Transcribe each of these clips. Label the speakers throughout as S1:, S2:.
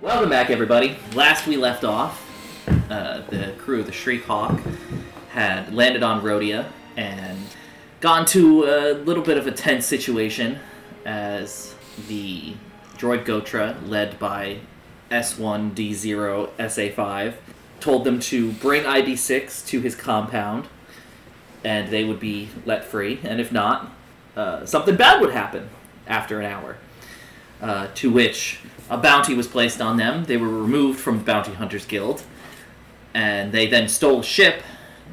S1: Welcome back, everybody. Last we left off, uh, the crew of the Shriekhawk had landed on Rhodia and gone to a little bit of a tense situation as the droid Gotra, led by S1D0 SA5, told them to bring ID6 to his compound and they would be let free, and if not, uh, something bad would happen after an hour uh, to which a bounty was placed on them. They were removed from the Bounty Hunters Guild, and they then stole a ship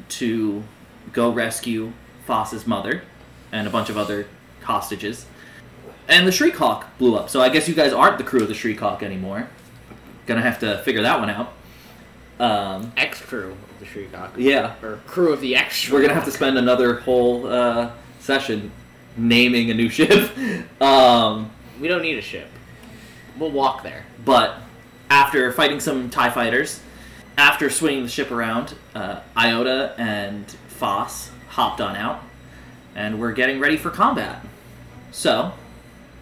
S1: to go rescue Foss's mother and a bunch of other hostages. And the Shriekhawk blew up, so I guess you guys aren't the crew of the Shriekhawk anymore. Gonna have to figure that one out. Um,
S2: X crew of the Shriekhawk.
S1: yeah,
S2: Or crew of the X
S1: we're gonna have to spend another whole uh, session naming a new ship. um,
S2: We don't need a ship. We'll walk there.
S1: But after fighting some TIE fighters, after swinging the ship around, uh, Iota and Foss hopped on out, and we're getting ready for combat. So,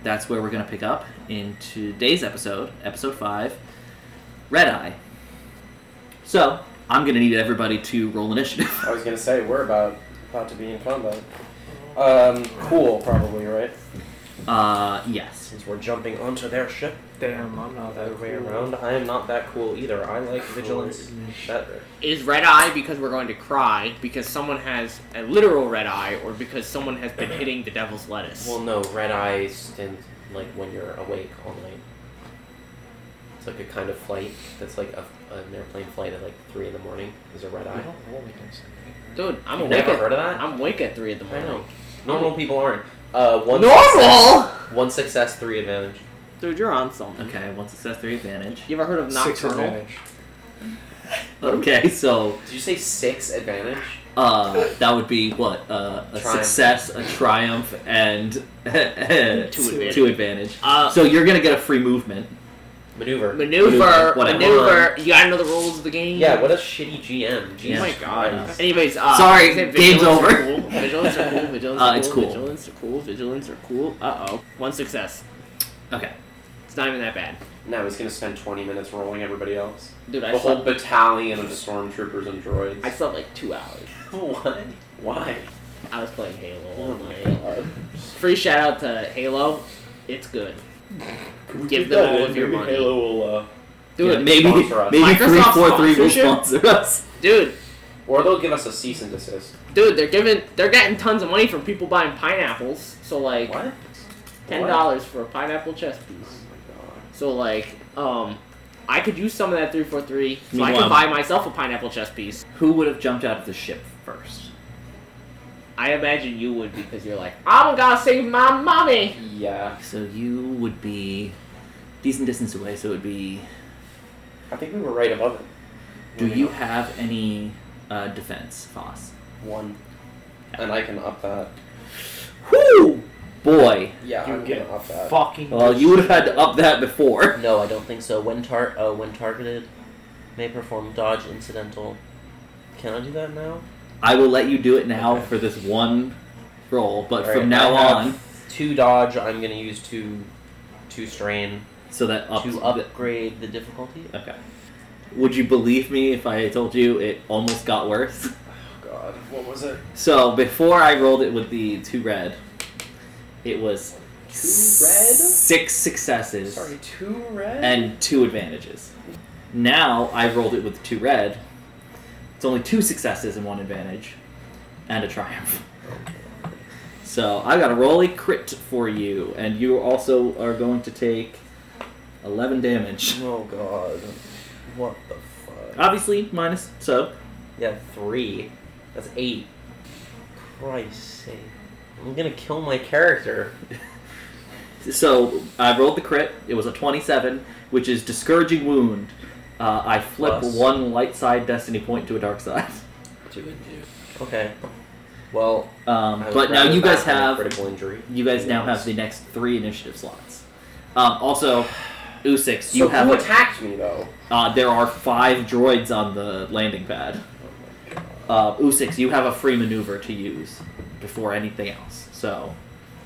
S1: that's where we're going to pick up in today's episode, episode 5, Red Eye. So, I'm going to need everybody to roll initiative.
S3: I was gonna say we're about about to be in combat. Um, cool, probably right,
S1: Uh, yes.
S3: since we're jumping onto their ship.
S4: Damn, I'm not
S3: The
S4: that
S3: other way
S4: cool.
S3: around, I am not that cool either. I like vigilance better.
S2: Is red eye because we're going to cry because someone has a literal red eye or because someone has been hitting the devil's lettuce?
S5: Well, no, red eyes stint like when you're awake all night. It's like a kind of flight that's like a, an airplane flight at like three in the morning. Is a red
S4: I
S5: eye.
S4: don't roll against anything.
S2: dude, I'm
S5: You've
S2: awake.
S5: never
S2: At,
S5: heard of that?
S2: I'm awake at three in the
S5: I know.
S2: morning.
S5: Normal people aren't. Uh, one
S2: Normal.
S5: Success, one success, three advantage.
S2: Dude, you're on something.
S1: Okay, one success, three advantage.
S2: You ever heard of
S4: Six
S2: nocturnal?
S4: advantage.
S1: Okay, so
S5: Did you say six advantage?
S1: uh, that would be what? Uh, a
S5: Triumph.
S1: success, a triumph, and
S2: Two advantage.
S1: Two advantage.
S2: Uh,
S1: So you're gonna get a free movement.
S5: Maneuver.
S2: maneuver,
S1: maneuver, whatever.
S2: maneuver. You gotta know the rules of the game.
S5: yeah, what a shitty GM. Jesus
S2: Oh my god.
S5: Christ.
S2: Anyways, uh,
S1: Sorry,
S2: I said
S1: game's
S2: vigilance
S1: over.
S2: are Cool. Vigilance are cool. Vigilance
S1: Uh,
S2: are
S1: it's
S2: cool.
S1: cool.
S2: Vigilance are cool. Vigilance are cool. Uh oh. One success.
S1: Okay.
S2: It's not even that bad.
S5: Now he's gonna spend 20 minutes rolling everybody else.
S2: Dude, I
S5: the whole
S2: slept,
S5: battalion of stormtroopers and droids.
S2: I slept like two hours.
S5: what? Why?
S2: I was playing Halo all
S5: Oh my
S2: night.
S5: god.
S2: Free shout out to Halo. It's good.
S5: Can we
S2: Give
S5: keep
S2: them
S5: that
S2: all
S5: in?
S2: of your
S5: Maybe
S2: money.
S5: Halo will, uh,
S2: Dude,
S1: Yeah, maybe maybe
S5: Sponsor us.
S1: three
S2: Microsoft
S1: four three will
S2: sponsorship?
S1: sponsor us.
S2: dude,
S5: Or they'll give us a cease and desist.
S2: dude, they're giving, they're getting tons of money from people buying pineapples. So like,
S5: What?
S2: ten
S5: What?
S2: dollars for a pineapple chess piece.
S5: Oh my
S2: So like, um, I could use some of that three four three, so I
S1: Meanwhile-
S2: could buy myself a pineapple chess piece.
S1: Who would have jumped out of the ship first?
S2: I imagine you would because you're like, I'm gonna save my mommy.
S5: god. Yeah.
S1: So you would be decent distance away. So it would be.
S5: I think we were right above it.
S1: Do
S5: Moving
S1: you
S5: up.
S1: have any uh, defense, Foss?
S5: one? And I can up that.
S1: Whoo, boy.
S5: Yeah,
S4: You
S5: I'm
S4: get
S5: gonna up that.
S4: fucking.
S1: Well, you would have had to up that before.
S5: No, I don't think so. When tar- uh, when targeted, may perform dodge incidental. Can I do that now?
S1: I will let you do it now
S5: Okay.
S1: for this one roll, but
S5: All right,
S1: from now
S5: I have
S1: on,
S5: two dodge. I'm gonna use two, two strain
S1: so that ups
S5: to
S1: the-
S5: upgrade the difficulty.
S1: Okay. Would you believe me if I told you it almost got worse?
S3: Oh God, what was it?
S1: So before I rolled it with the two red, it was
S3: Two red?
S1: six successes,
S3: Sorry, two red.
S1: and two advantages. Now I rolled it with two red. It's only two successes and one advantage, and a triumph. So I got a roll a crit for you, and you also are going to take eleven damage.
S5: Oh god, what the
S1: Ah.
S5: fuck?
S1: Obviously minus, so
S5: Yeah, three. That's eight. Christ's sake! I'm gonna kill my character.
S1: So I rolled the crit. It was a 27, which is discouraging wound. Uh, I flip
S5: Plus.
S1: one light side destiny point to a dark side.
S5: Two and two. Okay. Well,
S1: Um,
S5: I was
S1: but now
S5: rather
S1: you guys
S5: back from a
S1: have
S5: critical injury.
S1: you guys now have the next three initiative slots. Um, also, Usix, you
S3: so
S1: have
S3: who
S1: a,
S3: attacked me though?
S1: uh, there are five droids on the landing pad.
S3: Oh
S1: Uh, Usix, you have a free maneuver to use before anything else. So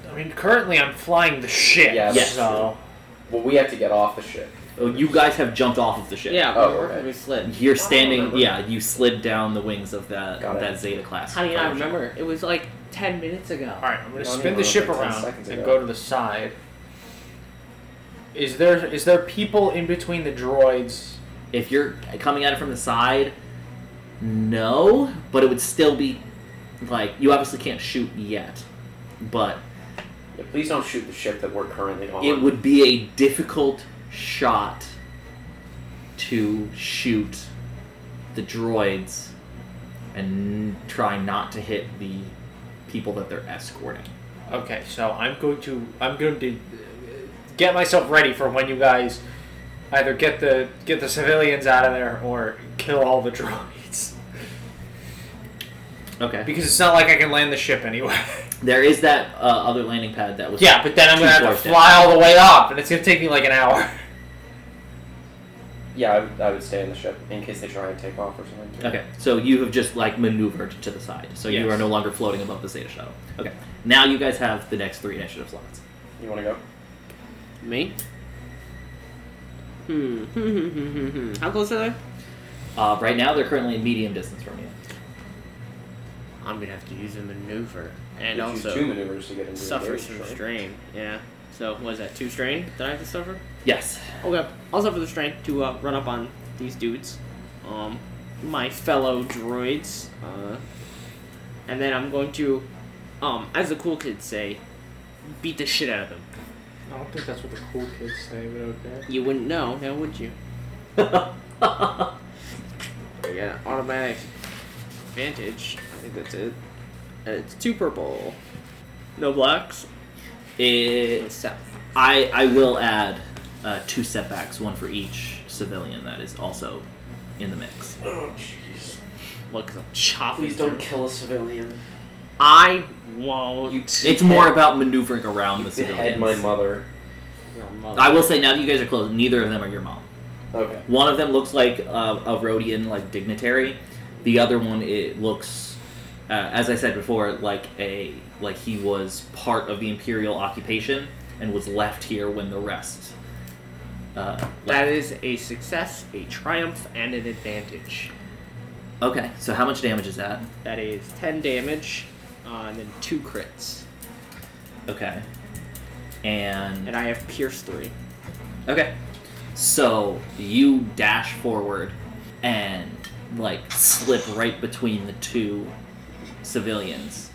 S4: I mean, currently I'm flying the ship.
S5: Yeah,
S1: that's
S4: so
S5: Well, we have to get off the ship.
S1: Oh, you guys have jumped off of the ship.
S2: Yeah,
S5: Oh,
S2: we were-
S5: okay.
S2: we slid.
S1: You're
S5: I
S1: standing.
S5: don't remember.
S1: Yeah, you slid down the wings of that
S5: Got it.
S1: that Zeta class.
S2: How do you not
S1: pirate ship.
S2: remember? It was like ten minutes ago.
S4: All right, I'm
S3: No,
S4: gonna
S3: no,
S4: spin
S3: no,
S4: the
S3: no,
S4: ship
S3: ten
S4: around
S3: seconds
S4: and
S3: ago.
S4: go to the side. Is there is there people in between the droids?
S1: If you're coming at it from the side, no, but it would still be like you obviously can't shoot yet, but
S5: Yeah, please don't shoot the ship that we're currently on.
S1: it would be a difficult shot to shoot the droids and try not to hit the people that they're escorting.
S4: Okay, so I'm going to I'm going to get myself ready for when you guys either get the get the civilians out of there or kill all the droids.
S1: Okay.
S4: Because it's not like I can land the ship anyway.
S1: There is that uh, other landing pad that was.
S4: yeah, but then I'm
S1: Two
S4: gonna have to
S1: floors down.
S4: fly all the way up, and it's gonna take me like an hour.
S5: Yeah, I would, I would stay on the ship in case they try and take off or something. too.
S1: Okay, so you have just like maneuvered to the side, so you
S4: Yes.
S1: are no longer floating above the Zeta shuttle. Okay, now you guys have the next three initiative slots.
S5: You want to go?
S2: Me? Hmm. Hmm, hmm, hmm, hmm, hmm. How close are they?
S1: Uh, right now, they're currently in medium distance from you.
S2: I'm gonna have to use a maneuver and
S5: You choose two
S2: also
S5: maneuvers to get into
S2: suffer
S5: the
S2: some
S5: sure.
S2: strain. Yeah. So what is that? Two strain that I have to suffer?
S1: Yes.
S2: Okay. I'll suffer the strain to uh, run up on these dudes, um, my fellow droids, uh, and then I'm going to, um, as the cool kids say, beat the shit out of them.
S4: I don't think that's what the cool kids say, but okay.
S2: You wouldn't know, now would you? I got an automatic advantage. I think that's it. And it's two purple. No blacks.
S1: It-
S2: It's south.
S1: I I will add uh, two setbacks, one for each civilian that is also in the mix.
S5: Oh, jeez.
S2: Look, i I'm chopping.
S5: Please don't
S2: through.
S5: kill a civilian.
S2: I won't.
S1: It's more about maneuvering around the
S5: You behead
S1: civilians.
S5: my mother.
S2: Your mother.
S1: I will say now that you guys are close, neither of them are your mom.
S5: Okay.
S1: One of them looks like uh, a Rhodian like dignitary. The other one it looks, uh, as I said before, like a like he was part of the imperial occupation and was left here when the rest. Uh, left.
S2: That is a success, a triumph, and an advantage.
S1: okay. So how much damage is that?
S2: That is 10 damage, uh, and then two crits.
S1: Okay. And
S2: And I have pierce three.
S1: Okay. So you dash forward and like slip right between the two civilians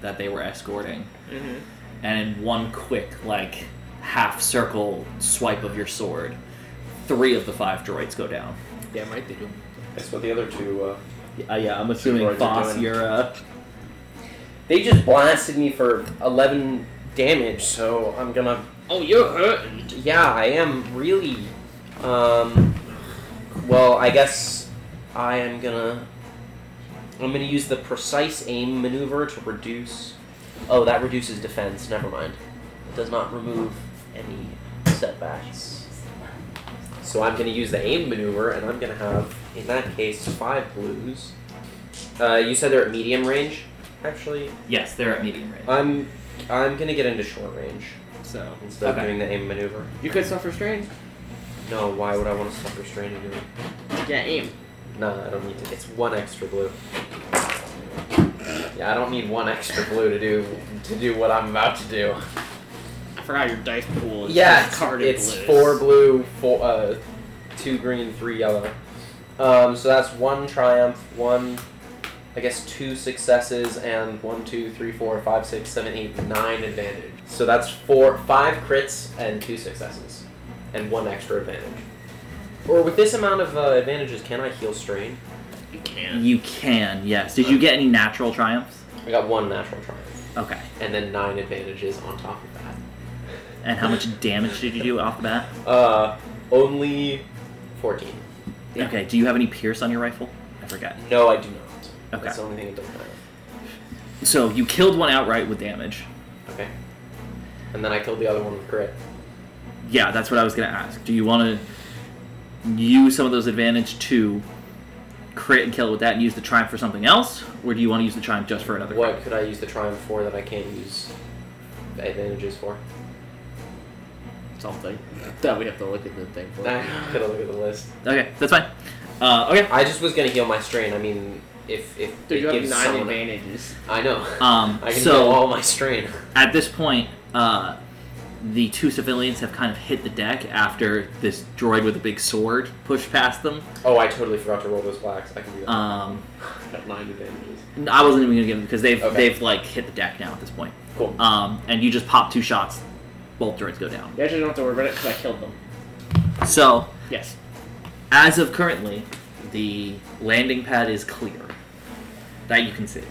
S1: that they were escorting.
S2: Mm-hmm.
S1: And in one quick like half circle swipe of your sword, three of the five droids go down.
S2: Yeah, right, they do.
S5: That's what the other two. Uh,
S1: Uh, yeah, I'm assuming
S5: assuming, Droids are Boss,
S1: boss
S5: doing-
S1: you're uh
S5: they just blasted me for 11 damage, so I'm gonna.
S2: Oh, you're hurting.
S5: Yeah, I am really. Um. Well, I guess I am gonna. I'm gonna use the precise aim maneuver to reduce. Oh, that reduces defense. Never mind. It does not remove any setbacks. So I'm gonna use the aim maneuver, and I'm gonna have, in that case, five blues. Uh, you said they're at medium range. Actually,
S1: Yes, they're at medium range.
S5: I'm. I'm gonna get into short range
S2: So,
S5: instead
S1: Okay.
S5: of doing the aim maneuver.
S2: you could suffer strain.
S5: No, why would I want to stop restraining you?
S2: Yeah, aim.
S5: No, I don't need to. It's one extra blue. Yeah, I don't need one extra blue to do to do what I'm about to do.
S2: I forgot your dice pool is
S5: Yeah,
S2: just
S5: it's,
S2: covered in
S5: it's
S2: blues.
S5: four blue, four uh, two green, three yellow. Um, so that's one triumph, one, I guess two successes, and one, two, three, four, five, six, seven, eight, nine advantage. So that's four, five crits and two successes, and one extra advantage. Or with this amount of uh, advantages, can I heal strain?
S2: You can.
S1: You can, yes. Did you get any natural triumphs?
S5: I got one natural triumph,
S1: Okay.
S5: and then nine advantages on top of that.
S1: And how much damage did you do off the bat?
S5: Uh, only fourteen.
S2: Yeah.
S1: Okay, do you have any pierce on your rifle? I forgot.
S5: No, I do not.
S1: Okay.
S5: That's the only thing that doesn't matter.
S1: So you killed one outright with damage.
S5: Okay. And then I killed the other one with crit.
S1: Yeah, that's what I was gonna ask. Do you want to use some of those advantage to crit and kill with that, and use the triumph for something else, or do you want to use the triumph just for another? crit?
S5: What could I use the triumph for that I can't use the advantages for?
S2: something that we have to look at the thing for.
S5: I gotta look at the list.
S1: Okay, that's fine. Uh, okay.
S5: I just was gonna heal my strain. I mean, if if
S2: Dude,
S5: it
S2: you have
S5: gives
S2: nine
S5: someone, a-
S2: advantages.
S5: I know.
S1: Um,
S5: I can
S1: so
S5: heal all my strain.
S1: at this point, uh, the two civilians have kind of hit the deck after this droid with a big sword pushed past them.
S5: Oh, I totally forgot to roll those blacks. I can do that.
S1: Um,
S5: I got nine advantages.
S1: I wasn't even gonna give them because they've
S5: Okay.
S1: they've like hit the deck now at this point.
S5: Cool.
S1: Um, and you just pop two shots, both droids go down.
S2: You actually don't have to worry about it because I killed them.
S1: So
S2: Yes.
S1: as of currently, the landing pad is clear. That you can see.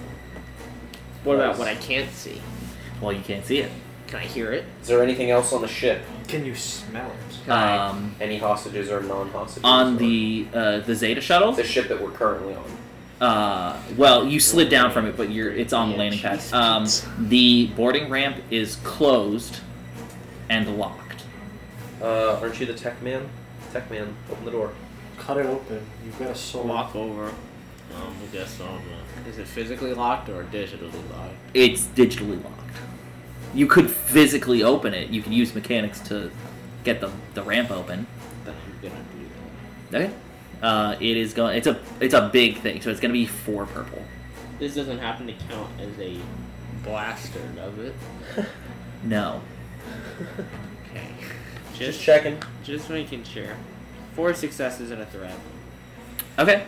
S2: What about
S5: Nice.
S2: what I can't see?
S1: Well, you can't see it.
S2: Can I hear it?
S5: Is there anything else on the ship?
S4: Can you smell it?
S2: Can I-
S1: Um,
S5: Any hostages or non-hostages?
S1: on
S5: or-
S1: the uh, the Zeta shuttle.
S5: the ship that we're currently on.
S1: Uh, well, you slid down from it, but you're it's on the landing pad. Um, the boarding ramp is closed and locked.
S5: Uh, aren't you the tech man? Tech man, open the door.
S4: Cut it open. You've got a soul.
S2: walk over. Um, I guess um, uh, is it physically locked or digitally locked?
S1: It's digitally locked. You could physically open it. You can use mechanics to get the the ramp open.
S2: Then I'm gonna do that.
S1: Okay. Uh, it is going. It's a it's a big thing, so it's gonna be four purple.
S2: This doesn't happen to count as a blaster, does it?
S1: No.
S2: Okay.
S5: Just,
S2: Just
S5: checking.
S2: just making sure. Four successes and a threat.
S1: Okay.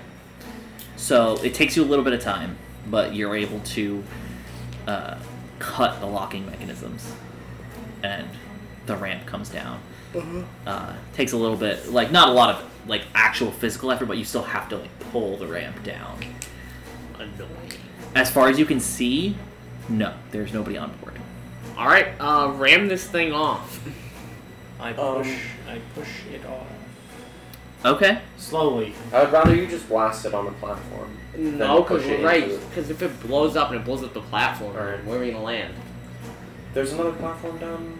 S1: So it takes you a little bit of time, but you're able to uh, cut the locking mechanisms, and the ramp comes down. Uh, takes a little bit, like not a lot of like actual physical effort, but you still have to like pull the ramp down.
S2: Annoying.
S1: As far as you can see, no, there's nobody on board.
S2: All right, uh, ram this thing off.
S4: I
S5: Um,
S4: push. I push it off
S1: Okay.
S4: slowly.
S5: I would rather Uh, you just blast it on the platform.
S2: No,
S5: push
S2: because
S5: it
S2: right,
S5: into the-
S2: because if it blows up and it blows up the platform,
S5: All right.
S2: where are we gonna land?
S5: There's another platform down.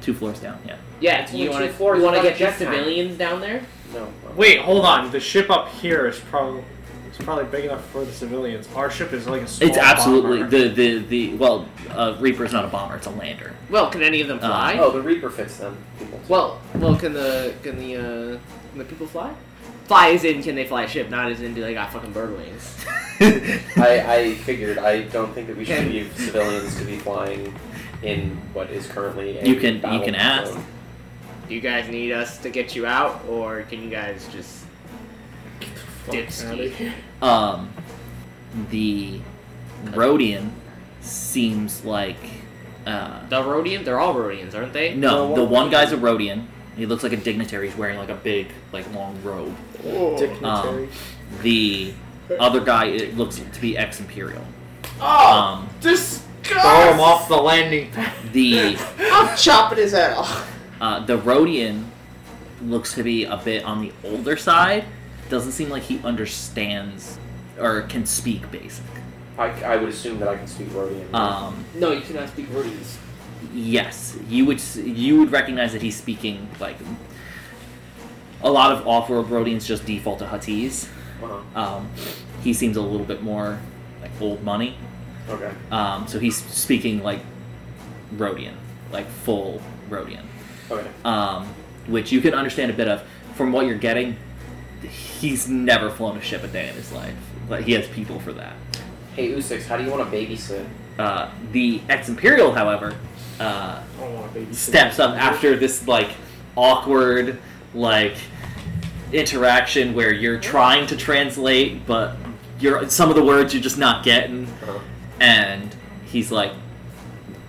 S1: Two floors down. Yeah.
S2: Yeah,
S5: It's
S2: do you
S5: only
S2: want
S5: two floors,
S2: to you want to
S5: it's not
S2: get the
S5: jetpack.
S2: civilians down there?
S5: No.
S4: Wait, hold on. The ship up here is probably it's probably big enough for the civilians. Our ship is like a small
S1: It's absolutely
S4: bomber.
S1: the the the well, uh, Reaper's not a bomber; it's a lander.
S2: Well, can any of them
S1: Uh,
S2: fly?
S5: Oh, the Reaper fits them. People. too.
S2: Well, well, can the can the uh, can the people fly? Fly as in can they fly a ship, not as in do they got fucking bird wings?
S5: I, I figured I don't think that we should
S2: Can-
S5: leave civilians to be flying in what is currently a
S1: You can- you
S5: battle
S1: can ask.
S5: zone.
S2: Do you guys need us to get you out, or can you guys just
S4: Fuck outta
S2: dipski?
S4: here.
S1: Um, the Rodian seems like uh,
S2: The Rhodian, they're all Rhodians, aren't they?
S1: no,
S4: No,
S1: the
S4: what-
S1: one guy's a Rodian. He looks like a dignitary. He's wearing like a big, like long robe. Um,
S4: Dignitary.
S1: The other guy it looks to be ex-imperial.
S2: Oh,
S1: Um,
S2: disgust!
S4: Throw him off the landing pad.
S1: the
S2: I'm chopping his head off.
S1: uh, the Rodian looks to be a bit on the older side. Doesn't seem like he understands or can speak basic.
S5: I, I would assume that I can speak Rodian.
S1: Um,
S2: No, you cannot speak Rhodians.
S1: Yes, you would s- you would recognize that he's speaking like a lot of off-world Rodians just default to Huttese.
S5: Uh-huh.
S1: Um, he seems a little bit more like old money,
S5: Okay.
S1: um, so he's speaking like Rodian, like full Rodian,
S5: Okay.
S1: um, which you can understand a bit of. From what you're getting, he's never flown a ship a day in his life, but he has people for that.
S5: Hey Usix, how do you want to babysit?
S1: Uh, the ex-imperial, however. Uh,
S4: I don't want a baby.
S1: steps up after this like awkward like interaction where you're trying to translate but you're some of the words you're just not getting
S5: Uh-huh.
S1: and he's like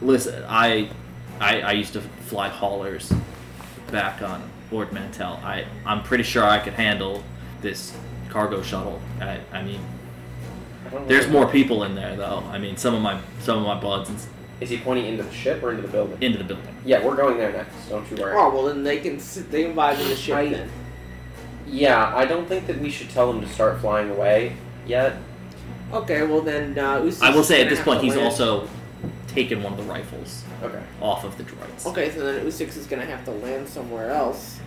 S1: listen i i, I used to fly haulers back on Lord Mantel. I I'm pretty sure I could handle this cargo shuttle. I, I mean,
S5: I don't know.
S1: there's more people in there though. I mean, some of my some of my buds is
S5: Is he pointing into the ship or into the building?
S1: into the building.
S5: Yeah, we're going there next. Don't you worry.
S2: Oh well, then they can sit- they can vibe in the ship
S5: I-
S2: then.
S5: Yeah, I don't think that we should tell him to start flying away yet.
S2: Okay, well then. Uh, Usus
S1: I will
S2: is
S1: say at
S2: gonna
S1: this
S2: have
S1: point
S2: to
S1: he's
S2: land.
S1: also taken one of the rifles
S5: Okay.
S1: off of the droids.
S2: Okay, so then Usix is gonna have to land somewhere else.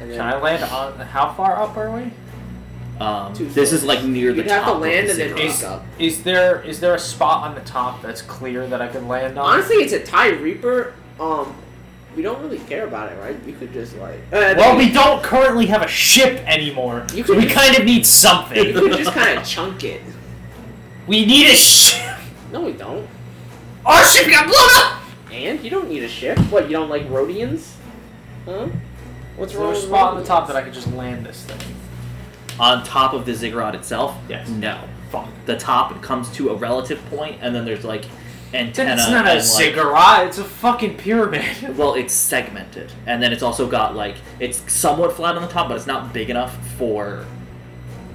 S2: And then
S4: Can I land on? How far up are we?
S1: Um,
S2: Two
S1: this is
S2: floors.
S1: like near the
S2: You'd have
S1: top
S2: to
S1: of
S2: land
S1: the
S2: and then
S1: zero.
S2: drop up.
S4: Is there is there a spot on the top that's clear that I can land on?
S2: Honestly, it's a tie Reaper. Um, We don't really care about it, right? We could just like. Uh,
S4: Well, we don't currently have a ship anymore.
S2: You
S4: so
S2: could
S4: we
S2: just-
S4: kind of need
S2: You
S4: something.
S2: could just kind of chunk it.
S4: we need a ship.
S2: No, we don't.
S4: Our ship got blown up.
S2: And you don't need a ship. What? You don't like Rhodians? Huh? What's
S4: Is
S2: wrong
S4: there a
S2: with
S4: spot on the
S2: Rhodians?
S4: top that I could just land this thing?
S1: on top of the ziggurat itself?
S4: Yes.
S1: No.
S4: Fuck.
S1: The top comes to a relative point, and then there's like antenna.
S4: That's not a
S1: and, like-
S4: ziggurat. It's a fucking pyramid.
S1: Well, it's segmented, and then it's also got like it's somewhat flat on the top, but it's not big enough for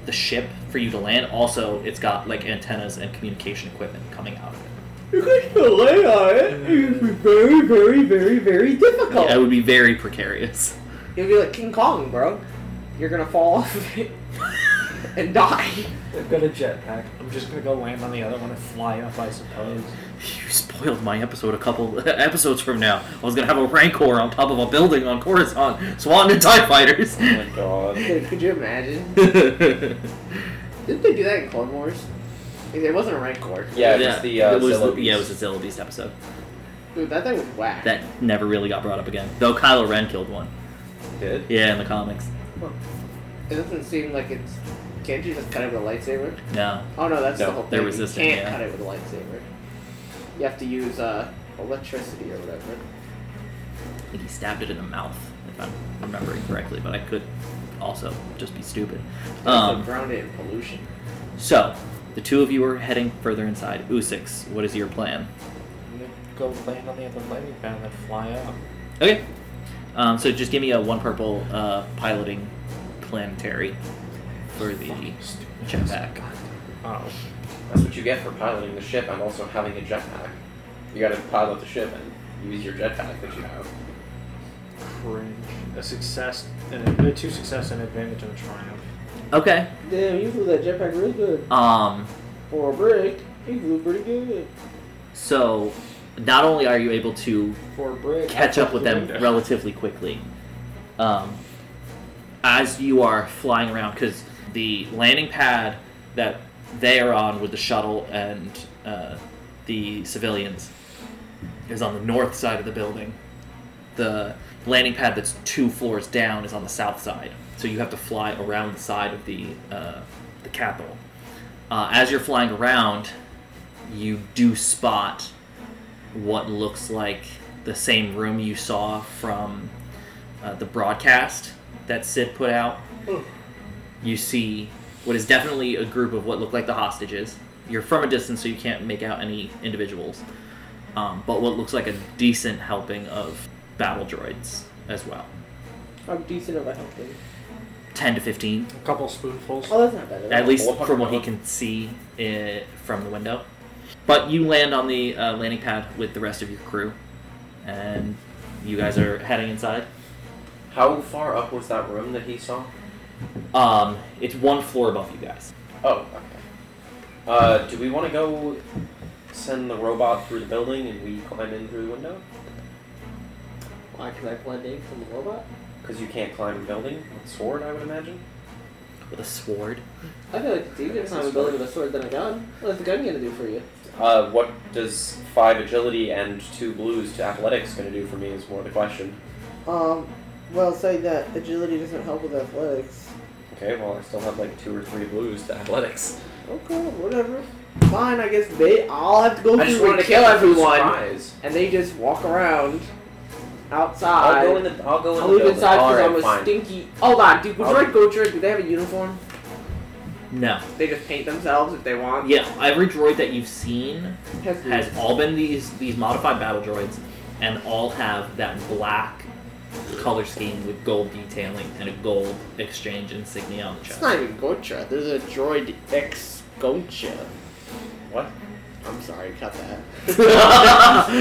S1: the ship for you to land. Also, it's got like antennas and communication equipment coming out of it.
S2: You could delay on it. It would be very, very, very, very difficult.
S1: Yeah, it would be very precarious.
S2: You'd be like King Kong, bro. You're gonna fall off of it and die.
S4: I've got a jetpack. I'm just gonna go land on the other one and fly up, I suppose.
S1: You spoiled my episode a couple episodes from now. I was gonna have a rancor on top of a building on Coruscant, swan and Tie Fighters.
S3: Oh my god.
S2: Dude, could you imagine? Didn't they do that in Clone Wars? Like, It wasn't a Rancor.
S3: Yeah, it was the uh,
S1: it was
S3: Zillow
S1: the, yeah, it
S3: piece.
S1: was the Zillow Beast episode
S2: Dude, that thing was whack.
S1: that never really got brought up again. Though Kylo Ren killed one.
S3: Did?
S1: Yeah, in the comics.
S2: It doesn't seem like it's. Can't you just cut it with a lightsaber?
S1: No,
S2: Oh no, that's
S3: No,
S2: the whole thing.
S1: they're
S2: you
S1: resistant,
S2: can't
S1: yeah.
S2: cut it with a lightsaber. You have to use uh, electricity or whatever.
S1: I think he stabbed it in the mouth, if I'm remembering correctly. But I could also just be stupid.
S2: also
S1: Um,
S2: drown it in pollution.
S1: so the two of you are heading further inside. Usix, what is your plan?
S4: I'm gonna go land on the other landing pad and then fly up.
S1: Okay. Um, so just give me a one purple uh, piloting planetary for the jetpack.
S4: Oh.
S5: That's what you get for piloting the ship. I'm also having a jetpack.
S3: You gotta pilot the ship and use your jetpack that you have.
S4: Cringe. A success, and a, two success, and advantage, and a triumph.
S1: Okay.
S2: Damn, you flew that jetpack real good.
S1: Um,
S2: Or a brick, you flew pretty good.
S1: so not only are you able to
S4: For a break.
S1: catch up with them relatively quickly. Um, as you are flying around, because the landing pad that they are on with the shuttle and uh, the civilians is on the north side of the building. The landing pad that's two floors down is on the south side, so you have to fly around the side of the uh, the capital. Uh, as you're flying around, you do spot what looks like the same room you saw from uh, the broadcast that Sid put out. You see what is definitely a group of what look like the hostages. You're from a distance, so you can't make out any individuals. Um, but what looks like a decent helping of battle droids as well.
S2: How decent of a helper.
S1: 10 to 15,
S4: A couple spoonfuls.
S2: Oh, that's not bad. at all.
S1: at least from what he can see i from the window. But you land on the uh, landing pad with the rest of your crew, and you guys are heading inside.
S5: How far up was that room that he saw?
S1: Um, it's one floor above you guys.
S5: Oh, okay. Uh, do we want to go send the robot through the building and we climb in through the window?
S2: Why? Because I blend in from the robot?
S5: Because you can't climb a building with a sword, I would imagine.
S1: With a sword.
S2: I feel like it's easier to climb a building with a sword than a gun. What's the gun gonna do for you?
S5: Uh, what does five agility and two blues to athletics going to do for me is more the question.
S2: Um, well, saying that agility doesn't help with athletics.
S5: Okay, well, I still have like two or three blues to athletics.
S2: Okay, whatever. Fine, I guess they all have to go
S5: I just
S2: through
S5: want
S2: and
S5: to
S2: kill everyone,
S5: Surprise.
S2: and they just walk around outside.
S5: I'll go in the. I'll go in
S2: I'll
S5: the
S2: leave
S5: building.
S2: inside
S5: All
S2: because
S5: right,
S2: I'm a
S5: fine.
S2: stinky. Hold on, dude. Would
S5: I'll-
S2: you like Gotra? Do they have a uniform?
S1: No.
S2: They just paint themselves if they want.
S1: Yeah, every droid that you've seen
S2: Has,
S1: has all been these these modified battle droids, and all have that black color scheme with gold detailing and a gold exchange insignia on the
S2: It's
S1: chest.
S2: not even Gotra. There's a droid ex Gocha.
S5: What?
S2: I'm sorry, cut that.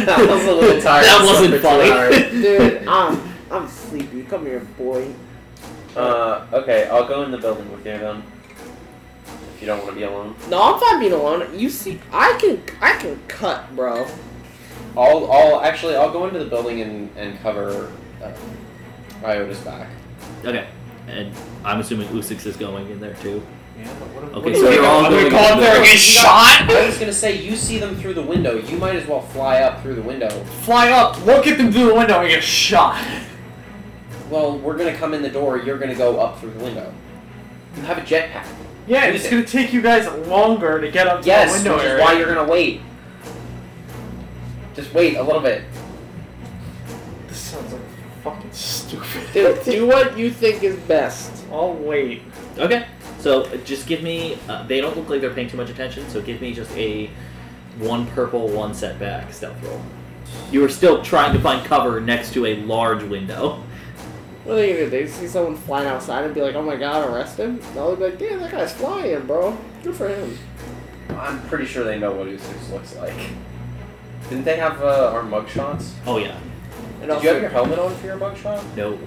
S5: that was a little tired.
S1: That wasn't
S5: Super tired.
S1: funny.
S2: Dude, I'm, I'm sleepy. Come here, boy.
S5: Uh, okay, I'll go in the building with you then. If you don't want to be alone,
S2: No, I'm fine being alone. You see, I can, I can cut, bro.
S5: I'll. I'll actually. I'll go into the building and and cover. Uh, Iota's back.
S1: Okay, and I'm assuming Usix is going in there too.
S4: Yeah, but what am-
S1: Okay,
S4: what
S1: so
S4: am I
S1: you're all
S4: gonna-
S1: going
S4: I'm gonna
S1: in the
S4: go up there and
S1: door.
S4: get shot.
S5: I was gonna say you see them through the window. You might as well fly up through the window.
S4: Fly up, look at them through the window, and get shot.
S5: Well, we're gonna come in the door. You're gonna go up through the window. You have a jetpack.
S4: Yeah, it's gonna take you guys longer to get up to
S5: Yes,
S4: the window
S5: which is
S4: area.
S5: why you're gonna wait. Just wait a little bit.
S4: This sounds like fucking stupid.
S2: Do, do what you think is best.
S4: I'll wait.
S1: Okay. So uh, just give me. Uh, they don't look like they're paying too much attention. So give me just a one purple, one setback stealth roll. You are still trying to find cover next to a large window.
S2: What are they gonna do? They see someone flying outside and be like, "Oh my god, arrest him!" They'll be like, "Damn, that guy's flying, bro. Good for him."
S5: I'm pretty sure they know what Usus looks like. Didn't they have uh, our mugshots?
S1: Oh yeah.
S2: And
S5: Did you have your helmet on for your mugshot?
S1: No.
S5: Okay.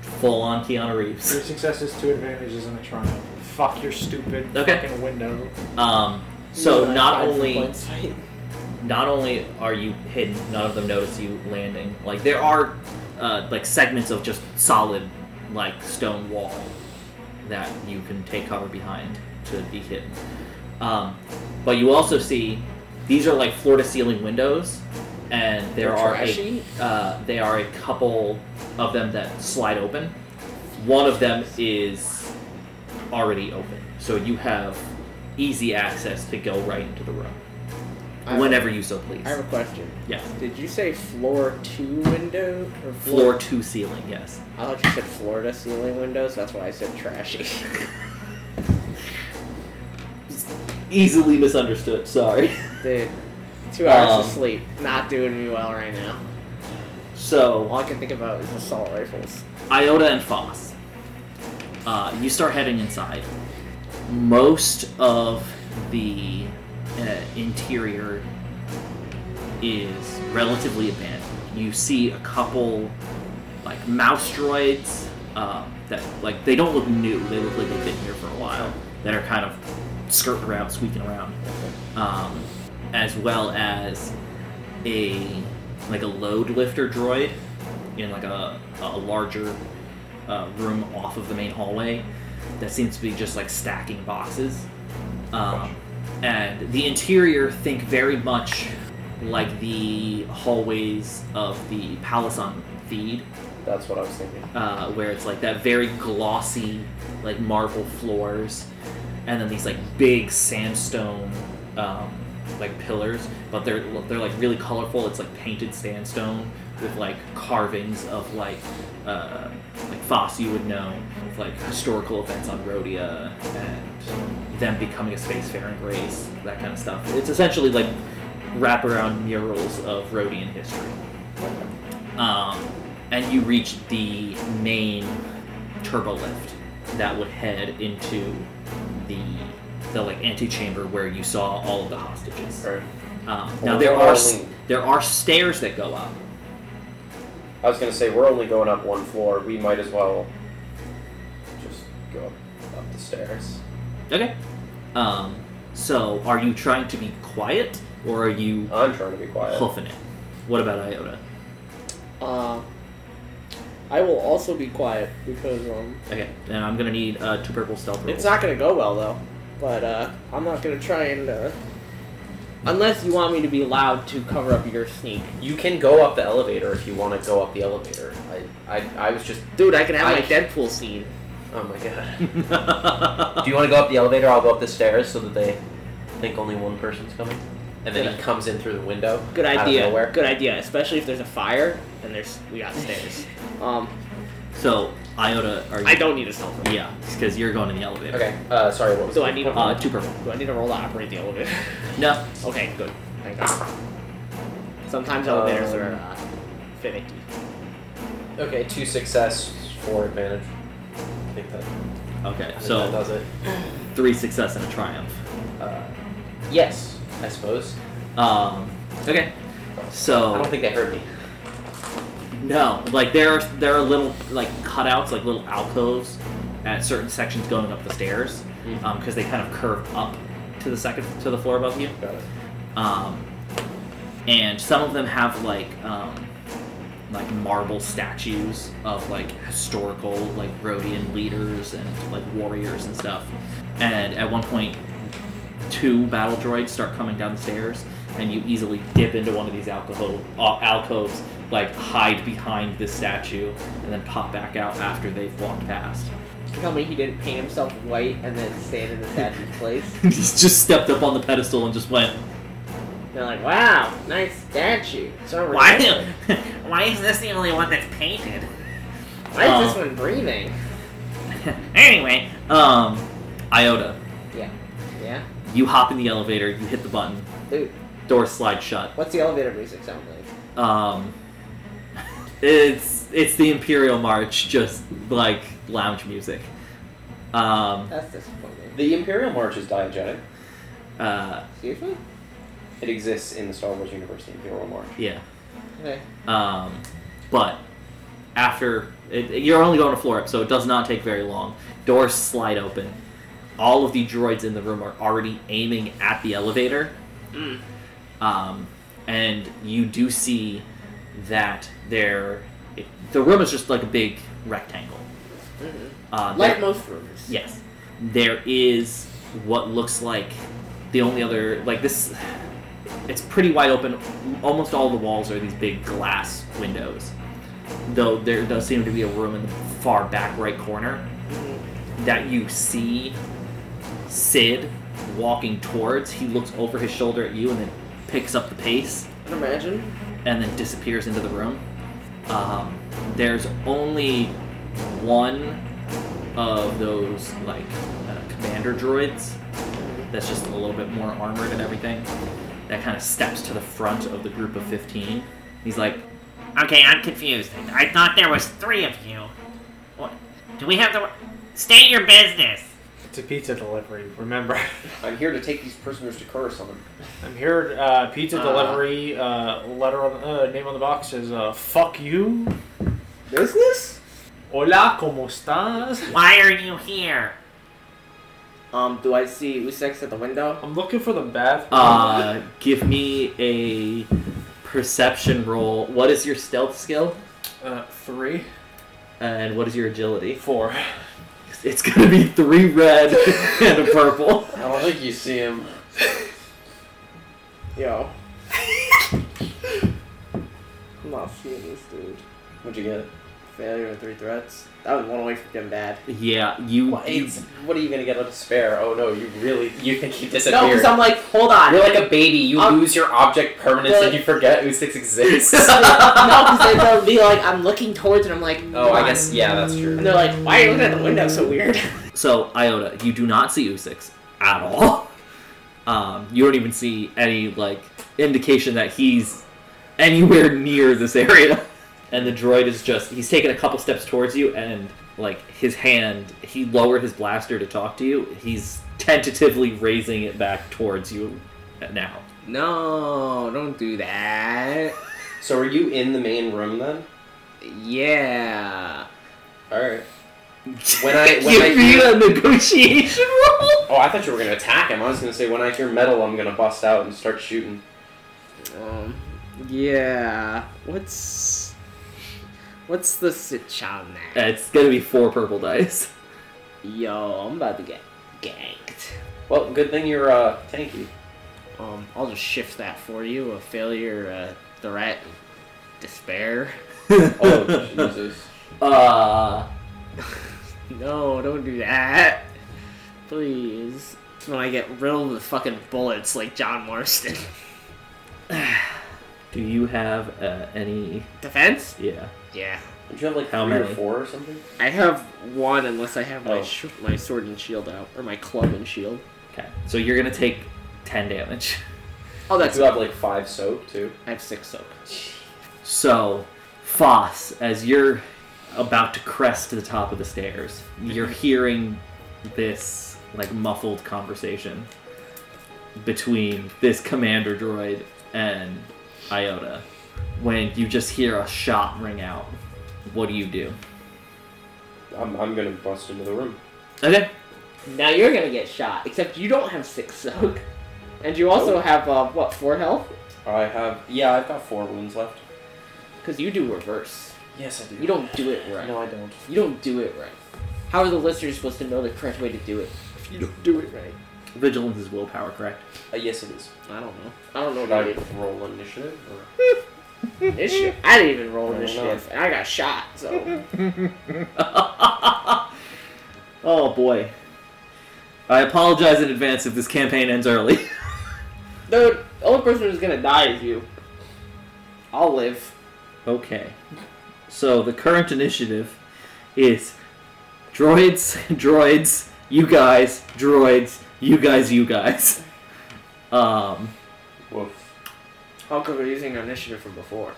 S1: Full on Keanu Reeves.
S4: Three successes, two advantages, and a triumph. Fuck your stupid
S1: Okay.
S4: fucking window.
S1: Um. So
S2: Yeah,
S1: not
S2: I tried for
S1: only.
S2: points.
S1: not only are you hidden, none of them notice you landing. Like there are uh, like segments of just solid like stone wall that you can take cover behind to be hidden. Um, but you also see these are like floor to ceiling windows, and there
S2: They're
S1: are
S2: trashy?
S1: a uh, they are a couple of them that slide open. One of them is already open, so you have easy access to go right into the room
S2: I have-
S1: whenever you so please.
S2: I have a question.
S1: Yeah.
S2: Did you say floor two window or
S1: Floor to ceiling, yes.
S2: I thought you said Florida ceiling windows. That's why I said trashy.
S1: Easily misunderstood. Sorry.
S2: Dude, two hours
S1: Um,
S2: of sleep not doing me well right now. All
S1: So
S2: I can think about is assault rifles.
S1: Iota and Foss, uh, you start heading inside. Most of the uh, interior is relatively abandoned. You see a couple like mouse droids um, that like they don't look new. They look like they've been here for a while. That are kind of skirting around, squeaking around, um, as well as a like a load lifter droid in like a, a larger uh, room off of the main hallway that seems to be just like stacking boxes. Um, and the interior think very much like the hallways of the palace on Theed
S5: That's what I was thinking.
S1: uh, where it's like that very glossy, like marble floors, and then these like big sandstone, um, like pillars, but they're they're like really colorful. It's like painted sandstone with like carvings of like uh, like Foss you would know, with like historical events on Rhodia and them becoming a spacefaring race, that kind of stuff. It's essentially like wraparound murals of Rhodian history um, and you reach the main turbo lift that would head into the the like antechamber where you saw all of the hostages.
S5: Or,
S2: Oh,
S1: Um,
S5: Well,
S1: now there
S5: we're
S1: are s-
S5: only-
S1: there are stairs that go up.
S5: I was gonna say we're only going up one floor. We might as well just go up, up the stairs.
S1: Okay. Um, so are you trying to be quiet or are you
S5: I'm trying to be quiet.
S1: hoofing it? What about Iota?
S2: Uh, I will also be quiet because um,
S1: Okay, and I'm gonna need uh, two purple stealth rolls.
S2: it's not gonna go well though. But uh, I'm not gonna try and. Uh, unless you want me to be loud to cover up your sneak,
S5: You can go up the elevator if you want to go up the elevator. I, I, I was just.
S2: dude. I can have my
S5: I-
S2: Deadpool scene.
S5: Oh my god. Do you want to go up the elevator? I'll go up the stairs so that they think only one person's coming, and then he comes in through the window.
S2: Good
S5: out of
S2: idea.
S5: nowhere.
S2: Good idea, especially if there's a fire and there's we got stairs. um,
S1: so Iota, are you?
S2: I don't need a cell phone.
S1: Yeah, because you're going in the elevator.
S5: Okay. Uh, sorry. What was?
S2: Do I need a
S1: Uh, two purple.
S2: Do I need a roll to operate the elevator?
S1: No,
S2: okay, good. Thank God. Sometimes elevators are
S5: Um,
S2: uh, finicky.
S5: Okay. Two success, four advantage. I think that. I think
S1: Okay,
S5: that
S1: so
S5: does it.
S1: three success and a triumph.
S5: Uh, yes, I suppose.
S1: Um, okay,
S5: I don't
S1: so
S5: think they heard me.
S1: no, like there are there are little like cutouts, like little alcoves at certain sections going up the stairs,
S5: Mhm.
S1: um, because they kind of curve up to the second to the floor above you.
S5: Got it.
S1: Um, and some of them have like um, like marble statues of like historical like Rhodian leaders and like warriors and stuff. And at one point, two battle droids start coming down the stairs, and you easily dip into one of these alcohol uh, alcoves, like hide behind this statue, and then pop back out after they've walked past.
S2: Tell me he didn't paint himself white and then stand in the statue's place.
S1: He's just stepped up on the pedestal and just went,
S2: They're like, wow, nice statue. So
S1: "Why?"
S2: Why is this the only one that's painted?
S1: Why is this
S2: one breathing?
S1: anyway, um, Iota,
S2: Yeah. Yeah.
S1: you hop in the elevator, you hit the button,
S2: Dude,
S1: door slides shut.
S2: what's the elevator music sound like?
S1: Um, it's it's the Imperial March, just like lounge music. Um,
S2: That's disappointing.
S3: The Imperial March is diegetic.
S1: uh,
S2: Excuse me?
S3: It exists in the Star Wars universe, the Imperial March.
S1: yeah.
S2: Okay.
S1: Um, but after it, you're only going a floor up, so it does not take very long. Doors slide open. All of the droids in the room are already aiming at the elevator.
S2: Mm.
S1: Um, and you do see that there, it, the room is just like a big rectangle.
S2: Mm-hmm.
S1: Uh, there-
S2: Like most rooms.
S1: Yes. There is what looks like the only other like this it's pretty wide open. Almost all the walls are these big glass windows. Though there does seem to be a room in the far back right corner that you see Sid walking towards. He looks over his shoulder at you and then picks up the pace
S2: Can imagine.
S1: and then disappears into the room. Um, there's only one of those like uh, commander droids that's just a little bit more armored and everything that kind of steps to the front of the group of 15. He's like,
S6: Okay, I'm confused. I thought there was three of you. What? Do we have the? State your business.
S4: It's a pizza delivery. Remember,
S3: I'm here to take these prisoners to Coruscant.
S4: I'm here. Uh, pizza
S2: Uh.
S4: delivery. Uh, letter on uh, name on the box is uh, "fuck you."
S2: Business?
S4: Hola, cómo estás?
S6: Why are you here?
S2: Um, do I see Usex at the window?
S4: I'm looking for the bathroom.
S1: uh, give me a perception roll. What is your stealth skill?
S4: Uh, three,
S1: And what is your agility?
S4: four.
S1: It's gonna be three red and a purple.
S3: I don't think you see him.
S2: Yo. I'm not seeing this dude.
S3: What'd you get?
S2: Failure and three threats. That was one away from getting bad.
S1: Yeah, you.
S3: What,
S1: you
S3: it's, what are you gonna get a despair? Oh no, you really
S5: You think he
S2: No,
S5: disappeared?
S2: because I'm like, hold on.
S5: You're like a baby. You
S2: I'm-
S5: lose your object permanence
S2: But-
S5: and you forget Usix exists.
S2: no, because they'll be like, I'm looking towards, and I'm like,
S5: oh, I guess yeah, that's
S2: And
S5: true.
S2: they're like, why are you looking at the window so weird?
S1: So Iota, you do not see Usix at all. Um, you don't even see any like indication that he's anywhere near this area. And the droid is just—he's taken a couple steps towards you, and like his hand—he lowered his blaster to talk to you. He's tentatively raising it back towards you now.
S2: No, don't do that.
S3: So are you in the main room then?
S2: Yeah.
S3: Alright. When I- when
S1: Give
S3: I
S1: me
S3: hear-
S1: a negotiation roll.
S3: Oh, I thought you were gonna attack him. I was gonna say when I hear metal, I'm gonna bust out and start shooting.
S2: Um, yeah. What's what's the sitch on that?
S1: It's gonna be four purple dice.
S2: Yo, I'm about to get ganked.
S3: Well, good thing you're uh, tanky.
S2: Um, I'll just shift that for you. A failure, a threat, despair.
S3: Oh Jesus.
S1: uh,
S2: No, don't do that. Please. That's when I get riddled with fucking bullets like John Marston.
S1: do you have uh, any?
S2: Defense?
S1: Yeah.
S2: Yeah.
S3: Don't you have like
S1: How
S3: three
S1: many?
S3: or four or something?
S2: I have one unless I have my
S3: Oh.
S2: sh- my sword and shield out or my club and shield.
S1: Okay, so you're gonna take ten damage.
S2: Oh, that's
S3: you have like five soap too.
S2: I have six soak.
S1: So, Foss, as you're about to crest to the top of the stairs, you're hearing this like muffled conversation between this commander droid and Iota. When you just hear a shot ring out, what do you do?
S3: I'm, I'm gonna bust into the room.
S1: Okay.
S2: Now you're gonna get shot. Except you don't have six soak, and you also
S3: Nope.
S2: have uh, what four health?
S3: I have yeah, I've got four wounds left.
S2: Because you do reverse.
S5: Yes, I do.
S2: You don't do it right.
S5: No, I don't.
S2: You don't do it right. How are the listeners supposed to know the correct way to do it if you don't do it right?
S1: Vigilance is willpower, correct?
S5: Uh, yes, it is.
S2: I don't know. I don't know
S5: Should
S2: what I
S5: I
S2: did.
S5: roll initiative? Or?
S2: Initiative. I didn't even roll
S5: I don't know.
S2: initiative. and I got shot, so.
S1: oh boy. I apologize in advance if this campaign ends early.
S2: Dude, the only person who's gonna die is you. I'll live.
S1: okay. So the current initiative is droids, droids, you guys, droids, you guys, you guys. Um,
S5: Woof.
S2: How come we're using our initiative from before?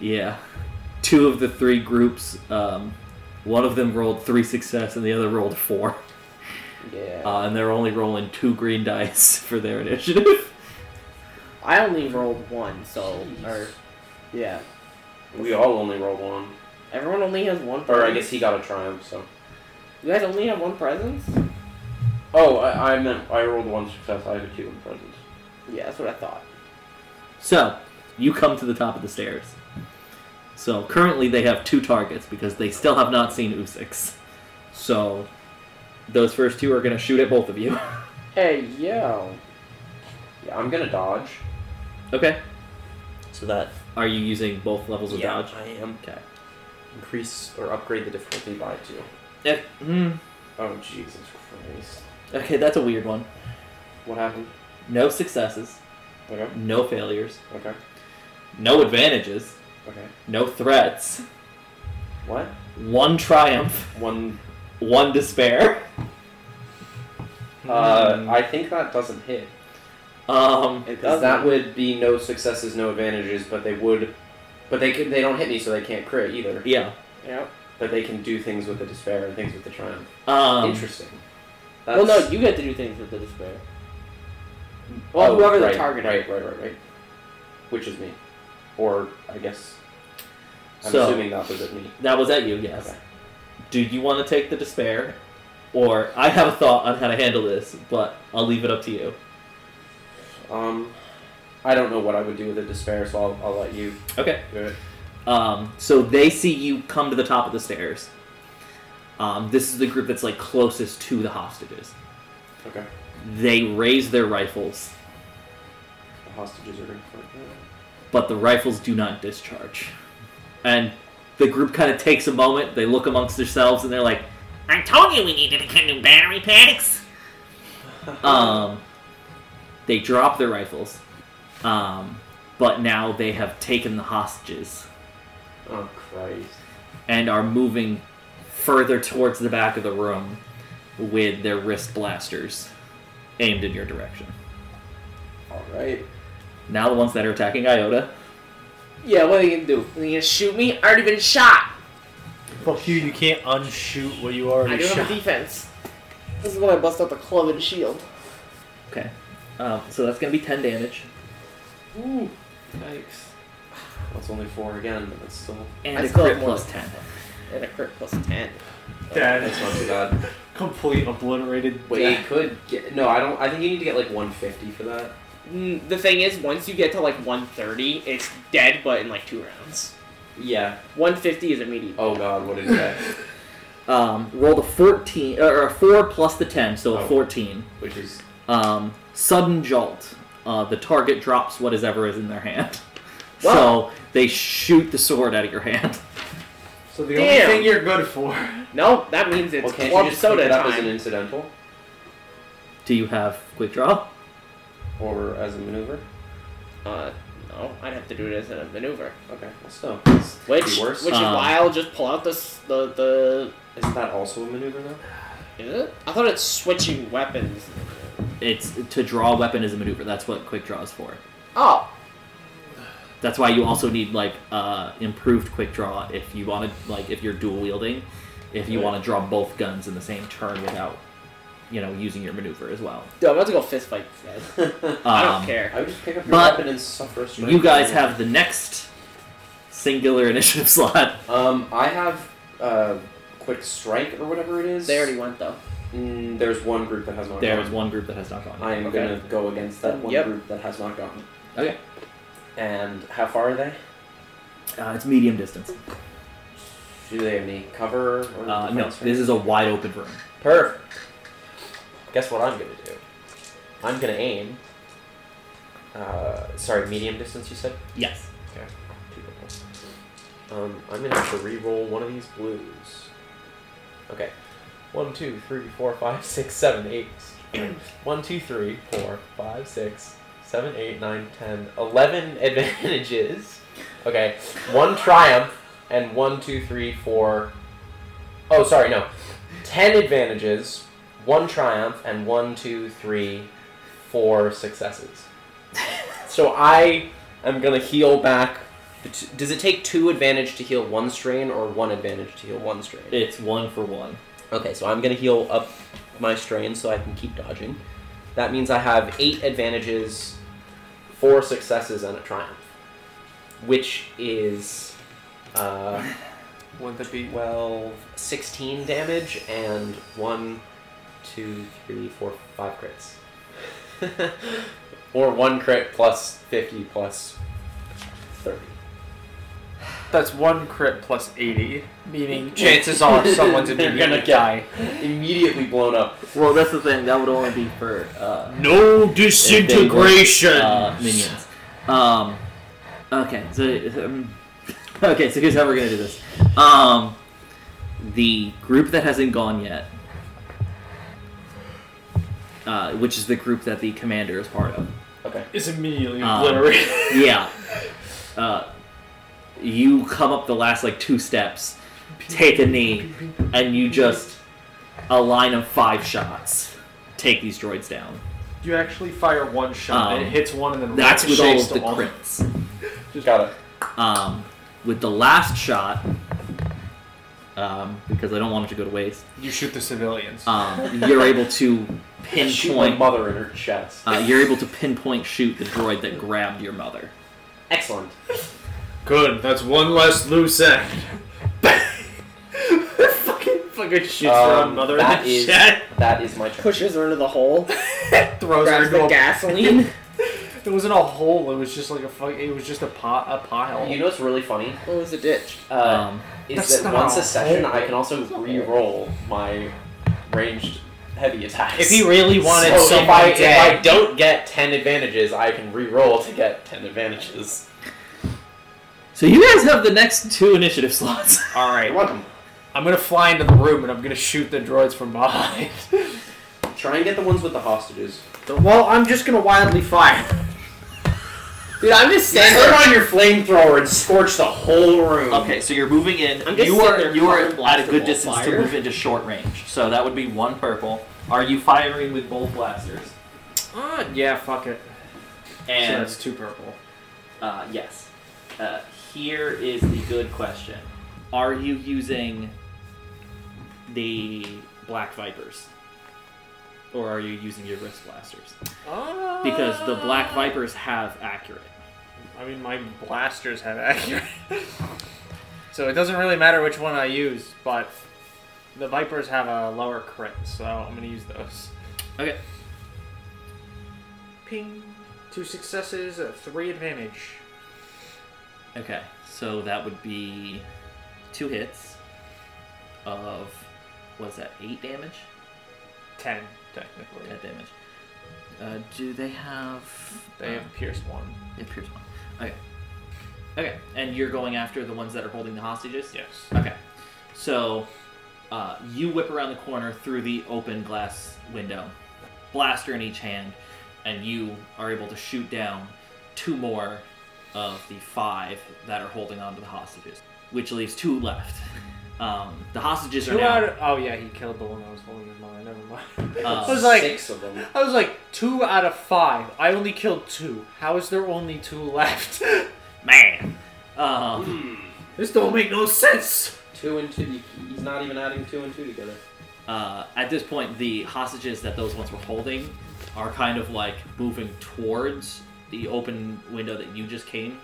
S1: yeah. Two of the three groups, um, one of them rolled three success and the other rolled four.
S5: Yeah.
S1: Uh, and they're only rolling two green dice for their initiative.
S2: I only rolled one, so. Or, yeah.
S5: we all only roll one.
S2: Everyone only has one presence.
S5: Or I guess he got a triumph, so.
S2: You guys only have one presence?
S5: Oh, I, I meant I rolled one success. I had a two in presence.
S2: Yeah, that's what I thought.
S1: So, you come to the top of the stairs. So, currently they have two targets because they still have not seen Usix. So, those first two are going to shoot at both of you.
S2: Hey, yo.
S5: Yeah, I'm gonna dodge.
S1: okay.
S5: So that.
S1: Are you using both levels of
S5: yeah,
S1: dodge?
S5: I am.
S1: Okay.
S5: Increase or upgrade the difficulty by two.
S1: Eh, mm,
S5: Oh, Jesus Christ.
S1: okay, that's a weird one.
S5: What happened?
S1: No successes,
S5: Okay,
S1: no failures,
S5: okay,
S1: no advantages,
S5: okay.
S1: no threats,
S5: What?
S1: one triumph,
S5: One.
S1: one despair.
S5: Uh, I think that doesn't hit.
S1: Um,
S2: It doesn't.
S5: Because that would be no successes, no advantages, but they would. But they could. They don't hit me, so they can't crit either.
S1: yeah.
S2: Yep.
S5: But they can do things with the despair and things with the triumph.
S1: Um,
S5: Interesting.
S2: Well, no,
S5: That's-
S2: you get to do things with the despair. Well,
S5: Oh,
S2: whoever
S5: right,
S2: the target
S5: Right, right, right, right. Which is me, or I guess. I'm
S1: So-
S5: assuming that was at me.
S1: That was at you, yes.
S5: Okay.
S1: Do you want to take the despair? Or I have a thought on how to handle this, but I'll leave it up to you.
S5: Um, I don't know what I would do with a despair, so I'll, I'll let you
S1: Okay.
S5: do it.
S1: Um, so they see you come to the top of the stairs. Um, this is the group that's like closest to the hostages.
S5: Okay.
S1: They raise their rifles,
S5: The hostages are going to.
S1: but the rifles do not discharge. And the group kind of takes a moment. They look amongst themselves and they're like,
S6: I told you we needed to get new battery packs.
S1: Um, they drop their rifles, um, but now they have taken the hostages
S5: Oh Christ!
S1: and are moving further towards the back of the room with their wrist blasters aimed in your direction.
S5: All right.
S1: Now the ones that are attacking Iota.
S2: Yeah, what are you gonna do? Are you gonna shoot me? I already been shot.
S4: Fuck you, you can't unshoot what you
S2: I
S4: already
S2: do have
S4: shot.
S2: a defense. This is when I bust out the club and shield.
S1: Okay. Um, so that's going to be 10 damage.
S5: Ooh. Yikes. That's only four again, but that's still.
S1: And
S2: I
S1: a
S2: still
S1: crit
S2: have more
S1: plus
S2: than
S1: 10.
S2: And a crit plus 10.
S4: That
S5: That's not
S4: is
S5: too bad.
S4: complete obliterated.
S5: Wait,
S4: death.
S5: you could get. No, I don't. I think you need to get like 150 for that.
S2: Mm, The thing is, once you get to like 130, it's dead, but in like two rounds.
S5: Yeah.
S2: 150 is immediate.
S5: Oh God, what is that?
S1: Um, rolled a 14, or a 4 plus the 10, so a
S5: Oh.
S1: 14.
S5: Which is
S1: um, sudden jolt. Uh, the target drops whatever is in their hand. So
S2: Wow.
S1: they shoot the sword out of your hand.
S4: So the
S2: Damn.
S4: only thing you're good for.
S2: No, that means it's
S5: well, can't
S2: club
S5: you just
S2: soda
S5: pick it up as an
S2: time.
S5: incidental
S1: Do you have quick draw?
S5: or as a maneuver?
S2: Uh, no, I'd have to do it as a maneuver.
S5: Okay, well, still, it's- it'd
S2: Which,
S5: be worse.
S2: which is
S1: Um,
S2: why I'll just pull out this, the, the,
S5: Isn't that also a maneuver now?
S2: is it? I thought it's switching weapons.
S1: It's to draw a weapon as a maneuver. That's what quick draw is for.
S2: Oh,
S1: That's why you also need like uh, improved quick draw if you want to like if you're dual wielding, if you
S5: Right.
S1: want to draw both guns in the same turn without, you know, using your maneuver as well.
S2: dude, I'm about to go fist fight these guys. I don't
S1: Um,
S2: care.
S5: I would just pick up your
S1: But
S5: weapon and suffer. a strike
S1: You guys
S5: maneuver.
S1: have the next singular initiative slot.
S5: Um, I have uh, quick strike or whatever it is.
S2: They already went though.
S5: Mm, there's one group that has not.
S1: There is
S5: gotten.
S1: one group that has not gone.
S5: I am
S2: Okay.
S5: gonna go against that one
S2: Yep.
S5: group that has not gotten.
S1: Okay.
S5: And how far are they?
S1: Uh, it's medium distance.
S5: Do they have any cover? Or
S1: Uh, no,
S5: defense or
S1: this is a wide open room.
S5: Perfect. Guess what I'm gonna do? I'm gonna aim. Uh, sorry, medium distance. You said.
S1: Yes.
S5: Beautiful. Um, I'm gonna have to re-roll one of these blues. Okay. One, two, three, four, five, six, seven, eight. one, two, three, four, five, six, seven, eight, nine, ten, eleven advantages. Okay. One triumph and one, two, three, four. Oh, sorry, no. Ten advantages, one triumph, and one, two, three, four successes. so I am gonna heal back. Does it take two advantage to heal one strain, or one advantage to heal one strain?
S1: It's one for one.
S5: Okay, so I'm gonna heal up my strain so I can keep dodging. That means I have eight advantages, four successes, and a triumph, which is uh,
S4: Wouldn't that be
S5: 12, 16 damage, and one, two, three, four, five crits. or one crit plus 50 plus 30.
S4: That's one crit plus eighty, meaning chances are someone's
S5: They're
S4: immediately
S5: gonna
S4: die.
S5: Immediately blown up.
S1: Well, that's the thing. That would only be for uh,
S4: No
S1: uh, minions. Um, okay, so um, okay, so here's how we're gonna do this. Um, the group that hasn't gone yet, uh, which is the group that the commander is part of.
S5: Okay.
S4: It's immediately
S1: Um,
S4: obliterated.
S1: Yeah. Uh, you come up the last like two steps, take a knee, and you just a line of five shots take these droids down.
S4: You actually fire one shot and
S1: Um,
S4: it hits one and then
S1: That's with all
S4: ricochets
S1: of the
S4: to all-
S1: crits.
S5: Just got it.
S1: um, with the last shot, um, because I don't want it to go to waste,
S4: You shoot the civilians.
S1: um, you're able to
S5: Shoot my
S1: pinpoint.
S5: mother in her chest.
S1: Uh, you're able to pinpoint shoot the droid that grabbed your mother.
S5: Excellent.
S4: Good. That's one less loose end.
S2: fucking fucking shit.
S5: Um,
S4: own mother in
S5: that
S4: the
S5: is-
S4: chat.
S5: That is my turn.
S2: Pushes her into the hole.
S4: Throws her
S2: grabs
S4: into
S2: the
S4: a
S2: gasoline.
S4: It wasn't a hole. It was just like a fuck. It was just a pot, a pile.
S5: You know what's really funny?
S2: What was the Oh, ditch?
S5: Uh,
S1: um,
S5: is
S4: That's
S5: that
S4: not
S5: once
S4: a
S5: a session,
S4: hole.
S5: I can also re-roll my ranged heavy attacks.
S4: If he really wanted
S5: so if
S4: someone
S5: I, if I
S4: dead,
S5: don't get ten advantages, I can re-roll to get ten advantages.
S1: so you guys have the next two initiative slots.
S4: all right.
S5: welcome.
S4: I'm gonna fly into the room and I'm gonna shoot the droids from behind.
S5: Try and get the ones with the hostages.
S2: Well, I'm just gonna wildly fire. Dude, I'm just standing.
S5: Turn on your flamethrower and scorch the whole room.
S1: Okay, so you're moving in.
S2: I'm just
S1: You
S2: sitting
S1: are
S2: there
S1: you are
S2: fucking
S1: at a
S2: blasting
S1: good
S2: all
S1: distance to
S2: fire.
S1: move into short range. So that would be one purple. Are you firing with both blasters?
S4: Ah, yeah, fuck it. so
S1: And
S4: that's two purple.
S1: uh, yes, uh, here is the good question: Are you using the black vipers, or are you using your wrist blasters? Because the
S4: Uh. Ah.
S1: black vipers have accurate.
S4: I mean, my blasters have accurate. so it doesn't really matter which one I use, but the Vipers have a lower crit, so I'm gonna use those.
S1: Okay.
S4: Ping. Two successes, a three advantage.
S1: Okay, so that would be two hits of what's that? Eight damage.
S4: Ten, technically.
S1: That damage. Uh, do they have?
S4: They
S1: uh,
S4: have pierced one.
S1: it appears one. Okay. Okay, and you're going after the ones that are holding the hostages.
S4: Yes.
S1: Okay. So, uh, you whip around the corner through the open glass window, blaster in each hand, and you are able to shoot down two more of the five that are holding on to the hostages, which leaves two left. Um, the hostages are
S4: Two out
S1: now.
S4: of, oh yeah, he killed the one that was holding his mother. Never mind.
S1: Uh,
S4: I was like,
S5: six of them.
S4: I was like, two out of five. I only killed two. How is there only two left?
S1: man. Um,
S4: this don't make no sense.
S5: Two and two. He's not even adding two and two together.
S1: uh, at this point, the hostages that those ones were holding are kind of like moving towards the open window that you just came.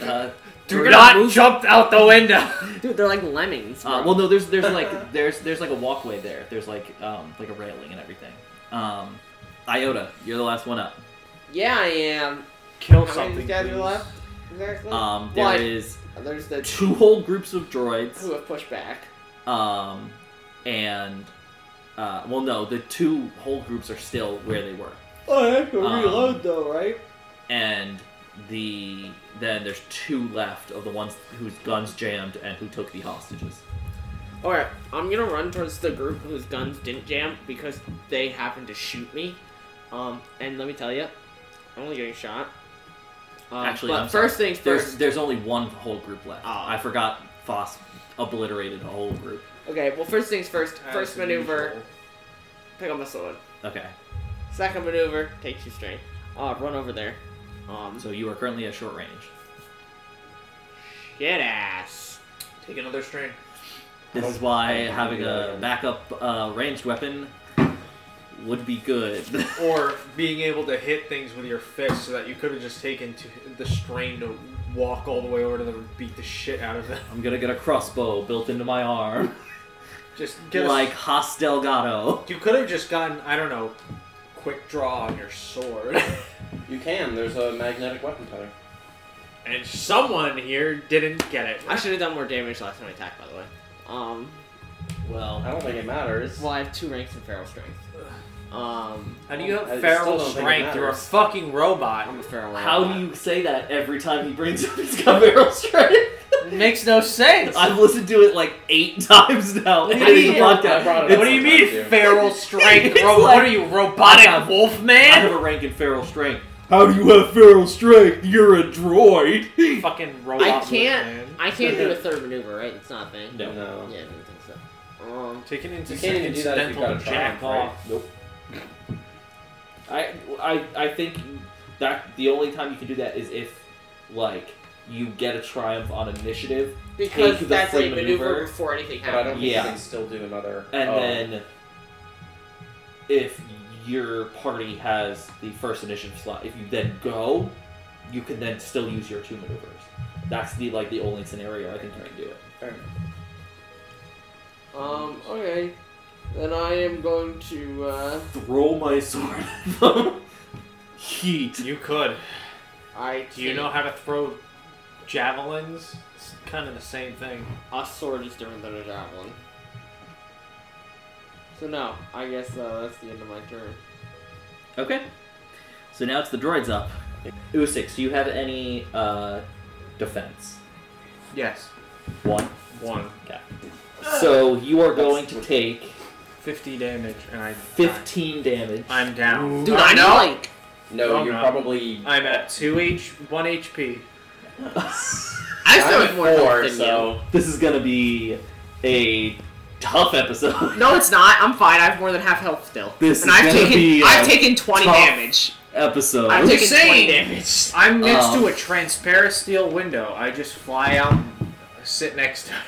S1: Uh,
S4: Do
S2: We're
S4: not
S2: gonna move-
S4: jump out the window.
S2: Dude, they're like lemmings.
S1: uh, well, no, there's there's like there's there's like a walkway there. There's like um, like a railing and everything. Um, Iota, you're the last one up.
S2: yeah, I am.
S4: Kill
S2: How many of these guys are left? Exactly.
S1: Um, there
S2: Why?
S1: is
S2: There's the
S1: two whole groups of droids.
S2: who have pushed back.
S1: Um, and uh, well, no, the two whole groups are still where they were,
S2: Oh, I have to
S1: Um, reload,
S2: though, right?
S1: and the then there's two left of the ones whose guns jammed and who took the hostages.
S2: Alright, I'm gonna run towards the group whose guns didn't jam because they happened to shoot me. Um, and let me tell you, I'm only getting shot. Um,
S1: Actually,
S2: but
S1: I'm sorry.
S2: first things
S1: There's
S2: first.
S1: there's only one whole group left.
S2: Oh.
S1: I forgot. Foss obliterated a whole group.
S2: Okay, well, first things first. First
S4: As
S2: maneuver,
S4: usual.
S2: pick up my sword.
S1: Okay,
S2: Second maneuver, take two strength. Uh, run over there. Um,
S1: so you are currently at short range.
S2: shit ass.
S4: Take another strain.
S1: This is why having a backup uh, ranged weapon would be good.
S4: Or being able to hit things with your fist so that you could have just taken to the strain to walk all the way over to them and beat the shit out of them.
S1: I'm gonna get a crossbow built into my arm,
S4: Just get a-
S1: like Haas Delgado.
S4: you could have just gotten, I don't know, quick draw on your sword.
S5: You can. There's a magnetic weapon cutter.
S4: and someone here didn't get it.
S2: I should have done more damage last time I attacked, by the way. Um,
S5: I
S1: Well,
S5: don't think it matters.
S2: well, I have two ranks in feral strength. Um,
S4: How do
S5: I
S4: you have
S5: still
S4: feral
S5: don't think it
S4: strength? You're a
S5: matters.
S4: fucking robot.
S2: I'm a feral.
S1: how do you say that every time he brings up his Cavero strength?
S2: you? Makes no sense.
S1: I've listened to it like eight times now.
S2: What do
S1: and
S2: you
S1: it's
S2: mean?
S1: not
S5: I
S1: that-
S5: brought it
S1: it's-
S5: up
S4: What do you
S5: sometimes,
S4: mean
S5: dude.
S4: feral strength?
S1: It's
S4: Ro-
S1: like-
S4: what are you, robotic
S1: I have-
S4: wolf
S1: I
S4: man?
S1: have a rank in feral strength. How do you have feral strength? You're a droid.
S4: fucking robot
S2: I
S4: wolf
S2: can't.
S4: man.
S2: I can't do a third maneuver, right? It's not a thing.
S1: No.
S5: No.
S2: Yeah, I didn't think so. Um,
S4: Take it into
S5: You can't even do that if you've
S4: incidental
S5: got a
S4: jack
S5: triumph,
S4: off.
S1: Nope. I, I, I think that the only time you can do that is if, like, you get a triumph on initiative,
S2: because
S1: the
S2: that's a
S1: free
S2: maneuver,
S1: maneuver,
S2: before anything
S5: But I don't
S2: happens.
S5: think
S1: Yeah.
S5: you can still do another.
S1: and
S5: oh.
S1: then if your party has the first initiative slot, if you then go, you can then still use your two maneuvers. That's the like the only scenario I think you can do it.
S2: Um. Okay. Then I am going to. Uh,
S1: Throw my sword at them. Heat.
S4: You could.
S2: I
S4: Do you
S2: can't-
S4: know how to throw javelins? It's kind of the same thing.
S2: a sword is different than a javelin. So no, I guess uh, that's the end of my turn.
S1: Okay. So now it's the droids up. Usix, do you have any uh, defense?
S4: Yes.
S1: One.
S4: One.
S1: So you are going to take
S4: 50 damage, and I.
S1: 15 damage.
S4: I'm down.
S2: Dude,
S4: I
S2: I'm
S4: know.
S2: like
S5: No,
S4: Oh,
S5: you're
S4: no.
S5: probably.
S4: I'm at 2 H, 1 HP.
S2: I
S5: I'm
S2: still
S5: at
S2: have more health
S5: four,
S2: than
S5: so
S1: this is gonna be a tough episode.
S2: you. No, it's not. I'm fine. I have more than half health still.
S1: This
S2: and
S1: is
S2: I've
S1: gonna
S2: taken
S1: be a
S2: I've taken 20
S1: tough-
S2: damage.
S1: episode.
S2: I've
S4: I'm
S2: taken 20
S4: saying.
S2: damage.
S4: I'm next
S1: Um,
S4: to a transparent steel window. I just fly out and sit next to it.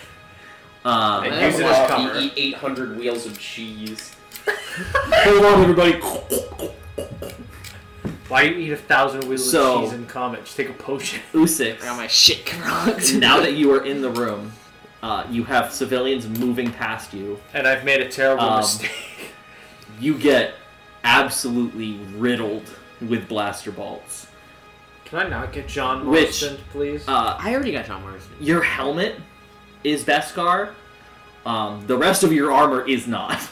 S1: Um,
S4: And use it
S5: Wow,
S4: as cover.
S5: you eat 800 wheels of cheese.
S1: hold on, everybody.
S4: Why you eat a thousand wheels
S1: So-
S4: of cheese in common? Just take a potion.
S1: Usix.
S2: I got my shit rocked.
S1: now that you are in the room, uh, you have civilians moving past you.
S4: And I've made a terrible
S1: Um,
S4: mistake.
S1: You get absolutely riddled with blaster bolts.
S4: Can I not get John
S1: Which-
S4: Marston, please?
S1: Uh,
S2: I already got John Marston.
S1: your helmet is Beskar. Um, the rest of your armor is not.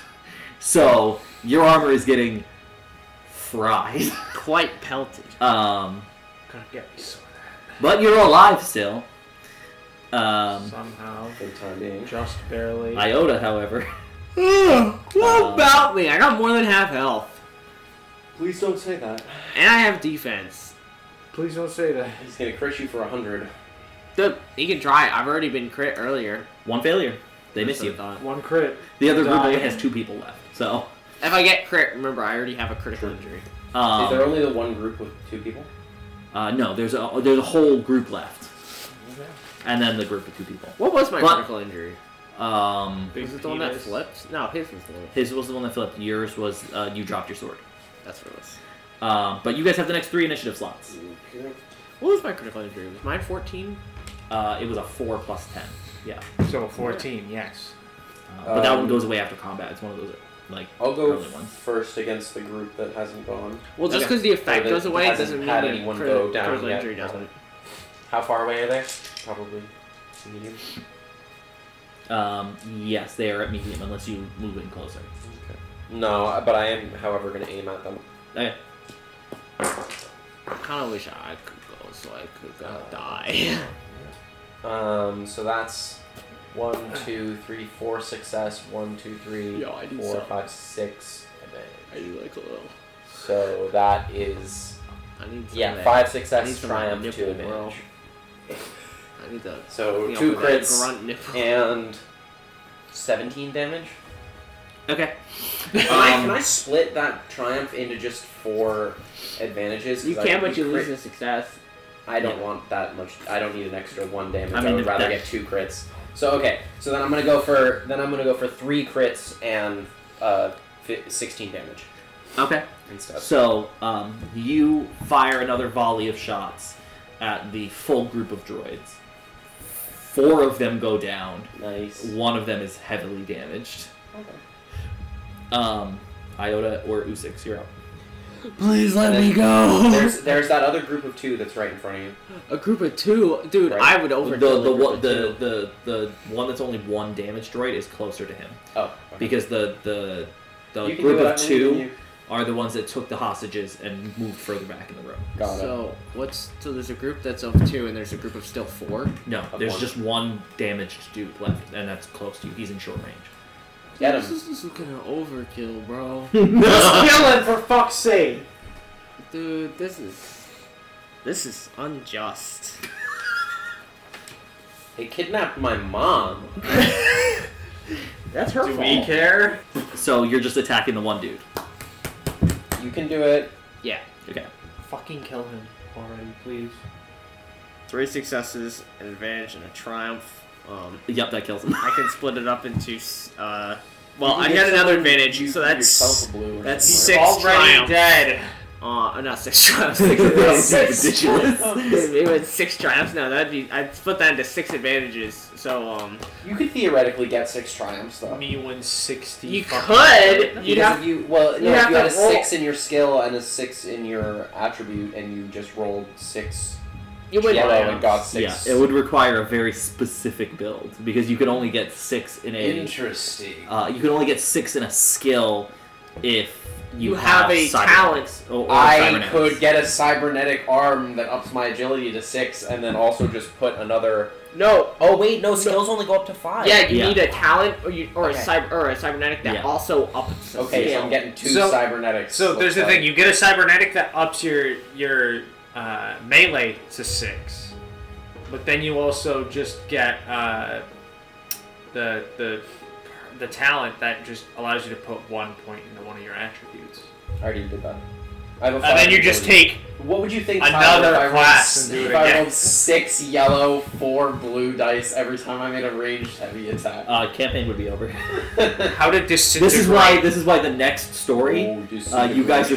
S1: So your armor is getting fried.
S2: Quite pelted.
S1: Um,
S4: Gonna get me some of
S1: but you're alive still.
S4: that.
S1: Um,
S4: Somehow.
S5: For the time being.
S4: Just barely.
S1: Iota, however,
S2: what
S1: Um,
S2: about me? I got more than half health,
S5: Please don't say that.
S2: and I have defense.
S4: Please don't say that.
S5: He's gonna crit you for 100.
S2: Dude, he can try. it. I've already been crit earlier.
S1: one failure. They miss
S2: So
S1: you.
S2: thought-
S4: One crit.
S1: The other group
S4: Die.
S1: only has two people left. So
S2: If I get crit, remember I already have a critical injury.
S5: Is there
S1: um,
S5: only the one group with two people?
S1: uh, no, there's a there's a whole group left, and then the group of two people.
S2: What was my
S1: But-
S2: critical injury?
S1: Um,
S4: Big
S2: was it the one that
S4: penis.
S2: flipped? No, his was the one.
S1: his was the one that flipped. Yours was uh, you dropped your sword.
S2: That's what it was.
S1: Um, but you guys have the next three initiative slots.
S2: What was my critical injury? Was mine 14?
S1: Uh, it was a four plus ten. Yeah,
S4: So 14, yes.
S1: uh, but that
S5: Um,
S1: one goes away after combat. It's one of those like
S5: I'll go
S1: early ones.
S5: first against the group that hasn't gone.
S2: Well, just
S5: Okay.
S2: because the effect
S5: that
S2: goes away
S5: hasn't
S2: doesn't mean
S5: had
S2: that
S5: anyone
S2: critical,
S5: go down
S2: critical
S5: yet.
S2: injury doesn't.
S5: How far away are they? Probably medium.
S1: Um, yes, they are at medium unless you move in closer.
S5: No, but I am, however, going to aim at them.
S1: Okay.
S2: I kind of wish I could go so I could uh, die.
S5: Um, so that's one, two, three, four success. One, two, three,
S2: Yo, I do
S5: four,
S2: something.
S5: five, six advantage.
S2: I do like a little.
S5: So that is
S2: I need some of
S5: yeah,
S2: that-
S5: five
S2: I need
S5: success,
S2: some of that
S5: triumph, two
S2: nipple, bro.
S5: advantage.
S2: I need to.
S5: So
S2: you know,
S5: two
S2: for that
S5: crits
S2: Grunt nipple.
S5: and seventeen damage.
S1: Okay.
S5: Can I- can
S1: Um,
S5: I split that triumph into just four advantages?
S2: you
S5: 'Cause I
S2: can,
S5: could
S2: but
S5: be
S2: you lose the
S5: crit-
S2: success.
S5: I don't
S1: Yeah.
S5: want that much. I don't need an extra one damage.
S1: I
S5: I,
S1: mean,
S5: would
S1: if
S5: rather
S1: that-
S5: get two crits. So okay. So then I'm gonna go for then I'm gonna go for three crits and uh, fi- sixteen damage
S1: Okay.
S5: instead.
S1: So um, you fire another volley of shots at the full group of droids. Four of them go down.
S5: Nice.
S1: One of them is heavily damaged.
S5: Okay.
S1: Um, Iota or Usix, you're up.
S2: Please
S5: let me
S2: go.
S5: There's there's that other group of two that's right in front of you.
S2: A group of two, dude.
S5: Right.
S2: I would
S1: The
S2: overkill
S1: the,
S2: a group
S1: one-
S2: of
S1: the,
S2: two.
S1: the the one that's only one damage droid is closer to him
S5: Oh. Okay.
S1: because the the the
S5: You can
S1: group
S5: do it
S1: of
S5: on
S1: two
S5: you-
S1: are the ones that took the hostages and moved further back in the room.
S5: Got it.
S2: So Oh, what's so there's a group that's of two and there's a group of still four.
S1: No,
S5: Of
S1: there's
S5: one.
S1: just one damaged dude left, and that's close to you. He's in short range.
S5: Get
S2: This
S5: him.
S2: is, this is gonna overkill, bro.
S4: Just kill him for fuck's sake.
S2: Dude, this is this is unjust.
S5: They kidnapped my mom.
S2: That's her
S4: Do we care?
S1: So you're just attacking the one dude.
S5: You can do it.
S2: Yeah,
S1: Okay.
S4: Fucking kill him already, please.
S2: three successes, an advantage, and a triumph. Um,
S1: Yep, that kills him.
S2: I can split it up into s- uh, well,
S5: You can
S2: I
S5: get
S2: got another
S5: someone
S2: advantage,
S5: you-
S2: so
S5: you
S2: that's
S5: yourself a blue or
S2: that's
S5: something.
S2: Six
S4: already
S2: triumphs.
S4: dead.
S2: uh, not six triumphs. Six
S1: This
S2: advantages.
S1: is
S5: Oh,
S1: ridiculous.
S2: Maybe it's six triumphs. No, that'd be I'd split that into six advantages. So um,
S5: You could theoretically get six triumphs though.
S4: Me 160.
S2: you
S4: fucking-
S2: could you'd
S5: because
S2: have
S5: if you well, no,
S2: you'd
S5: if
S2: have
S5: you had a
S2: to roll.
S5: six in your skill and a six in your attribute, and you just rolled six
S2: you would
S5: yellow
S2: yeah,
S5: and got six.
S1: Yeah, it would require a very specific build because you can only get six in a.
S5: Interesting.
S1: Uh, you can only get six in a skill if you,
S2: You have a
S1: cybernetics Or, or
S5: I
S1: cybernetics.
S5: could get a cybernetic arm that ups my agility to six, and then also just put another.
S2: no.
S5: Oh wait, no, skills only go up to five.
S2: Yeah, you
S1: Yeah.
S2: need a talent or you or
S5: Okay.
S2: a cyber or a cybernetic that
S1: Yeah.
S2: also ups. the
S5: Okay, so
S2: skill.
S5: I'm getting two
S4: So-
S5: cybernetics.
S4: So there's the
S5: Looks
S4: thing:
S5: like-
S4: you get a cybernetic that ups your your uh, melee to six, but then you also just get uh, the the the talent that just allows you to put one point into one of your attributes,
S5: I already did that. I have a
S4: and then you just
S5: take.
S4: take
S5: What would you think? Tyler,
S4: Another
S5: if I rolled
S4: class
S5: s-
S4: and do it
S5: if I
S4: again.
S5: rolled six yellow, four blue dice every time I made a ranged heavy attack.
S1: Uh, campaign would be over.
S4: how to disintegrate.
S1: This is why. This is why the next story.
S5: Oh, just
S1: Uh, you guys are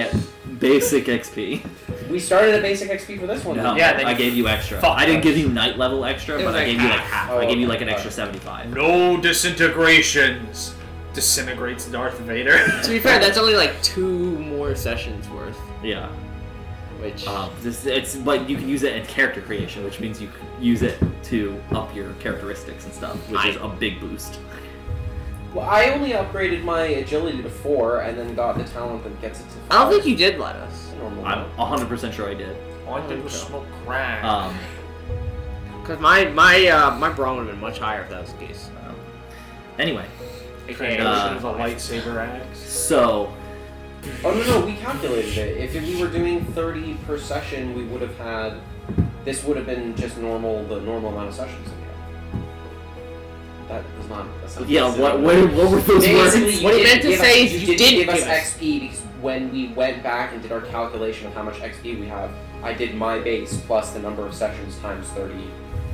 S1: starting at basic XP.
S5: We started at basic XP for this one.
S1: No,
S4: Yeah, then
S1: I
S4: you-
S1: gave you extra.
S4: Fuck.
S1: I didn't give you night level extra,
S4: It
S1: but
S4: was
S1: I
S4: like
S1: gave you like
S4: half.
S1: half.
S5: Oh,
S1: I gave you
S5: okay,
S1: like an
S5: got
S1: extra
S5: it.
S1: seventy-five.
S4: no disintegrations disintegrates Darth Vader.
S2: To be fair, that's only like two more sessions worth,
S1: Yeah.
S2: which
S1: Um, this it's but you can use it in character creation, which means you can use it to up your characteristics and stuff, which is a big boost.
S5: Well, I only upgraded my agility to four, and then got the talent that gets it to. Five.
S2: I don't think you did let us.
S5: It's normal.
S1: I'm hundred percent sure I did.
S4: All I did was smoke crack.
S1: Um,
S2: Cause my my uh, my brawn would have been much higher if that was the case.
S1: anyway,
S4: Creation of a lightsaber axe.
S1: so
S5: Oh no no, we calculated it. If we were doing thirty per session, we would have had. This would have been just normal, the normal amount of sessions. that we had. That was not. That's not
S1: yeah,
S5: considered.
S1: what what, what were those
S5: Basically,
S1: words?
S5: you
S2: What he
S5: didn't
S2: meant to
S5: give
S2: say
S5: us,
S2: is you
S5: didn't
S2: didn't
S5: give us
S2: give us-
S5: XP because when we went back and did our calculation of how much XP we have, I did my base plus the number of sessions times thirty,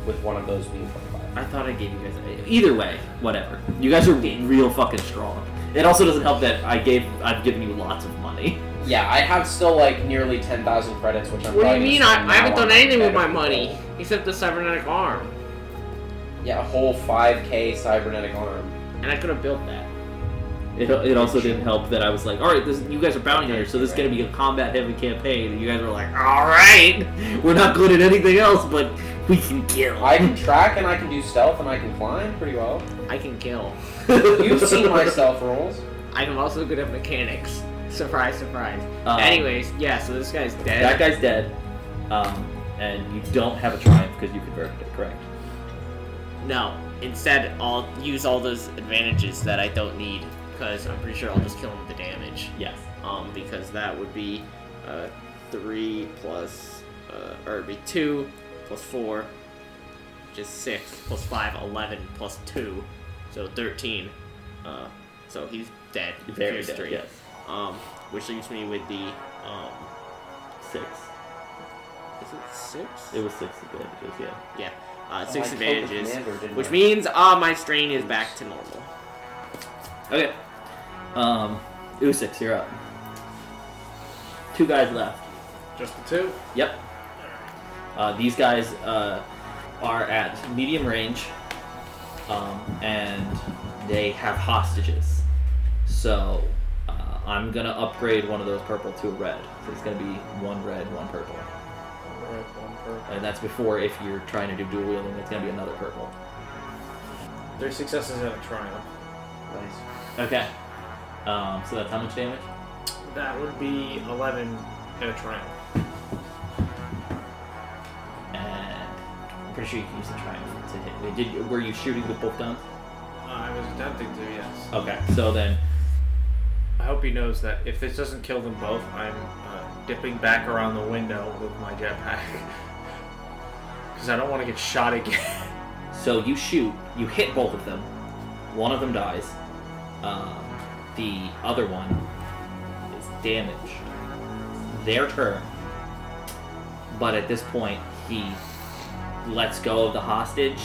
S5: with one of those being twenty-five.
S1: I thought I gave you guys. Either way, whatever. You guys are real fucking strong. It also doesn't help that I gave I've given you lots of money.
S5: Yeah, I have still like nearly ten thousand credits, which
S2: What
S5: I'm.
S2: do you
S5: probably
S2: mean?
S5: gonna
S2: I,
S5: spend
S2: I haven't
S5: now on
S2: done anything with my
S5: better
S2: money
S5: people.
S2: except the cybernetic arm,
S5: Yeah, a whole five k cybernetic arm.
S2: and I could have built that.
S1: It, it also didn't help that I was like, all right, this, you guys are bounty hunters, so this is going to be a combat heavy campaign. And you guys were like, all right, we're not good at anything else, but we can kill.
S5: I can track and I can do stealth and I can climb pretty well.
S2: I can kill.
S5: You've seen my stealth rolls.
S2: I'm also good at mechanics. Surprise, surprise.
S1: Um,
S2: Anyways, yeah, so this guy's dead.
S1: That guy's dead, um, and you don't have a triumph because you converted it, correct?
S2: No. Instead, I'll use all those advantages that I don't need because I'm pretty sure I'll just kill him with the damage.
S1: Yes.
S2: Um, because that would be uh, three plus, uh, or it'd be two plus four, which is six plus five, eleven plus two, so thirteen. Uh, so he's dead.
S1: Very
S2: Pierced
S1: dead,
S2: three.
S1: yes.
S2: Um, which leaves me with the um,
S1: Six.
S2: is it six?
S1: It was six advantages, yeah.
S2: yeah, uh, six
S5: I killed the
S2: advantages.
S5: commander, didn't
S2: Which
S5: I?
S2: means uh, my strain is back to normal.
S1: Okay. Um, Usix, you're up. Two guys left.
S4: Just the two.
S1: Yep. Uh, these guys uh, are at medium range, um, and they have hostages. So uh, I'm gonna upgrade one of those purple to a red. So it's gonna be one red, one purple, and that's before if you're trying to do dual wielding, it's gonna be another purple.
S4: Three successes and a triumph.
S5: Nice.
S1: Okay. Um, so that's how much damage?
S4: That would be eleven and a triumph.
S1: And I'm pretty sure you can use the triumph to hit. Did were you shooting with both guns?
S4: Uh, I was attempting to, yes.
S1: Okay. So then
S4: I hope he knows that if this doesn't kill them both, I'm uh, dipping back around the window with my jetpack because I don't want to get shot again.
S1: So you shoot, you hit both of them. One of them dies. Um, the other one is damaged. Their turn. But at this point, he lets go of the hostage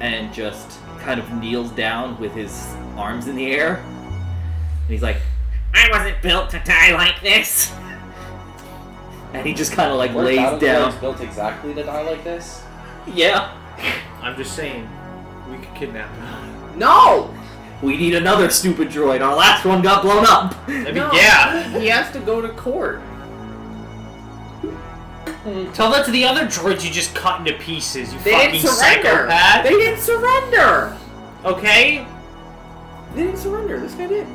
S1: and just kind of kneels down with his arms in the air. And he's like,
S6: I wasn't built to die like this.
S1: and he just kind of like
S5: Weren't
S1: lays
S5: battle
S1: down.
S5: droids built exactly to die like this.
S1: Yeah,
S4: I'm just saying, we could kidnap him.
S2: No!
S1: we need another stupid droid. Our last one got blown up.
S4: I mean, yeah.
S2: He has to go to court.
S4: Tell that to the other droids you just cut into pieces. You
S2: They
S4: fucking
S2: didn't surrender.
S4: psychopath.
S2: They didn't surrender.
S4: okay.
S2: They didn't surrender. This guy did.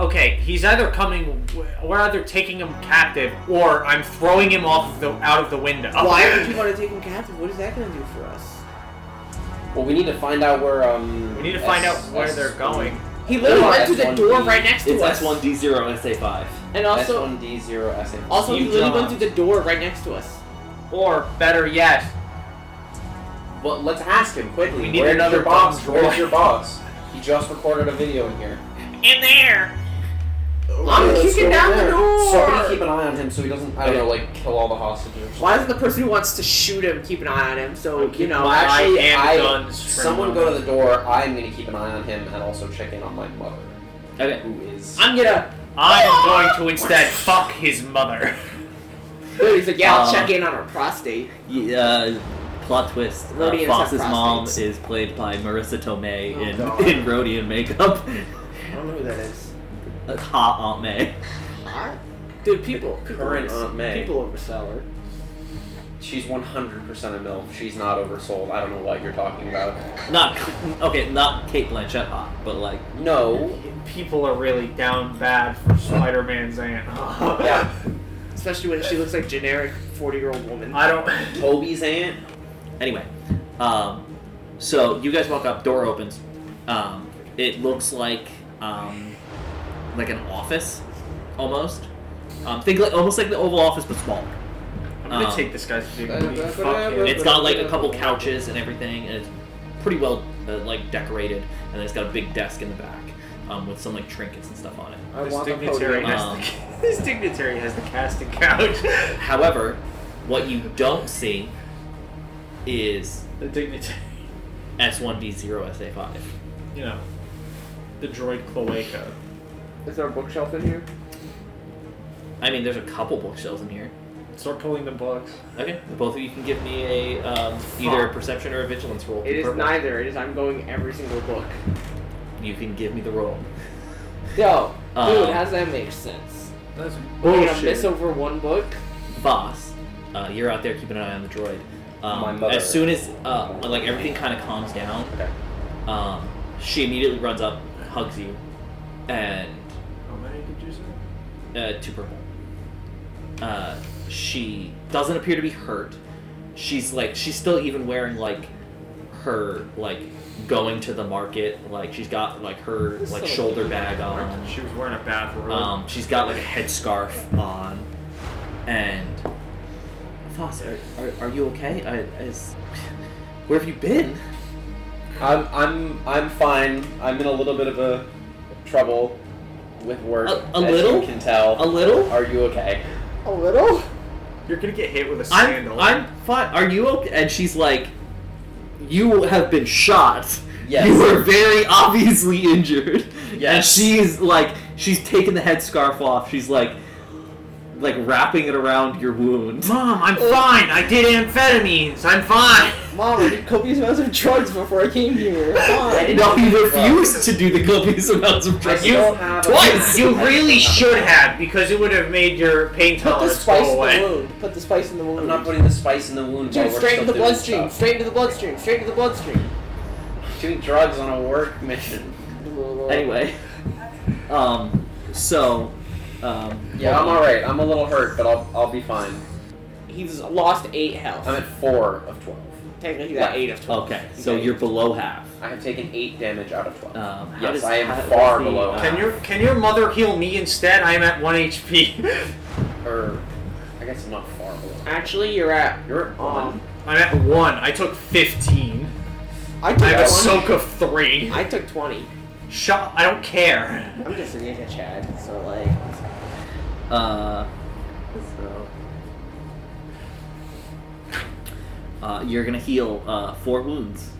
S4: Okay, he's either coming, we're either taking him captive, or I'm throwing him off of the out of the window.
S2: Why would you want to take him captive? What is that going to do for us?
S5: Well, we need to find out where um.
S4: We need to find out
S5: S-
S4: where
S5: S-
S4: they're going.
S2: He literally
S5: Oh,
S2: went to the
S5: S1D.
S2: door right next to
S1: It's
S2: us.
S1: S1D0 SA5.
S2: And also,
S5: S1D0 SA.
S2: also he
S4: You
S2: literally went
S4: dumb.
S2: through the door right next to us.
S4: Or better yet,
S5: Well, let's ask him quickly.
S4: We need
S5: Where's
S4: another
S5: your boss?
S4: bomb
S5: Where's
S4: droid.
S5: your boss? He just recorded a video in here.
S6: In there.
S2: I'm
S5: let's
S2: kicking
S5: go
S2: down
S5: there.
S2: the door.
S5: Somebody keep an eye on him so he doesn't. I don't know, like kill all the hostages.
S2: Why does the person who wants to shoot him keep an eye on him? So you know,
S4: my
S2: I-
S5: actually,
S4: eye and
S5: I-
S4: guns for
S5: Someone
S4: now.
S5: go to the door. I'm gonna keep an eye on him and also check in on my mother,
S1: Okay.
S5: who is.
S2: I'm gonna.
S4: I'm going to instead fuck his mother.
S2: He's like, yeah, I'll
S1: Uh,
S2: check in on her prostate.
S1: Y- Uh, plot twist. Uh,
S2: Rhodians have
S1: Fox's mom
S2: prostates.
S1: is played by Marissa Tomei
S2: Oh,
S1: in,
S2: God.
S1: in Rhodian makeup.
S2: I don't know who that is.
S1: That's hot Aunt May.
S2: Dude, people, people
S5: current
S2: over-
S5: Aunt May.
S2: people oversell her.
S5: She's 100% a MILF. She's not oversold. I don't know what you're talking about.
S1: Not, okay, not Kate Blanchett hot, but like,
S5: No.
S4: People are really down bad for Spider-Man's aunt.
S5: Yeah.
S2: Especially when she looks like generic forty-year-old woman.
S4: I don't.
S5: Toby's aunt.
S1: anyway. Um, so you guys walk up, door opens. Um, it looks like, um, like an office, almost. Um, think like, almost like the Oval Office, but smaller.
S4: I'm gonna
S1: Um,
S4: take this guy's dignity.
S5: whatever,
S4: Fuck him.
S5: whatever.
S1: It's got like a couple couches and everything, and it's pretty well uh, like decorated. And then it's got a big desk in the back um, with some like trinkets and stuff on it.
S2: I
S4: This
S2: want the
S4: dignitary,
S2: podium.
S1: podium.
S4: has the, this dignitary has the casting couch.
S1: However, what you don't see is
S4: the dignitary,
S1: S1D0 SA5.
S4: you know, the droid cloaca.
S2: Is there a bookshelf in here?
S1: I mean, there's a couple bookshelves in here.
S4: Start pulling the books.
S1: Okay, both of you can give me a um, either a perception or a vigilance roll.
S2: It is
S1: Purple.
S2: neither. It is I'm going every single book.
S1: You can give me the roll.
S2: Yo, dude,
S1: Uh,
S2: how's that make sense?
S4: That's
S2: We're gonna miss
S4: bullshit.
S2: over one book.
S1: Voss, uh, you're out there keeping an eye on the droid. Um,
S5: My mother.
S1: As soon as uh, like everything kind of calms down,
S5: Okay.
S1: um, she immediately runs up, hugs you, and
S4: How many did you say?
S1: uh, two purple. Uh, she doesn't appear to be hurt. She's like she's still even wearing like her like going to the market like she's got like her like shoulder bag on.
S4: She was wearing a bathrobe.
S1: Um, she's got like a headscarf on, and Foss, are, are, are you okay? I, is where have you been?
S5: I'm I'm I'm fine. I'm in a little bit of a trouble with work.
S1: A- a
S5: as
S1: little?
S5: you can tell.
S1: A little?
S5: Are you okay?
S2: A little?
S4: You're gonna get hit with a
S1: I'm
S4: sandal.
S1: I'm fine. Are you okay? And she's like, you have been shot.
S5: Yes.
S1: You were very obviously injured. And
S5: Yes.
S1: she's like, she's taking the headscarf off. She's like, like wrapping it around your wound.
S4: Mom, I'm fine. I did amphetamines. I'm fine.
S2: Mom, I did copious amounts of drugs before I came here. Fine.
S1: No, you refused to do the copious amounts of drugs.
S5: I still have a-
S1: Twice!
S4: You really should have because it would have made your pain
S2: Put the
S4: tolerance
S2: spice
S4: go
S2: in the
S4: away.
S2: wound. Put the spice in the wound.
S5: I'm not putting the spice in the wound.
S2: Dude,
S5: while we're
S2: straight
S5: still
S2: into the
S5: doing
S2: bloodstream.
S5: stuff.
S2: Straight into the bloodstream. Straight into the bloodstream.
S5: Doing drugs on a work mission.
S1: Anyway, um, so, um,
S5: Yeah, I'm all right. I'm a little hurt, but I'll I'll be fine.
S2: He's lost eight health.
S5: I'm at four of twelve.
S2: Technically, that eight of twelve.
S1: okay, so you're below half.
S5: I have taken eight damage out of twelve.
S1: Um, how
S5: Yes,
S1: does-
S5: I am
S1: how-
S5: far
S1: what's the,
S5: below
S1: uh,
S5: half.
S4: Can your can your mother heal me instead? I'm at one HP.
S5: Or I guess I'm not far below.
S2: Actually, you're at.
S5: You're at
S2: Um,
S5: one.
S4: I'm at one. I took fifteen.
S2: I took
S4: I have a
S2: twenty.
S4: soak of three.
S2: I took twenty.
S4: Shut. I don't care.
S2: I'm just a ninja, Chad. So like,
S1: Uh,
S2: so
S1: uh, you're gonna heal uh, four wounds.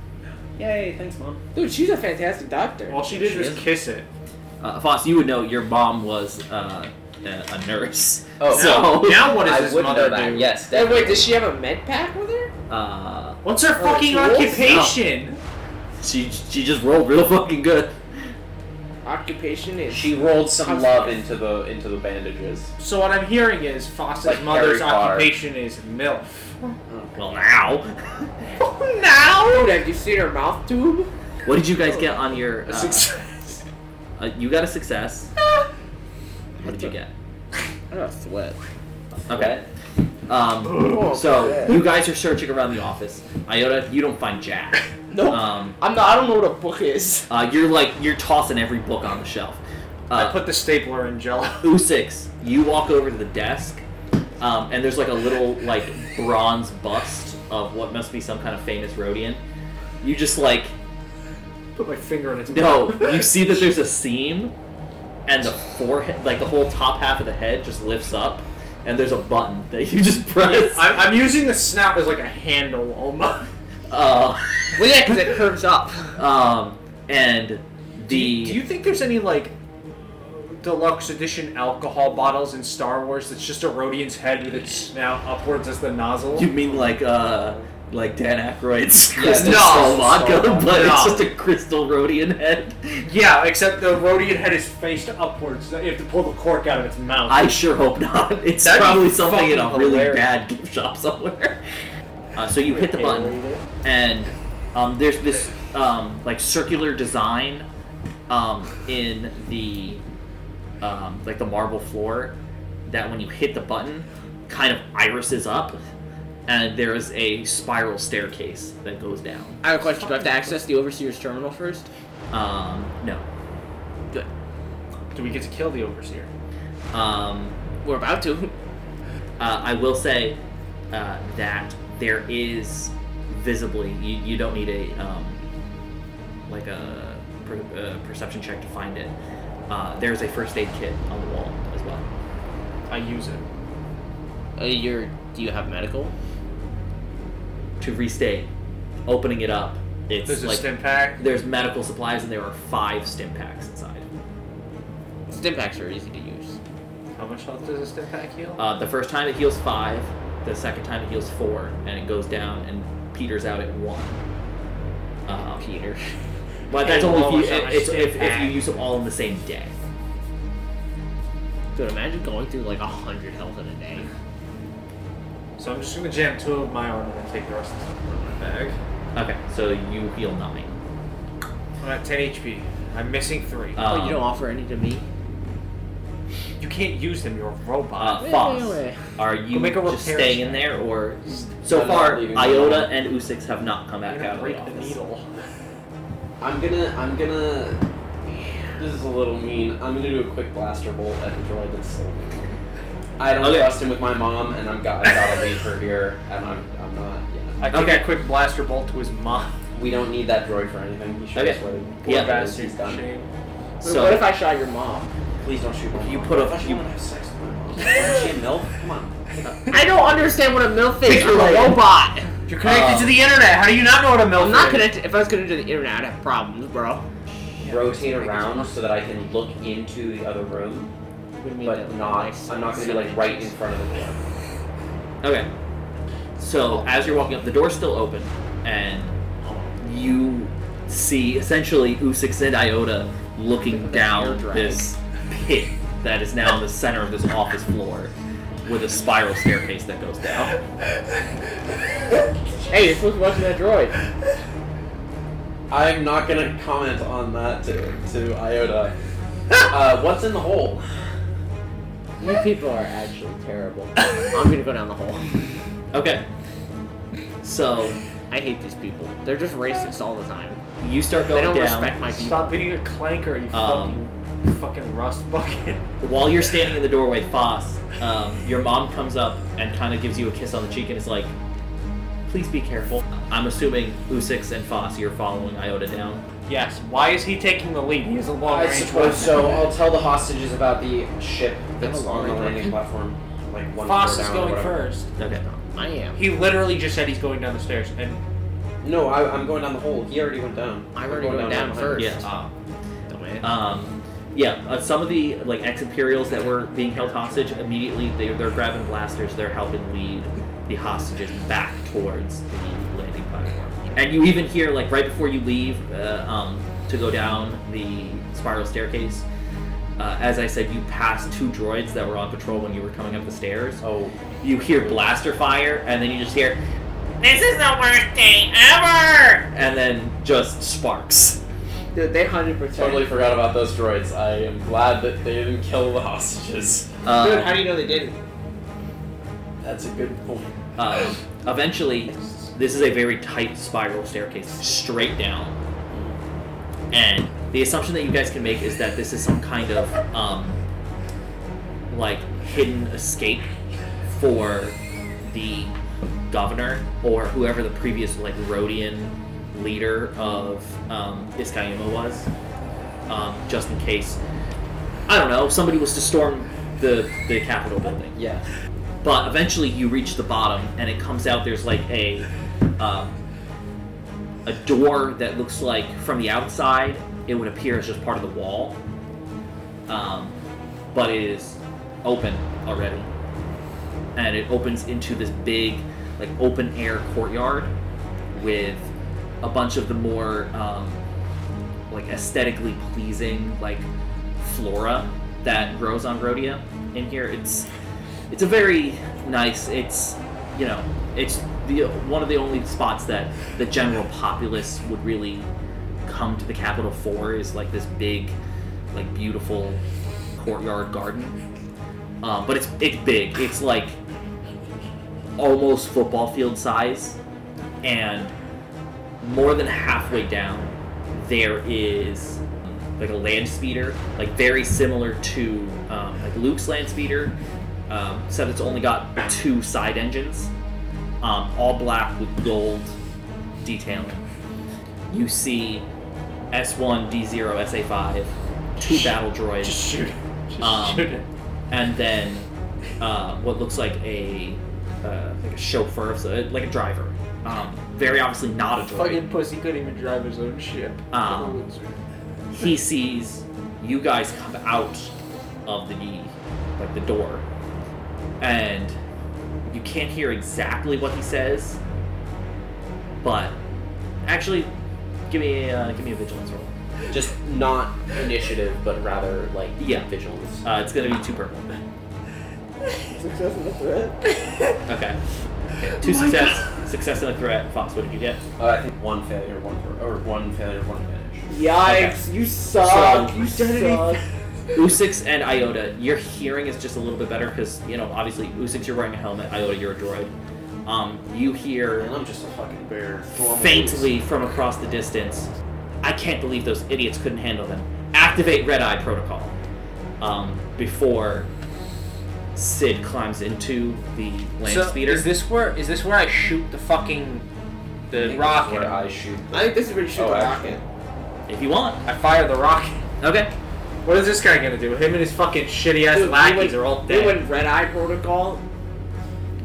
S5: Yay! Thanks, mom.
S2: dude, she's a fantastic doctor.
S4: All she did was kiss it.
S1: Uh, Foss, you would know your mom was uh, a, a nurse.
S5: Oh,
S1: so
S4: Now what does
S5: I
S4: his
S5: would know
S4: mother
S5: that.
S4: do?
S5: Yes.
S2: Then
S5: definitely.
S2: wait, does she have a med pack with her?
S1: uh,
S4: What's her
S2: Oh,
S4: fucking
S2: tools?
S4: occupation?
S1: she she just rolled real fucking good.
S2: Occupation is
S5: She rolled some
S2: How's-
S5: love into the into the bandages.
S4: So what I'm hearing is Foss's
S5: Like Harry
S4: mother's
S5: Potter.
S4: occupation is MILF.
S1: Well, now,
S2: now. Dude, have you seen her mouth tube?
S1: what did you guys get on your?
S4: A
S1: Uh,
S4: success.
S1: uh, you got a success.
S5: Ah.
S1: What did you get?
S2: I got sweat.
S1: Okay. Um, so you guys are searching around the office. Iota, you don't find Jack.
S2: Nope.
S1: Um,
S2: I'm not. I don't know what a book is.
S1: uh, you're like you're tossing every book on the shelf.
S4: I
S1: Uh,
S4: put the stapler in Jello.
S1: Usix, you walk over to the desk, um, and there's like a little like bronze bust of what must be some kind of famous Rhodian. You just like
S4: Put my finger in its
S1: no,
S4: mouth.
S1: you see that there's a seam, and the forehead, like the whole top half of the head, just lifts up, and there's a button that you just press.
S4: I'm, I'm using the snout as like a handle almost.
S1: Uh,
S2: Well, yeah, because it curves up.
S1: um, and the
S4: Do you, do you think there's any like deluxe edition alcohol bottles in Star Wars that's just a Rodian's head with its snout upwards as the nozzle?
S1: You mean like uh like Dan Aykroyd's crystal
S4: no,
S1: skull vodka,
S4: no,
S1: but it's
S4: no.
S1: just a crystal Rhodian head.
S4: yeah, except the Rodian head is faced upwards. so You have to pull the cork out of its mouth.
S1: I sure hope not. It's
S4: That'd be
S1: probably something in a
S4: fucking
S1: really
S4: hilarious.
S1: bad gift shop somewhere. Uh, so you hit the button, and um, there's this um, like circular design um, in the um, like the marble floor that when you hit the button, kind of irises up, and there is a spiral staircase that goes down.
S2: I have a question. Do I have to access the overseer's terminal first?
S1: Um, no,
S2: Good.
S4: Do we get to kill the overseer?
S1: Um,
S2: We're about to.
S1: uh, I will say uh, that there is visibly you, you don't need a um, like a, per, uh perception check to find it. Uh, there's a first aid kit on the wall as well.
S4: I use it.
S2: Uh, you're. Do you have medical?
S1: To restate, opening it up, it's
S4: There's
S1: like
S4: a stim pack.
S1: there's medical supplies and there are five stim packs inside.
S2: Stim packs are easy to use.
S4: How much health does a stim pack heal?
S1: Uh, the first time it heals five, the second time it heals four, and it goes down and peters out at one. Um,
S2: Peter.
S1: But that's only
S4: paywall or
S1: if you
S4: something,
S1: it's,
S4: I
S1: if, if
S4: stand
S1: you
S4: back.
S1: use them all in the same day.
S2: Dude, imagine going through like a hundred health in a day.
S4: So I'm just gonna jam two of my arm and then take the rest of the stuff out of my bag.
S1: Okay, so you heal nine.
S4: I'm at 10 HP. I'm missing three.
S1: Uh,
S2: oh,
S1: Um,
S2: you don't offer any to me?
S4: you can't use them. You're a
S1: Uh,
S4: robot.
S2: Wait,
S1: Foss,
S2: wait, wait.
S1: are you
S4: Go make a
S1: just
S4: repair
S1: staying in
S4: check.
S1: there, or so
S5: I'm not
S1: far
S5: leaving.
S1: Iota and Usix have not come back
S4: You're gonna
S1: out of
S4: break
S1: the
S4: the
S1: office.
S4: needle.
S5: I'm gonna. I'm gonna. This is a little mean. I'm gonna do a quick blaster bolt at the droid that's still there. I don't
S1: Okay.
S5: trust him with my mom, and I'm got. I gotta leave her here, and I'm. I'm not. Yeah.
S4: I take
S1: Okay.
S4: a quick blaster bolt to his mom.
S5: We don't need that droid for anything. He should
S1: Okay.
S5: just wait.
S4: Poor
S1: Yeah.
S4: bastard.
S5: He's done.
S4: Shame.
S1: So-
S2: what if I shot your mom?
S5: Please don't shoot. My
S1: You
S5: mom.
S1: put a-
S5: What if I
S1: you-
S5: want to have sex with my mom. Is she a milf? Come on.
S2: I don't understand what a MILF is. I'm a robot.
S4: You're connected
S5: Um,
S4: to the internet. How do you not know what a milf
S2: I'm not
S4: is?
S2: connected. If I was connected to the internet, I'd have problems, bro.
S5: Rotate around so that I can look into the other room, but not. I'm not gonna be like right in front of the door.
S1: Okay. So as you're walking up, the door's still open, and you see essentially Usix and Iota looking down
S2: drag.
S1: this pit that is now in the center of this office floor, with a spiral staircase that goes down.
S2: Hey, you're supposed to watch that droid.
S5: I'm not gonna comment on that to, to Iota. uh, what's in the hole?
S2: You people are actually terrible. I'm gonna go down the hole.
S1: Okay. So
S2: I hate these people. They're just racist all the time.
S1: you start
S2: They
S1: going
S2: don't
S1: down.
S2: respect my people.
S4: Stop being a clanker, you
S1: Um,
S4: fucking, fucking rust bucket.
S1: While you're standing in the doorway, Foss, um, your mom comes up and kind of gives you a kiss on the cheek and is like, "Please be careful." I'm assuming Usix and Foss, you're following Iota down.
S4: Yes. Why is he taking the lead? He's a long
S5: I
S4: range
S5: suppose so.
S4: weapon.
S5: I'll tell the hostages about the ship that's
S2: Hello,
S5: on the
S2: Iota.
S5: landing platform. Like one
S4: Foss
S5: floor down
S4: is
S5: or
S4: going
S5: whatever.
S4: first.
S1: Okay.
S2: I am.
S4: He literally just said he's going down the stairs, and
S5: No, I, I'm going down the hole. He already went down.
S2: I
S5: I'm
S2: already
S5: going
S2: went down
S5: behind.
S2: first.
S1: Yeah.
S4: uh,
S2: Dumbass.
S1: Um, yeah, uh, some of the like ex-imperials that were being held hostage immediately they, they're grabbing blasters. They're helping lead the hostages back towards the landing platform. And you even hear like right before you leave uh, um, to go down the spiral staircase. Uh, as I said, you passed two droids that were on patrol when you were coming up the stairs.
S5: Oh,
S1: You hear blaster fire, and then you just hear,
S6: This is the worst day ever!
S1: and then just sparks.
S2: Dude, they hundred percent.
S5: totally forgot about those droids. I am glad that they didn't kill the hostages.
S2: Dude,
S1: Uh,
S2: how do you know they didn't?
S5: That's a good point.
S1: Um, eventually, this is a very tight spiral staircase, straight down. And the assumption that you guys can make is that this is some kind of um, like hidden escape for the governor or whoever the previous like Rhodian leader of um, Iskayuma was, um, just in case. I don't know. Somebody was to storm the the Capitol building
S5: Yeah.
S1: but eventually you reach the bottom and it comes out there's like a um, a door that looks like from the outside it would appear as just part of the wall um, but it is open already and it opens into this big like open air courtyard with a bunch of the more um, like aesthetically pleasing like flora that grows on rhodia in here it's it's a very nice it's you know it's the one of the only spots that the general populace would really come to the capital for is like this big like beautiful courtyard garden um, but it's it's big it's like almost football field size and more than halfway down there is like a land speeder like very similar to um, like luke's land speeder um, except it's only got two side engines, um, all black with gold detailing. You see S1, D0, SA5, two battle droids,
S4: just shoot him. Just
S1: Um,
S4: shoot him.
S1: and then uh, what looks like a uh, like a chauffeur, so, uh, like a driver. Um, very obviously not a droid.
S4: Fucking pussy couldn't even drive his own ship.
S1: Um,
S4: What a loser.
S1: he sees you guys come out of the like the door and you can't hear exactly what he says but actually Give me a, uh, give me a vigilance roll.
S5: Just not initiative, but rather like
S1: Yeah.
S5: vigilance.
S1: Uh, it's gonna be two purple.
S3: Success and a threat. Oh
S1: Okay. okay. Two success, success and a threat. Fox, what did you get?
S5: Uh, I think one failure, one thro- or one failure, one advantage.
S2: Yikes! You suck.
S1: So-
S2: you
S1: Suck.
S2: suck.
S1: Usix and Iota, your hearing is just a little bit better because you know obviously Usix you're wearing a helmet, Iota you're a droid. Um, you hear
S5: And I'm just a fucking bear.
S1: faintly from across the distance. I can't believe those idiots couldn't handle them. Activate Red Eye Protocol um, before Sid climbs into the land
S4: so
S1: speeder.
S4: is this where is this where I shoot the fucking the rocket?
S5: Where
S4: I,
S5: I shoot.
S2: I think this is where you shoot
S5: Oh,
S2: the
S5: actually.
S2: rocket.
S1: if you want,
S4: fire the rocket.
S1: okay.
S4: What is this guy gonna do? Him and his fucking shitty ass
S2: Dude,
S4: lackeys
S2: went-
S4: are all
S2: They
S4: dead.
S2: went red eye protocol.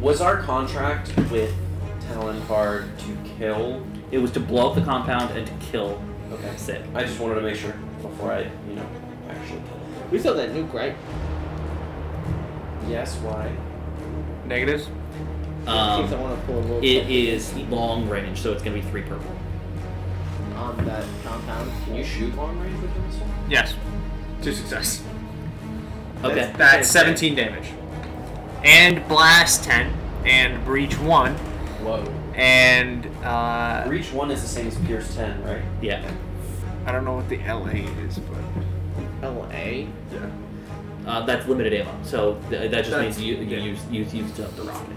S5: Was our contract with Talonhard to kill?
S1: It was to blow up the compound and to kill
S5: Okay.
S1: Sid.
S5: I just wanted to make sure before I, you know, actually kill. him.
S2: We still have that nuke, right?
S5: Yes. Why?
S4: Negatives.
S2: In case I
S1: Um,
S2: want to pull a little.
S1: it is long range, so it's gonna be three purple.
S2: on that compound.
S5: Can you shoot long range with this one?
S4: Yes. Two success.
S1: Okay.
S4: That's, that's 17 damage. And blast 10, and breach 1,
S5: Whoa.
S4: and uh,
S5: Reach one is the same as Pierce ten, right?
S1: Yeah.
S4: I don't know what the LA is, but
S2: L.A.
S4: yeah.
S1: Uh, that's limited ammo, so th- that just
S4: That's-
S1: means you, you
S4: yeah.
S1: use you used up the rocket.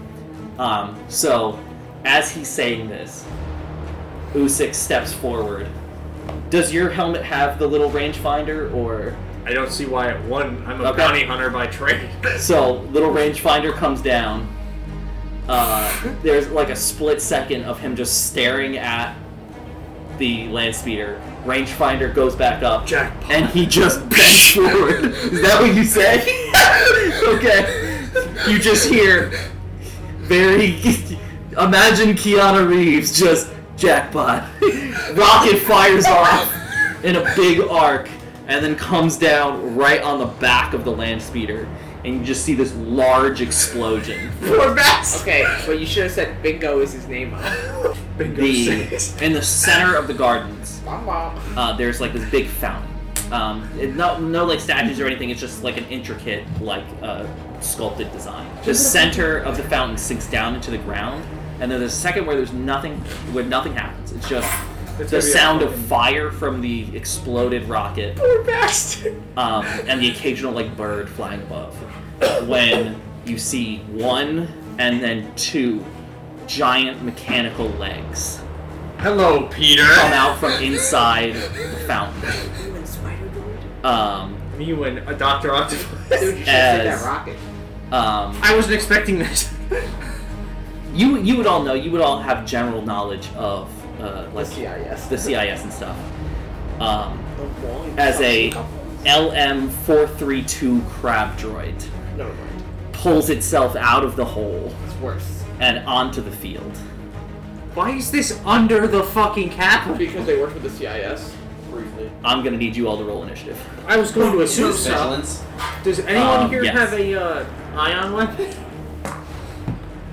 S1: Um, so, as he's saying this, Usyk steps forward. Does your helmet have the little rangefinder, or
S4: I don't see why at one I'm a
S1: Okay.
S4: bounty hunter by trade.
S1: so? Little rangefinder comes down. Uh, there's like a split second of him just staring at the land speeder. Rangefinder goes back up,
S4: Jackpot.
S1: and he just bends forward. Is that what you said? okay. You just hear very. Imagine Keanu Reeves just jackpot. Rocket fires off in a big arc and then comes down right on the back of the land speeder. And you just see this large explosion.
S4: Poor bastard.
S2: Okay, but you should have said Bingo is his name.
S4: Bingo
S1: The,
S4: six.
S1: in the center of the gardens,
S2: Wow, wow.
S1: uh, there's like this big fountain. Um, it, no, no like statues or anything. It's just like an intricate, like uh, sculpted design. The center of the fountain sinks down into the ground, and then there's a second where there's nothing, where nothing happens. It's just
S4: That's
S1: the
S4: gonna be a
S1: sound of
S4: fucking-
S1: fire from the exploded rocket,
S4: Poor bastard.
S1: um, and the occasional like bird flying above. When you see one and then two giant mechanical legs
S4: Hello, Peter.
S1: come out from inside the fountain. Um,
S4: Me when a Doctor Octopus.
S2: Dude, you should have said
S1: As-
S2: that rocket.
S1: um,
S4: I wasn't expecting this.
S1: you you would all know. You would all have general knowledge of uh, like
S2: CIS.
S1: the CIS and stuff. Um,
S2: The long-
S1: as a LM four three two crab droid
S2: Never mind.
S1: pulls itself out of the hole
S2: It's worse.
S1: and onto the field.
S4: Why is this under the fucking cap?
S2: Because they worked with the CIS.
S5: Briefly.
S1: I'm gonna need you all to roll initiative.
S4: I was going to assume
S5: Is this
S4: so.
S5: vigilance.
S4: Does anyone
S1: Um,
S4: here
S1: yes.
S4: have a uh, ion weapon?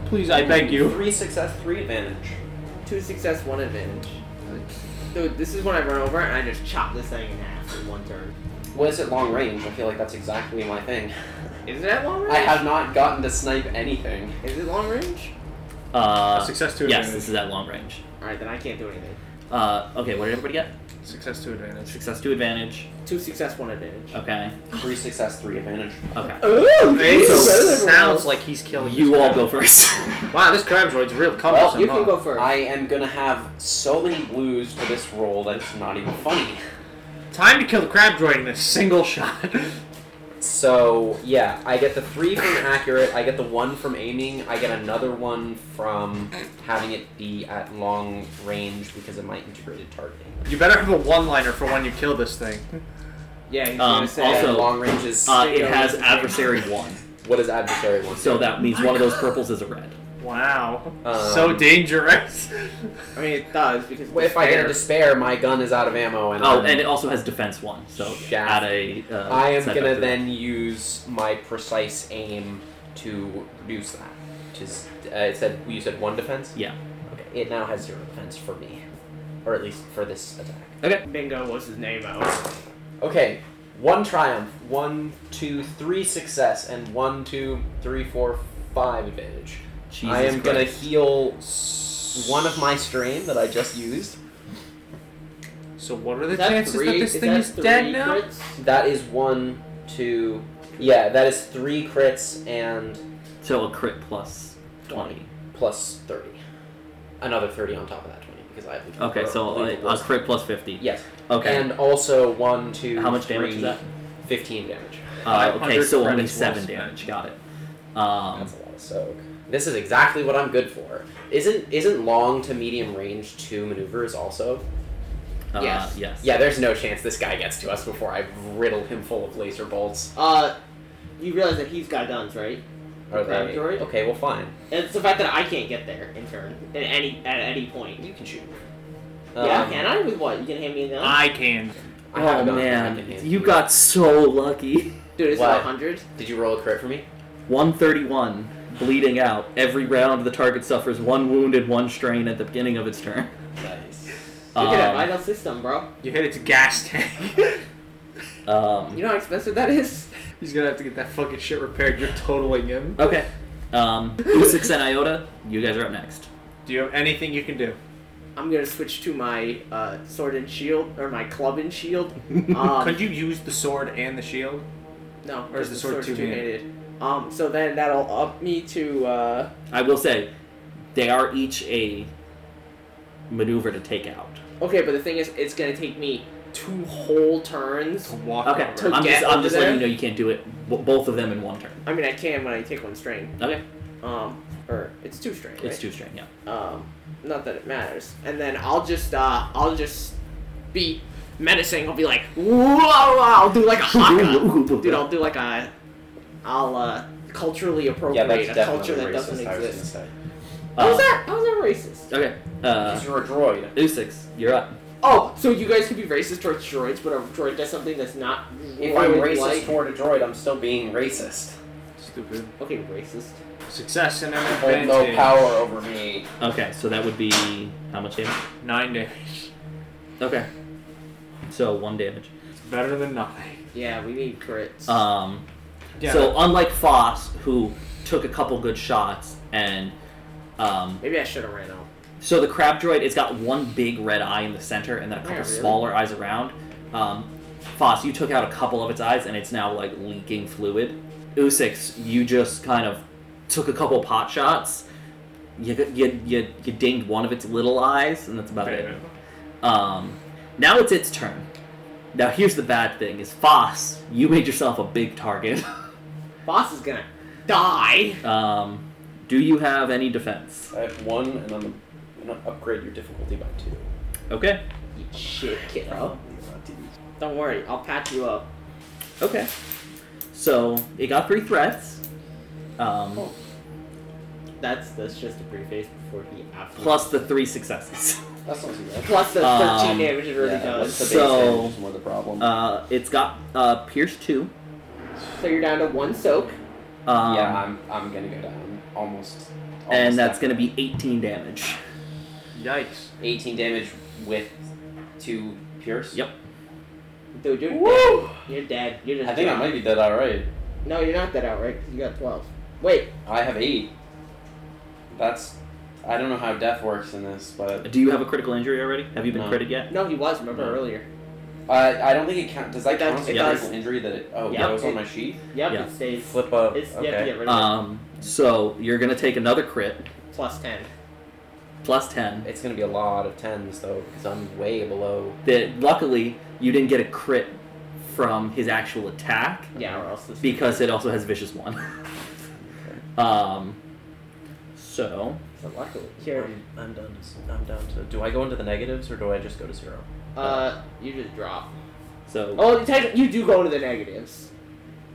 S4: Please, I beg you.
S5: Three success, three advantage.
S2: Two success, one advantage. Dude, this is when I run over and I just chop this thing in half in one turn.
S5: What is it long range? I feel like that's exactly my thing.
S2: Is it at long range?
S5: I have not gotten to snipe anything.
S2: Is it long range?
S1: Uh,
S4: Success to
S1: yes,
S4: advantage.
S1: this is at long range.
S2: Alright, then I can't do anything.
S1: Uh, okay, what did everybody get?
S4: Success to advantage.
S1: Success to advantage.
S2: Two success, one advantage.
S1: Okay,
S5: Three success, three advantage.
S1: okay.
S2: Ooh,
S4: It
S5: So-
S4: sounds like he's killing
S1: You all go first. Um,
S4: Wow, this crab droid's real
S5: cumbersome,
S2: You can go first.
S5: I am gonna have so many blues for this roll that it's not even funny.
S4: Time to kill the crab droid in a single shot.
S5: So yeah, I get the three from accurate. I get the one from aiming. I get another one from having it be at long range because of my integrated targeting.
S4: you better have a one-liner for when you kill this thing.
S2: yeah, he's
S1: Um,
S2: gonna say.
S1: also-
S5: And long range is
S1: Uh, it has adversary one,
S5: what is adversary one?
S1: so that means one of those purples is a red.
S4: Wow,
S5: Um,
S4: so dangerous.
S2: I mean, it does because
S5: Well, if I get a
S2: despair-
S5: despair, my gun is out of ammo, and
S1: Oh,
S5: I'm-
S1: and it also has defense one, so
S5: Shaft.
S1: add a. Uh,
S5: Um, I am
S1: setback
S5: gonna
S1: to
S5: then use my precise aim to reduce that. Which is, uh, it said you said one defense.
S1: Yeah.
S5: Okay, it now has zero defense for me. or at least for this attack.
S2: Bingo was his name out.
S5: Okay, one triumph, one, two, three success, and one, two, three, four, five advantage.
S1: Jesus
S5: I am
S1: Christ.
S5: gonna heal s- one of my strain that I just used.
S4: So what are the
S2: Is that
S4: chances
S2: three-
S4: that this
S2: is
S4: thing
S2: that
S4: is dead
S2: three
S4: now?
S2: crits?
S5: That is one, two, yeah, that is three crits and
S1: So a crit plus 20.
S5: plus thirty, another thirty on top of that twenty because I have. the-
S1: Okay, so
S5: the-
S1: a, a crit plus 50.
S5: yes,
S1: Okay.
S5: and also one, two,
S1: How much damage is
S5: three,
S1: that?
S5: Fifteen damage.
S1: Uh, okay,
S4: 500
S1: so only
S4: credits well
S1: 7
S4: spent.
S1: damage. Got it. Um,
S5: That's a lot of soak. This is exactly what I'm good for. Isn't isn't long to medium range two maneuvers also?
S1: uh,
S2: Yes.
S1: yes.
S5: Yeah, there's no chance this guy gets to us before I riddle him full of laser bolts.
S2: Uh, you realize that he's got guns, right?
S5: Are
S2: Okay,
S5: they-
S2: droid?
S5: Okay, well fine.
S2: It's the fact that I can't get there in turn at any at any point.
S5: You can shoot.
S2: yeah,
S5: Um,
S2: can I with what? You can hand me the
S4: I can.
S5: I have a
S1: Oh
S5: gun. I
S1: man,
S5: can hand
S1: you got so lucky.
S2: dude? It's
S5: What?
S2: not hundred.
S5: Did you roll a crit for me?
S1: 131, bleeding out. Every round, the target suffers one wound and one strain at the beginning of its turn.
S5: Nice.
S2: Look at that
S1: Um,
S2: vital system, bro.
S4: You hit its gas tank.
S1: Um,
S2: You know how expensive that is.
S4: He's gonna have to get that fucking shit repaired. You're totaling him.
S1: okay. Um, Usix and Iota, you guys are up next.
S4: Do you have anything you can do?
S2: I'm gonna switch to my uh, sword and shield or my club and shield. Um,
S4: Could you use the sword and the shield?
S2: No,
S4: Or
S2: just
S4: is the sword
S2: sword's
S4: two-handed?
S2: two-handed. Um, so then that'll up me to uh,
S1: I will say, they are each a maneuver to take out.
S2: okay, but the thing is, it's gonna take me two whole turns.
S4: To walk
S1: Okay,
S4: over.
S2: To
S1: I'm
S2: get
S1: just, I'm
S2: over
S1: just
S2: there?
S1: letting you know you can't do it, b- both of them in one turn.
S2: I mean, I can when I take one strain.
S1: Okay,
S2: Um, or it's two strain. Right?
S1: it's two strain, yeah.
S2: um, not that it matters. And then I'll just, uh, I'll just be menacing. I'll be like, whoa, I'll do like a haka. Dude, I'll do like a, I'll, uh, culturally
S5: Yeah,
S2: appropriate
S5: that's
S2: a culture
S5: definitely
S2: that doesn't
S5: racist. I was gonna
S2: exist.
S5: say.
S2: How's
S1: Um,
S2: that? How's that racist?
S1: Okay,
S5: 'Cause
S1: uh,
S5: you're a droid.
S1: Usix, you're up.
S2: Oh, so you guys can be racist towards droids, but a droid does something that's not
S5: If I'm
S2: droid-like.
S5: racist toward a droid, I'm still being racist.
S4: Stupid.
S2: Okay, racist.
S4: Success and an
S5: Hold
S4: advantage.
S5: Oh, no power over me.
S1: Okay, so that would be how much damage?
S4: Nine damage.
S1: Okay. So one damage.
S4: It's better than nothing.
S2: Yeah, we need crits.
S1: Um,
S4: Yeah.
S1: So unlike Foss, who took a couple good shots, and um,
S2: Maybe I should have ran out.
S1: so the crab droid, it's got one big red eye in the center, and then a couple
S2: Yeah, really?
S1: smaller eyes around. Um, Foss, you took out a couple of its eyes, and it's now like leaking fluid. Usix, you just kind of took a couple pot shots. You you you, you dinged one of its little eyes, and that's about it.
S4: Okay.
S1: Um, now it's its turn. Now here's the bad thing: is Foss, you made yourself a big target.
S2: Boss is gonna die.
S1: Um, do you have any defense?
S5: I have one, and I'm gonna upgrade your difficulty by two.
S1: Okay.
S2: You shit, kiddo. Don't worry, I'll patch you up.
S1: Okay. So it got three threats. Um,
S2: That's that's just a preface before he absolutely.
S1: plus the three successes.
S5: That's not too bad.
S2: plus the thirteen
S1: Um,
S2: damage it already
S5: Yeah, what's
S2: does.
S5: the base
S1: So-
S5: damage is more the problem.
S1: Uh, it's got uh, Pierce two.
S2: So you're down to one soak.
S1: Um,
S5: yeah, I'm, I'm gonna go down almost. almost
S1: and that's
S5: down.
S1: going to be 18 damage.
S4: Yikes.
S5: 18 damage with two pierce.
S1: Yep.
S2: Dude, you're
S5: Woo!
S2: dead. You're dead. You're just.
S5: I think I
S2: dead.
S5: might be dead alright.
S2: No, you're not that outright. 'cause You got twelve. Wait,
S5: I have eight. That's. I don't know how death works in this, but
S1: Do you have a critical injury already? Have you been
S5: No.
S1: critted yet?
S2: no, he was. Remember earlier.
S5: I I don't think it counts. Does that
S2: It does-
S5: count as a
S2: it
S1: does.
S5: critical injury? That it, oh,
S2: Yep.
S5: that was on my sheet.
S2: Yep,
S1: Yeah.
S2: it stays.
S5: Flip up.
S2: It's you have to
S5: okay. Uh,
S2: get rid of
S1: Um, so you're going to take another crit
S2: it. Plus ten.
S1: plus 10.
S5: It's gonna be a lot of tens though, because I'm way below.
S1: That luckily you didn't get a crit from his actual attack.
S2: Yeah, or else this.
S1: because it also has vicious one. um, so
S2: So luckily, here.
S5: I'm down to. I'm down to. Do I go into the negatives or do I just go to zero?
S2: Uh, you just drop.
S1: so
S2: Oh, technically, you do go to the negatives.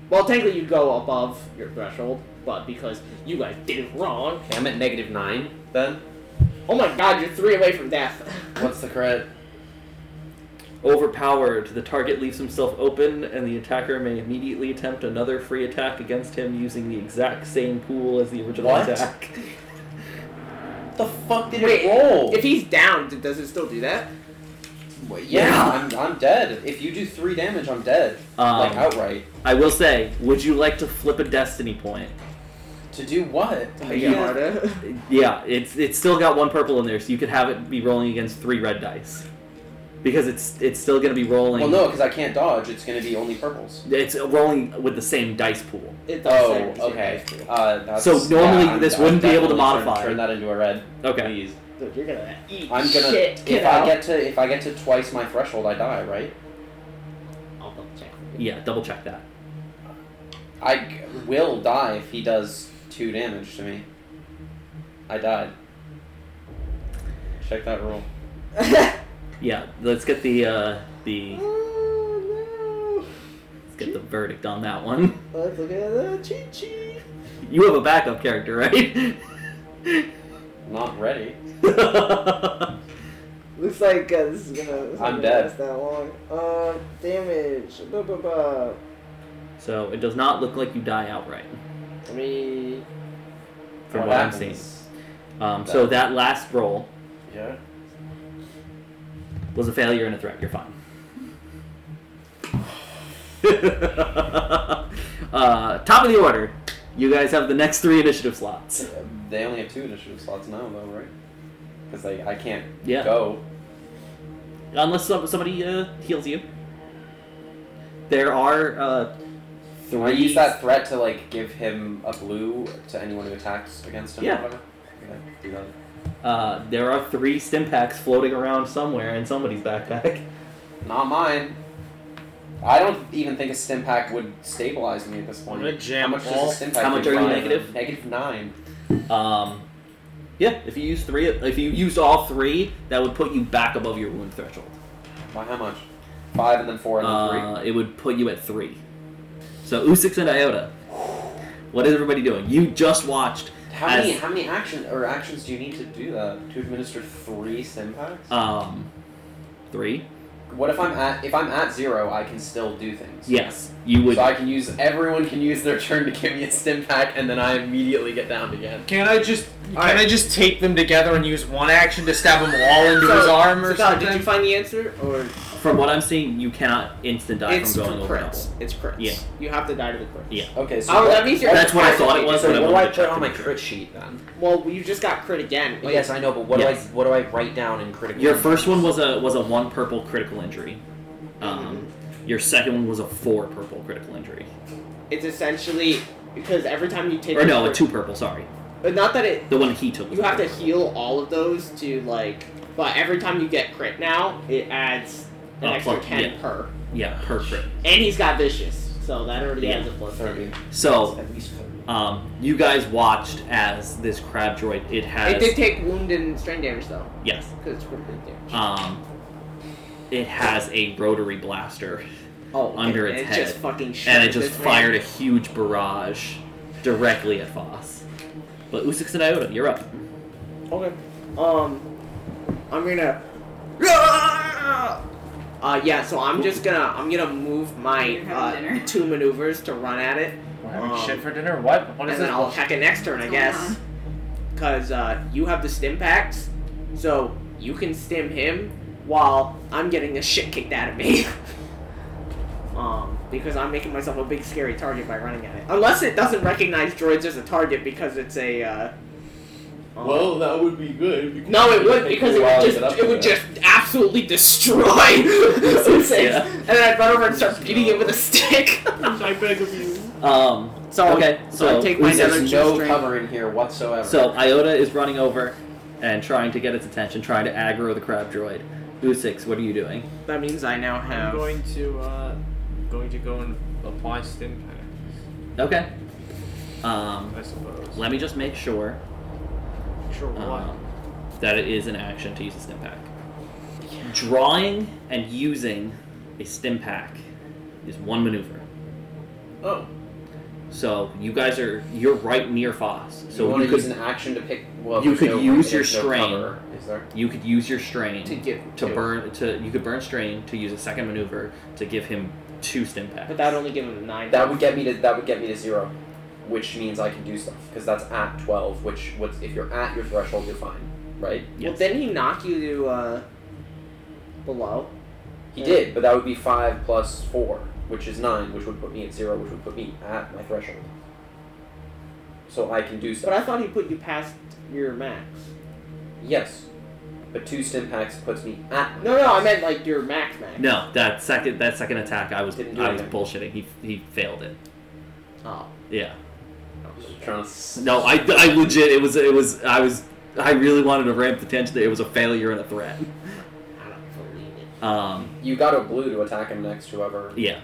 S2: Well, technically, you go above your threshold, but because you guys did it wrong.
S5: Okay, I'm at negative nine then.
S2: Oh my god, you're three away from death.
S5: What's the crit?
S1: overpowered, the target leaves himself open, and the attacker may immediately attempt another free attack against him using the exact same pool as the original
S5: What?
S1: attack.
S5: The fuck did
S2: Wait,
S5: it roll?
S2: if he's down, d- does it still do that?
S5: Well, yeah, I'm, I'm dead. If you do three damage, I'm dead.
S1: Um,
S5: like outright.
S1: I will say, would you like to flip a destiny point?
S5: To do what? I
S7: Yeah.
S5: can't-
S1: Yeah, it's it's still got one purple in there, so you could have it be rolling against three red dice, because it's it's still gonna be rolling.
S5: Well, no, because I can't dodge. It's going to be only purples.
S1: It's rolling with the same dice pool.
S7: It does say
S5: Oh,
S7: it was
S5: okay.
S7: used.
S5: Uh, that's,
S1: So normally
S5: yeah, I'm-
S1: this
S5: I'm
S1: wouldn't be able to
S5: definitely turn-
S1: modify.
S5: Turn that into a red.
S1: Okay.
S5: Please.
S7: Dude, you're gonna eat
S5: I'm gonna.
S7: shit.
S5: if
S7: Get
S5: I
S7: out.
S5: get to if I get to twice my threshold, I die, right?
S7: I'll double check.
S1: Yeah, double check that.
S5: I g- will die if he does two damage to me. I died. Check that rule.
S1: Yeah, let's get the uh, the
S7: oh
S1: let's get the verdict on that one.
S7: no! Let's look at the cheat sheet.
S1: You have a backup character, right?
S5: Not ready.
S7: Looks like uh, this is gonna. This is
S5: I'm
S7: gonna
S5: dead.
S7: Last that long. Uh, damage. Ba ba ba.
S1: so it does not look like you die outright,
S7: Let me.
S1: from
S5: What
S1: what I'm seeing.
S5: happens?
S1: Um, so that last roll
S5: Yeah.
S1: was a failure and a threat. You're fine. uh, top of the order, you guys have the next three initiative slots.
S5: They only have two initiative slots now, though, right? Because like I can't
S1: Yeah.
S5: go.
S1: unless some, somebody uh, heals you. There are uh, three.
S5: I use that threat to like give him a blue to anyone who attacks against him. or
S1: Yeah.
S5: whatever. Okay, do that.
S1: Uh, there are three stim packs floating around somewhere in somebody's backpack.
S5: Not mine. I don't even think a stim pack would stabilize me at this
S4: I'm
S5: point.
S4: gonna
S5: How
S4: jam
S5: much
S4: all-
S5: does a stim pack
S1: How much
S5: give
S1: are you
S5: Ryan?
S1: negative?
S5: Negative nine.
S1: Um, yeah, if you use three, if you used all three, that would put you back above your wound threshold.
S5: By how much? Five and then four and then three.
S1: Uh, it would put you at three. So Usix and Iota, what is everybody doing? You just watched.
S5: How many
S1: as-
S5: how many action or actions do you need to do that to administer three stim packs?
S1: Um, three.
S5: what if I'm at if I'm at zero? I can still do things.
S1: Yes, you would.
S5: So I can use everyone can use their turn to give me a stim pack, and then I immediately get downed again.
S4: Can I just can
S7: Alright.
S4: I just take them together and use one action to stab them all into
S7: So-
S4: his arm or
S7: So, Kyle,
S4: something?
S7: did you find the answer or
S1: From what I'm seeing, you cannot instant die
S7: it's
S1: from going over
S7: crits?
S1: double.
S7: It's crits.
S1: Yeah.
S7: You have to die to the crits.
S1: Yeah.
S5: Okay, so
S7: Oh,
S5: what-
S7: that means you're.
S1: That's what I thought it was,
S8: So
S1: but I
S8: what do
S1: wanted
S8: I put
S1: to check
S8: on
S1: to
S8: my
S1: make sure.
S8: crit sheet then?
S7: Well, you just got crit again.
S8: Well, yes, I know, but what
S1: Yes.
S8: do I what do I write down in critical?
S1: Your
S8: injuries?
S1: first one was a was a one purple critical injury. Um,
S7: Mm-hmm.
S1: your second one was a four purple critical injury,
S7: It's essentially because every time you take.
S1: or no,
S7: crit-
S1: a two purple. Sorry,
S7: But Not that it.
S1: the one he took. was
S7: You
S1: a
S7: have to
S1: purple.
S7: heal all of those to like. But every time you get crit now, it adds an
S1: Oh,
S7: extra
S1: fuck,
S7: ten
S1: yeah.
S7: per.
S1: Yeah, per crit.
S7: And he's got vicious, so that already
S1: Yeah.
S7: adds a plus thirty.
S5: thirty.
S1: So,
S8: At least thirty.
S1: um, you guys watched as this crab droid. It has
S7: It did take wound and strain damage though,
S1: yes.
S7: because it's critical damage.
S1: Um, it has a rotary blaster,
S7: Oh,
S1: Under
S7: and,
S1: its
S7: and it just
S1: head.
S7: fucking shot
S1: and it just
S7: this man.
S1: fired a huge barrage directly at Foss. But Usix and Iota, you're up.
S7: Okay. Um, I'm gonna. Uh, yeah. So I'm just gonna I'm gonna move my
S9: You're having
S7: uh,
S9: dinner.
S7: two maneuvers to run at it,
S4: We're having
S7: Um,
S4: shit for dinner. What? What is
S7: and then
S4: this?
S7: I'll attack it next turn, I
S9: What's going
S7: guess. Cause uh, you have the stim packs, so you can stim him while I'm getting the shit kicked out of me. um, because I'm making myself a big scary target by running at it. Unless it doesn't recognize droids as a target because it's a. Uh, um,
S5: that would be good.
S7: No, it would because it would just it would just absolutely destroy Sussex.
S1: Yeah.
S7: And then I'd run over and start beating it with a stick. I beg of you.
S1: Um,
S7: So
S1: okay,
S7: so I take my
S1: Usix-
S7: another
S5: There's
S7: two
S5: no
S7: string.
S5: cover in here whatsoever.
S1: So Iota is running over and trying to get its attention, trying to aggro the crab droid. Usix, what are you doing?
S7: That means I now
S4: I'm
S7: have
S4: going to uh, going to go and apply stim packs,
S1: Okay. Um,
S4: I suppose.
S1: let me just make sure
S4: sure
S7: Uh,
S1: um, that it is an action to use a stim pack. Drawing and using a stim pack is one maneuver.
S5: oh,
S1: So you guys are you're right near Foss.
S5: so you
S1: So
S5: want
S1: you,
S5: to
S1: could
S5: use an action to pick. Well,
S1: you
S5: there's
S1: could
S5: no-
S1: use your
S5: there's no
S1: strain.
S5: cover, is there?
S1: you could use your strain
S7: to get
S1: to
S7: two.
S1: burn to you could burn strain to use a second maneuver to give him two stim packs.
S7: but that would only give him nine.
S5: That would get me to that would get me to zero, which means I can do stuff because that's at twelve. Which what if you're at your threshold, you're fine, right?
S7: Well,
S1: Yes.
S7: then he knock you to. uh... below.
S5: He did, but that would be five plus four, which is nine, which would put me at zero, which would put me at my threshold. So I can do
S7: But
S5: stuff.
S7: I thought he put you past your max.
S5: Yes, but two stim packs puts me at. my
S7: No, no,
S5: max.
S7: I meant like your max max.
S1: No, that second that second attack, I was
S5: Didn't do
S1: I was
S5: anything.
S1: bullshitting. He he failed it.
S7: Oh.
S1: Yeah.
S5: Just trying to-
S1: No, I, I legit it was it was I was I really wanted to ramp the tension. that It was a failure and a threat.
S7: I don't believe it.
S1: Um.
S5: You got a blue to attack him next, whoever
S1: Yeah.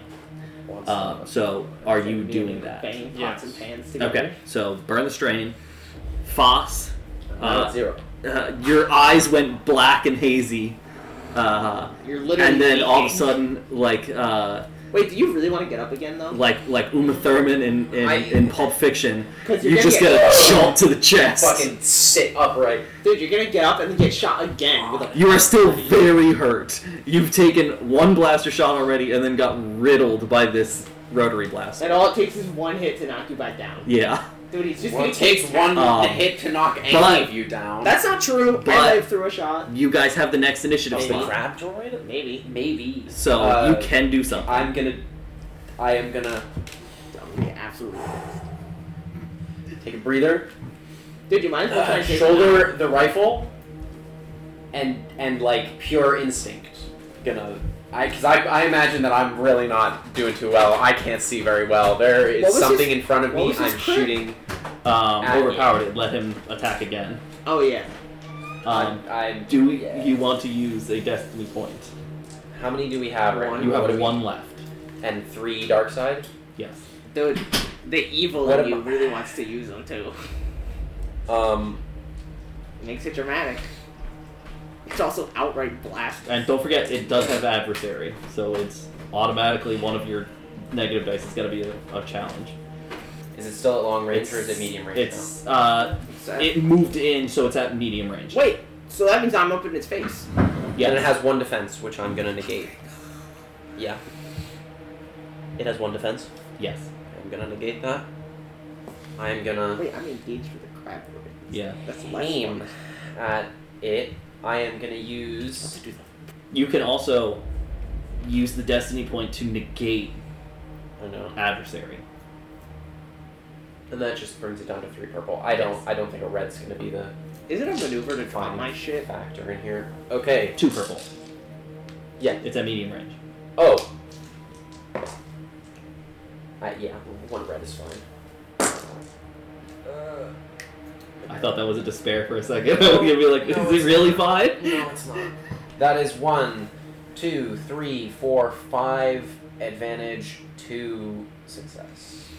S5: wants
S1: Uh,
S5: to.
S1: so are you
S7: Me
S1: doing
S7: and
S1: that?
S7: Bang pots
S4: Yes.
S7: and pans together.
S1: Okay. So burn the strain. Foss.
S5: I'm
S1: uh,
S5: at zero.
S1: Uh, your eyes went black and hazy. Uh,
S7: You're literally.
S1: and then all of a
S7: leaking.
S1: sudden, like uh,
S7: Wait, do you really want to get up again though?
S1: like like Uma Thurman in in,
S5: I-
S1: in Pulp Fiction,
S7: Because you're
S1: you
S7: gonna
S1: just
S7: get,
S1: get a jolt to the chest.
S5: Fucking sit upright.
S7: dude, you're gonna get up and then get shot again with a.
S1: You are still very hurt. You've taken one blaster shot already and then got riddled by this rotary blaster.
S7: And all it takes is one hit to knock you back down.
S1: Yeah.
S7: Dude, he's just
S5: Well,
S7: gonna
S5: it takes one
S1: Um,
S5: hit to knock any
S1: but-
S5: of you down.
S7: That's not true.
S1: But-
S7: I live through a shot.
S1: You guys have the next initiative
S5: It's the
S1: slot.
S5: crab droid.
S7: Maybe.
S5: Maybe.
S1: So
S5: Uh,
S1: you can do something.
S5: I'm gonna. I am gonna
S7: Oh, yeah, absolutely.
S5: take a breather.
S7: Dude, you might as well try
S5: Uh,
S7: to take
S5: shoulder the rifle. And and like pure instinct. Gonna. I because I, I imagine that I'm really not doing too well. I can't see very well. There
S7: What
S5: is
S7: was
S5: something in front of
S7: what
S5: me.
S7: was his
S5: I'm
S7: crit?
S5: shooting.
S1: Um,
S5: at-
S1: overpowered it. Let him attack again.
S7: Oh yeah.
S1: Um,
S5: I'm, I'm.
S1: do you want to use a destiny point?
S5: How many do we have right
S7: One.
S5: now?
S1: You
S5: What do
S1: have
S5: we-
S1: one left.
S5: and three dark side.
S1: Yes.
S7: Dude, the evil
S5: What
S7: in you
S5: about-
S7: really wants to use them too.
S5: Um.
S7: Makes it dramatic. It's also outright blast.
S1: And don't forget, it does have adversary, so it's automatically one of your negative dice. It's got to be a, a challenge.
S5: Is it still at long range or is
S1: It's-
S5: it medium range now?
S1: It's uh,
S7: So-
S1: it moved in, so it's at medium range.
S7: Wait, so that means I'm up in its face.
S5: And
S1: Yes.
S5: it has one defense, which I'm gonna negate. Yeah. It has one defense.
S1: Yes.
S5: I'm gonna negate that. I'm gonna
S7: Wait, I'm engaged with a crab. bird.
S1: Yeah.
S7: That's the last
S5: aim
S7: one.
S5: at it. I am gonna
S7: What to
S5: use.
S7: do
S1: You can also use the destiny point to negate
S5: I know.
S1: adversary.
S5: And that just brings it down to three purple. I don't. I don't think a red's gonna be the
S7: Is it a maneuver to drop
S5: Fine.
S7: my shit?
S5: factor in here. Okay.
S1: Two purple.
S5: Yeah.
S1: It's at medium range.
S5: Oh. Uh, yeah. One red is fine. Uh,
S1: I thought that was a despair for a second. I was gonna be like,
S5: No,
S1: is
S5: it's
S1: it really five?
S5: No, it's not. That is one, two, three, four, five advantage, two success.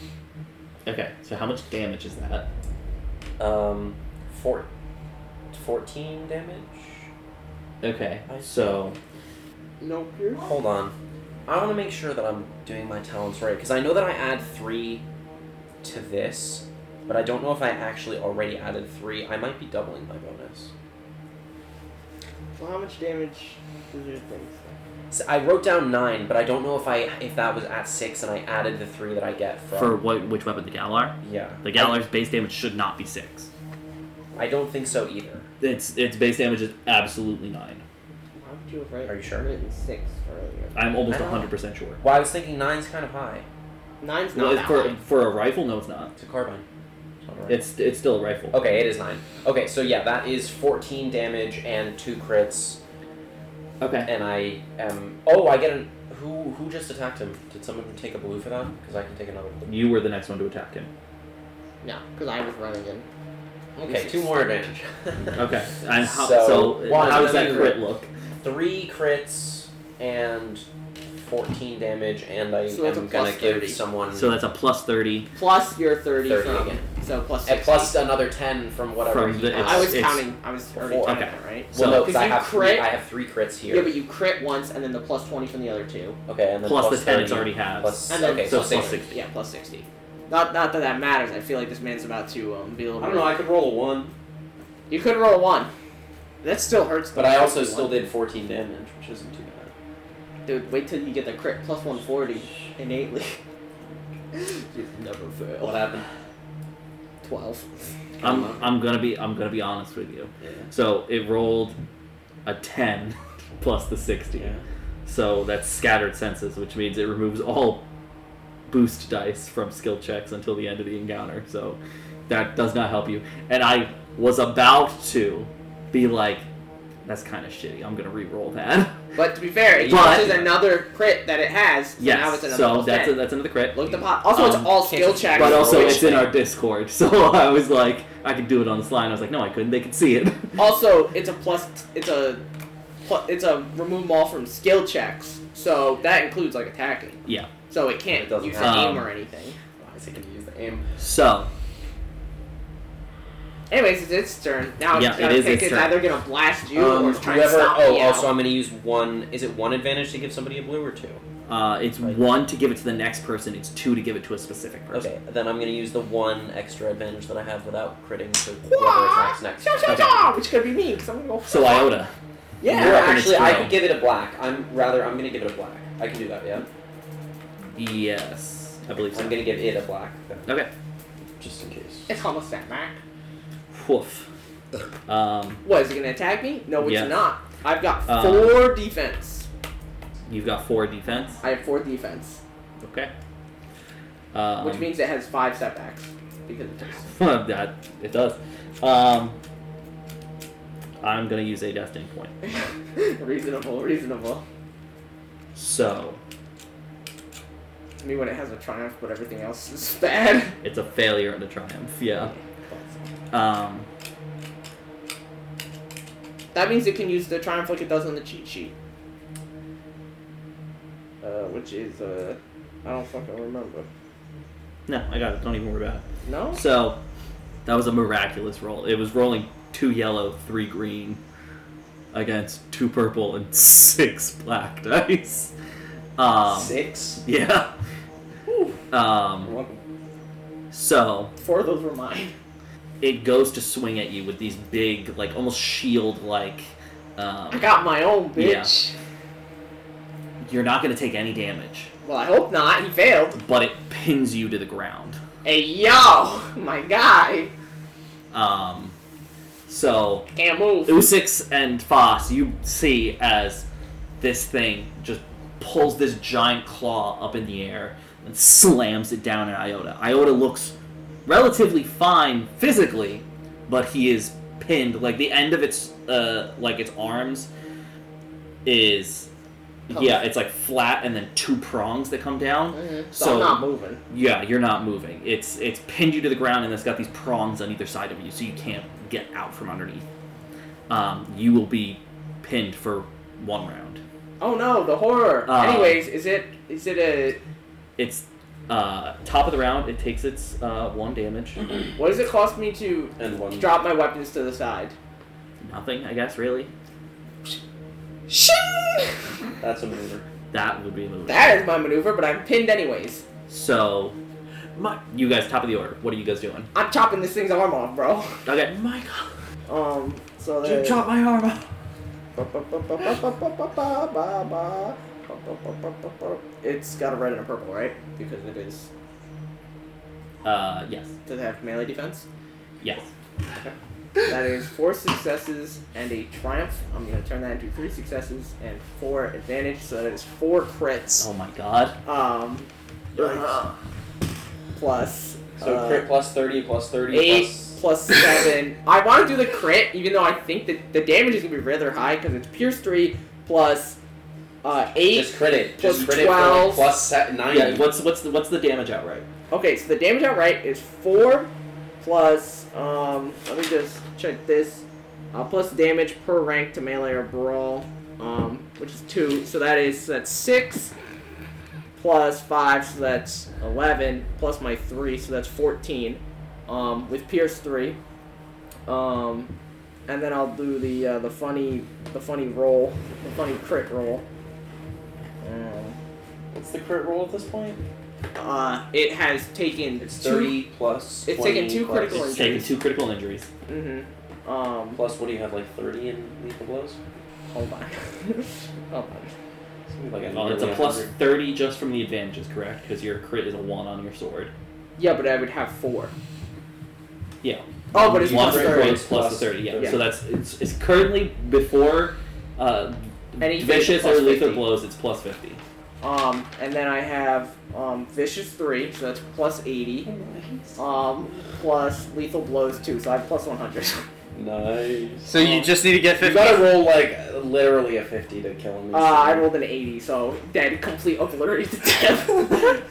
S1: Okay. So how much damage is that?
S5: Um, four, 14 damage.
S1: Okay.
S5: I see.
S1: So
S7: No pierce.
S5: Hold on, I want to make sure that I'm doing my talents right because I know that I add three to this, but I don't know if I actually already added three. I might be doubling my bonus.
S7: Well, how much damage does your thing say?
S5: So I wrote down nine, but I don't know if I if that was at six and I added the three that I get from.
S1: for what? Which weapon? The Galar.
S5: yeah,
S1: The Galar's base damage should not be six.
S5: I don't think so either.
S1: Its its base damage is absolutely nine.
S7: Why would you have writ-
S5: Are you sure?
S7: written six earlier?
S1: I'm almost
S5: I don't-
S1: hundred percent sure.
S5: Well, I was thinking nine's kind of high.
S7: Nine's not
S1: Well,
S7: that
S1: for
S7: high.
S1: for a rifle, no, it's not.
S5: It's a carbine. It's not a rifle.
S1: It's it's still a rifle.
S5: okay. It is nine. Okay, so yeah, that is fourteen damage and two crits,
S1: Okay.
S5: and I am. Oh, I get an. Who who just attacked him? Did someone take a blue for that? Because I can take another blue.
S1: You were the next one to attack him.
S7: No, because I was running in.
S5: Okay, two more advantage.
S1: Okay. And how,
S5: So,
S1: so,
S5: one,
S1: how does that
S5: two.
S1: crit look?
S5: Three crits and fourteen damage, and I
S7: So that's a
S5: am
S7: plus
S5: gonna give
S7: 30.
S5: someone
S1: So that's a plus thirty
S7: Plus your 30,
S5: 30
S7: from.
S5: again.
S7: So plus
S5: and
S7: 60.
S5: plus another ten from whatever.
S1: From
S5: he
S1: the-
S5: has.
S1: it's-
S7: I was
S1: it's-
S7: counting. I was already
S5: four.
S7: counting
S1: Okay.
S7: that, right?
S1: So-
S5: Well, no,
S7: 'Cause
S5: because I
S7: you
S5: have three.
S7: crit-
S5: I have three crits here.
S7: Yeah, but you crit once and then the plus 20 from the other two.
S5: okay, and then
S1: plus,
S5: plus
S1: the ten
S5: 30,
S1: it's already has.
S5: Plus,
S7: And then-
S5: okay,
S1: so
S5: so,
S1: plus
S5: six.
S1: six. 60.
S7: Yeah, plus 60. Not not that that matters. I feel like this man's about to um, be able
S5: I don't know. I could roll a one.
S7: You could roll a 1. That still hurts.
S5: But
S7: though.
S5: I also still did 14 damage, which isn't too bad.
S7: Dude, wait till you get the crit plus 140 innately. you never
S5: What
S7: fail.
S5: happened?
S7: 12.
S1: I'm I'm gonna be I'm gonna be honest with you. So it rolled a ten plus the 60.
S4: Yeah.
S1: So that's scattered senses, which means it removes all boost dice from skill checks until the end of the encounter. So that does not help you. And I was about to be like, that's kind of shitty. I'm going to re-roll that.
S7: But to be fair, it
S1: But-
S7: uses another crit that it has. So now
S1: yes.
S7: it's another
S1: so
S7: plus
S1: that's, a,
S7: 10.
S1: that's another crit.
S7: Look the pot. Also, it's
S1: Um,
S7: all skill checks.
S1: But also,
S7: which-
S1: it's in our Discord. So I was like, I could do it on the slide. and I was like, no, I couldn't. They could see it.
S7: also it's a plus. It's a pl- it's a remove all from skill checks. So that includes like attacking.
S1: Yeah.
S7: So it can't
S5: It doesn't
S7: use
S1: have-
S7: the aim
S1: Um,
S7: or anything.
S5: I think I use the aim.
S1: So
S7: Anyways, it's its turn. Now
S1: Yeah,
S7: it's gotta
S1: it is
S7: pick.
S1: its
S7: It's
S1: turn.
S7: either gonna blast you
S5: Um,
S7: or it's trying to
S5: whoever.
S7: stop
S5: Oh,
S7: me
S5: also,
S7: out.
S5: I'm going to use one. Is it one advantage to give somebody a blue or two?
S1: uh, it's
S5: Right.
S1: one to give it to the next person. It's two to give it to a specific person.
S5: Okay, then I'm going to use the one extra advantage that I have without critting to whoever
S7: Wah!
S5: attacks next.
S7: Cha cha
S1: Okay.
S7: cha! Which could be me, because I'm gonna go.
S1: So Iota.
S7: Yeah.
S5: You're
S1: You're up in its
S5: actually, I
S1: throw.
S5: could give it a black. I'm rather. I'm going to give it a black. I can do that. Yeah.
S1: Yes, I believe
S5: I'm
S1: so.
S5: going to give it a black. then,
S1: Okay.
S5: Just in case.
S7: It's almost that back.
S1: Woof. Um,
S7: What is it gonna attack me? No, it's
S1: Yeah.
S7: not. I've got
S1: Um,
S7: four defense.
S1: you've got four defense.
S7: I have four defense,
S1: Okay. Um,
S7: which means it has five setbacks because it takes.
S1: that it does. Um, I'm gonna use a destiny point.
S7: reasonable, reasonable.
S1: So
S7: I mean, when it has a triumph, but everything else is bad.
S1: it's a failure and a triumph. Yeah. Um,
S7: That means it can use the triumph like it does on the cheat sheet. Uh, which is uh, I don't fucking remember.
S1: no, I got it. Don't even worry about it.
S7: No.
S1: So that was a miraculous roll. It was rolling two yellow, three green, against two purple and six black dice. Um,
S5: Six.
S1: Yeah. Um,
S5: One.
S1: so
S7: Four of those were mine.
S1: it goes to swing at you with these big, like almost shield-like.
S7: I
S1: Um,
S7: got my own
S1: Yeah.
S7: bitch.
S1: you're not going to take any damage,
S7: Well, I hope not. He failed.
S1: but it pins you to the ground.
S7: Hey yo, my guy,
S1: Um, so
S7: can't move.
S1: Usix and Foss, you see as this thing just pulls this giant claw up in the air and slams it down at Iota. Iota looks relatively fine physically, but he is pinned. Like the end of its uh, like its arms is yeah, it's like flat and then two prongs that come down.
S7: Mhm. so,
S1: so-
S7: I'm not moving.
S1: Yeah, you're not moving. It's it's pinned you to the ground and it's got these prongs on either side of you, so you can't get out from underneath. Um, you will be pinned for one round.
S7: Oh no, the horror.
S1: Uh,
S7: Anyways, is it is it a
S1: It's uh, top of the round. It takes its uh, one damage.
S4: Mm-hmm.
S7: what does it cost me to
S5: And one.
S7: drop my weapons to the side?
S1: Nothing, I guess. Really,
S5: That's a maneuver.
S1: that would be a move.
S7: That is my maneuver, but I'm pinned anyways.
S1: So,
S4: My-
S1: you guys, top of the order. What are you guys doing?
S7: I'm chopping this thing's arm off, bro.
S1: Okay.
S4: My God,
S7: Um, so
S4: you
S7: then.
S4: chopped my arm off.
S7: It's got a red and a purple, right? Because it is.
S1: Uh, yes,
S7: Does it have melee defense?
S1: yes.
S7: That is four successes and a triumph. I'm gonna turn that into three successes and four advantage, so that is four crits.
S1: Oh my God.
S7: Um, uh,
S5: Yikes.
S7: plus.
S5: So
S7: uh,
S5: crit plus thirty plus thirty
S7: Eight
S5: plus.
S7: plus seven. I want to do the crit, even though I think that the damage is gonna be rather high because it's pierce three plus uh, eight.
S5: Just crit it.
S7: plus
S5: Just crit it for
S7: 12.
S5: like plus set ninety.
S1: Yeah. What's what's the what's the damage outright?
S7: Okay, so the damage outright is four plus. Um, let me just check this. Uh, plus damage per rank to melee or brawl, um, which is two. So that is that's six plus five, so that's eleven plus my three, so that's fourteen. Um, with Pierce three, um, and then I'll do the uh, the funny the funny roll, the funny crit roll. Um,
S5: What's the crit roll at this point?
S7: uh, it has taken
S5: It's
S7: two
S5: thirty plus.
S7: It's taken
S5: 20
S7: two
S5: plus-
S7: critical
S1: It's taking two critical injuries.
S7: Mm-hmm. Um,
S5: Plus, what do you have? Like thirty in lethal blows.
S7: hold on. hold on.
S5: Something like
S4: Oh,
S1: Well, it's a
S5: nearly
S1: plus
S5: 100.
S1: thirty just from the advantages, correct? Because your crit is a one on your sword.
S7: Yeah, but I would have four.
S1: Yeah.
S7: Oh, but it's
S1: one
S7: plus
S1: plus
S5: crit
S7: thirty.
S1: plus the thirty. Yeah.
S7: Yeah.
S1: So that's it's, it's currently before uh,
S7: Any
S1: Vicious or lethal
S7: 50.
S1: blows, it's plus 50.
S7: Um, and then I have um, vicious three, so that's plus eighty. Um, plus lethal blows two, so I have plus one hundred.
S5: Nice.
S4: So you just need to get
S5: You
S4: 50.
S5: gotta roll like literally a fifty to kill him.
S7: Uh, I rolled an eighty, so dead, complete obliterated death.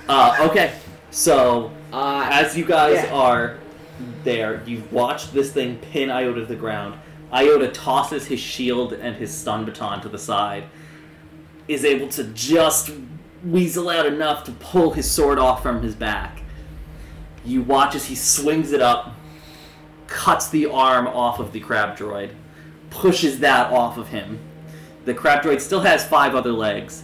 S1: Uh, okay, so
S7: uh,
S1: as you guys
S7: Yeah.
S1: are there, you watch this thing pin Iota to the ground. Iota tosses his shield and his stun baton to the side, is able to just weasel out enough to pull his sword off from his back. You watch as he swings it up, cuts the arm off of the crab droid, pushes that off of him. The crab droid still has five other legs,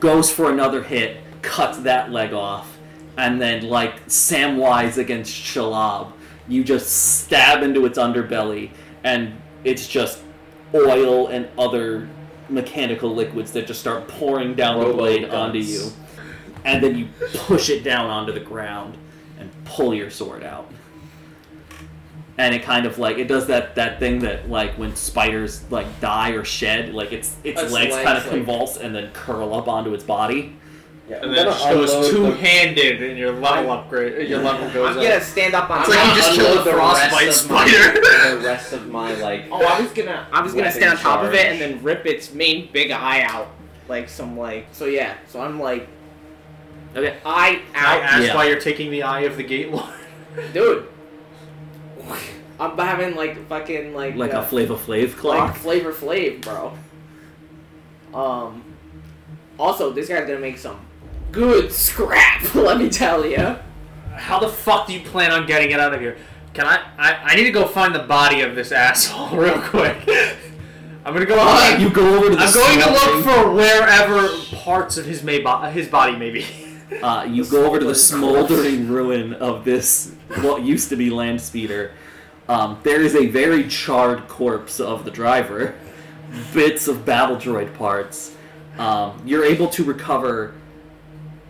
S1: goes for another hit, cuts that leg off, and then like Samwise against Shalab, you just stab into its underbelly, and it's just oil and other mechanical liquids that just start pouring down the
S5: Robo
S1: blade
S5: guns.
S1: onto you, and then you push it down onto the ground and pull your sword out. And it kind of like it does that that thing that like when spiders like die or shed, like its its
S5: Its
S1: legs,
S5: legs,
S1: kind of
S5: like-
S1: convulse and then curl up onto its body.
S5: Yeah,
S4: And
S5: we're
S4: then it
S5: gonna
S4: goes
S5: unload
S4: two
S5: the-
S4: handed and your level upgrade. Your level
S7: I'm
S4: goes
S7: gonna
S4: up.
S7: stand up on.
S4: It's like you
S7: top-
S4: just killed a
S5: the
S4: frostbite
S5: rest of my-
S4: spider.
S5: the rest of my like.
S7: oh, I was gonna, I was gonna stand on
S5: Weapon
S7: top of it
S5: charge.
S7: and then rip its main big eye out, like some like. So yeah, so I'm like,
S1: Okay.
S7: eye
S4: I
S7: out,
S4: asked
S1: Yeah.
S4: why you're taking the eye of the gate lord.
S7: dude. I'm having like fucking like
S1: like
S7: uh,
S1: a Flava Flav
S7: like
S1: clock.
S7: Flavor Flav, bro. Um. Also, this guy's gonna make some good scrap. Let me tell you.
S4: How the fuck do you plan on getting it out of here? Can I? I, I need to go find the body of this asshole real quick. I'm gonna go. find-
S1: you go over to the
S4: I'm going to
S1: swamp
S4: look
S1: thing.
S4: for wherever parts of his may bo- his body may be.
S1: Uh, you go over to the smoldering ruin of this what used to be land speeder. Um, there is a very charred corpse of the driver, bits of battle droid parts. Um, you're able to recover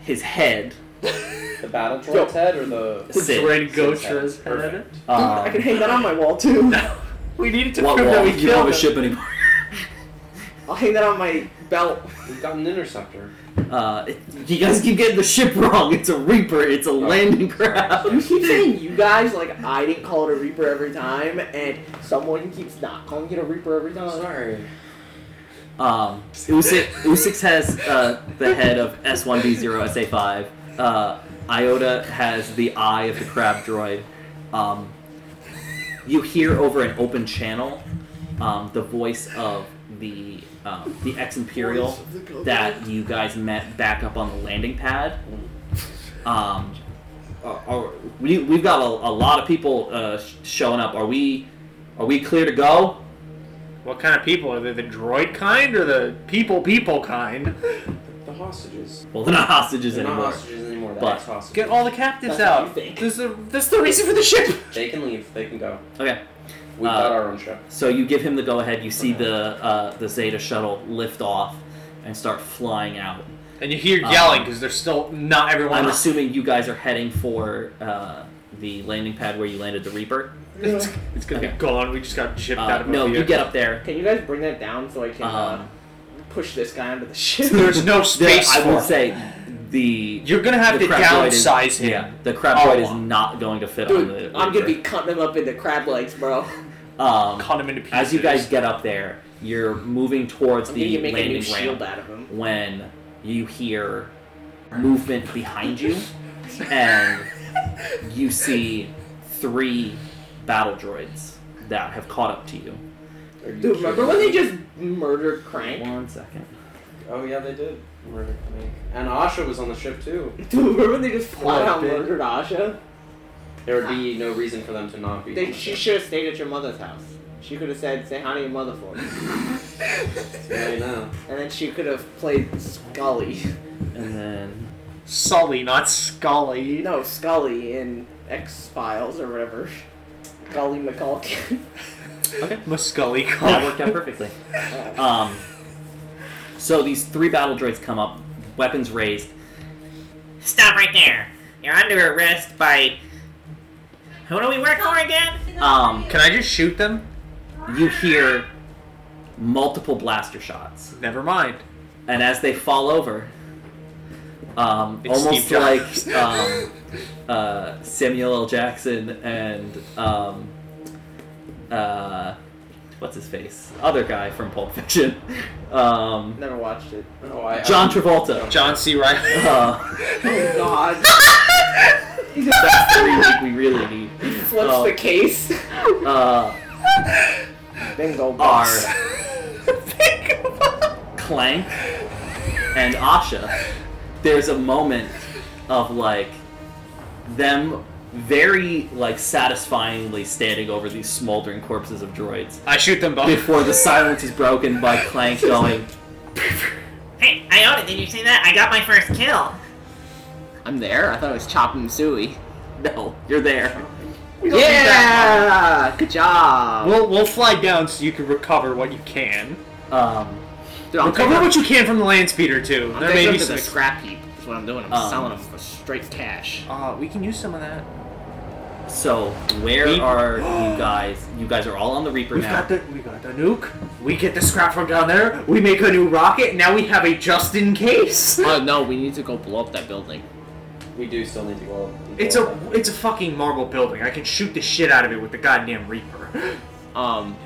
S1: his head.
S5: The battle droid's head or the
S4: The
S1: Sit.
S4: Dread
S5: Six
S4: Gotra's
S5: head.
S4: head.
S7: I can
S1: Um,
S7: hang that on my wall too.
S4: We needed to
S1: what
S4: prove
S1: wall?
S4: that we
S1: You don't have
S4: killed
S1: a
S4: him.
S1: ship anymore.
S7: I'll hang that on my belt.
S5: We've got an interceptor.
S1: Uh, you guys keep getting the ship wrong. It's a Reaper. It's a landing crab.
S7: You keep saying you guys like I didn't call it a reaper every time, and someone keeps not calling it a reaper every time.
S5: Oh, Sorry.
S1: Um, Usix, Usix has uh, the head of S1B0SA5. Uh, Iota has the eye of the crab droid. Um, you hear over an open channel um, the voice of the um, the ex Imperial that you guys met back up on the landing pad. Um, are, are- we, we've got a, a lot of people uh, sh- showing up. Are we are we clear to go?
S4: What kind of people are they? The droid kind or the people people kind?
S5: The hostages.
S1: Well, they're not hostages
S5: They're not
S1: anymore.
S5: hostages anymore. They're
S1: But-
S5: ex-hostages.
S4: Get all the captives
S7: That's what
S4: out.
S7: you think.
S4: This is the this is the reason for the ship.
S5: They can leave. They can go.
S1: Okay.
S5: We've
S1: Uh,
S5: got our own ship.
S1: So you give him the go ahead. You see
S5: Okay.
S1: the uh, the Zeta shuttle lift off and start flying out.
S4: And you hear
S1: Um,
S4: yelling because they're still not everyone.
S1: I'm assuming you guys are heading for uh, the landing pad where you landed the Reaper.
S4: it's, it's gonna
S1: Okay.
S4: be gone. We just got shipped out
S1: Uh,
S4: of. a
S1: no, you
S4: vehicle.
S1: get up there.
S7: Can you guys bring that down so I can uh,
S1: Um,
S7: push this guy under the ship?
S4: There's no space
S1: I
S4: for.
S1: would
S4: it.
S1: say the
S4: You're gonna have
S1: the
S4: to
S1: crab droid is-
S4: downsize him.
S1: Yeah, the crab
S4: Oh.
S1: droid is not going to fit on the.
S7: Dude, I'm
S1: Reaper.
S7: gonna be cutting him up into crab legs, bro.
S1: Um,
S4: Cut him into pieces.
S1: as you guys get up there, you're moving towards
S7: I'm
S1: the
S7: gonna make a new
S1: landing
S7: shield
S1: ramp
S7: out of him.
S1: when you hear movement behind you. and you see three battle droids that have caught up to you.
S5: Are you
S7: Dude, remember
S5: kidding
S7: when
S5: me?
S7: they just murdered Crank?
S1: One second.
S5: Oh yeah, they did. Murder Crank. And Asha was on the ship too.
S7: Dude, remember when they just flat
S5: Well,
S7: out
S5: they-
S7: murdered Asha?
S5: There would be no reason for them to not be.
S7: They, she should have stayed at your mother's house. She could have said, "Say hi to your mother for me,"
S5: Yeah, I know.
S7: and then she could have played Scully.
S1: And then
S4: Sully, not Scully.
S7: You know Scully in X Files or whatever. Scully McCulkin.
S4: Okay. Muscully.
S1: that worked out perfectly.
S7: Uh,
S1: Um, so these three battle droids come up, weapons raised.
S10: Stop right there. You're under arrest by. Who do we work for again?
S1: Um,
S4: Can I just shoot them?
S1: you hear multiple blaster shots.
S4: Never mind.
S1: and as they fall over, um,
S4: It's
S1: almost
S4: Steve Jobs.
S1: like um, uh, Samuel L. Jackson and um, uh, what's his face, other guy from Pulp Fiction, um,
S2: Never watched it.
S3: Oh, I,
S1: John Travolta.
S4: John C. Riley.
S1: Uh,
S2: God.
S1: that's the remake we really need.
S2: Flips
S1: Oh.
S2: the case.
S1: Uh,
S2: Bingo
S1: are
S2: boss.
S1: Clank and Asha. There's a moment of like them very like satisfyingly standing over these smoldering corpses of droids
S4: I shoot them both.
S1: before the silence is broken by Clank going,
S6: Hey, Iona, did you see that? I got my first kill.
S2: I'm there. I thought it was chopping Suey.
S1: "No, you're there."
S2: Yeah! Good job.
S4: We'll, we'll fly down so you can recover what you can.
S1: Um,
S2: Dude, I'm
S4: recover
S2: taking-
S4: what you can from the land speeder too.
S2: I'm
S4: there
S2: taking
S4: may be
S2: them to the
S4: some.
S2: scrap heap. That's what I'm doing. I'm
S1: Um,
S2: selling them for straight cash.
S4: Uh, we can use some of that.
S1: so where
S4: We-
S1: are you guys? You guys are all on the Reaper
S4: We've
S1: now.
S4: got the we got the nuke. We get the scrap from down there. We make a new rocket. Now we have a just in case.
S2: Oh no, we need to go blow up that building.
S3: we do still need to go. up-
S4: It's a it's a fucking marble building. I can shoot the shit out of it with the goddamn reaper.
S2: Um,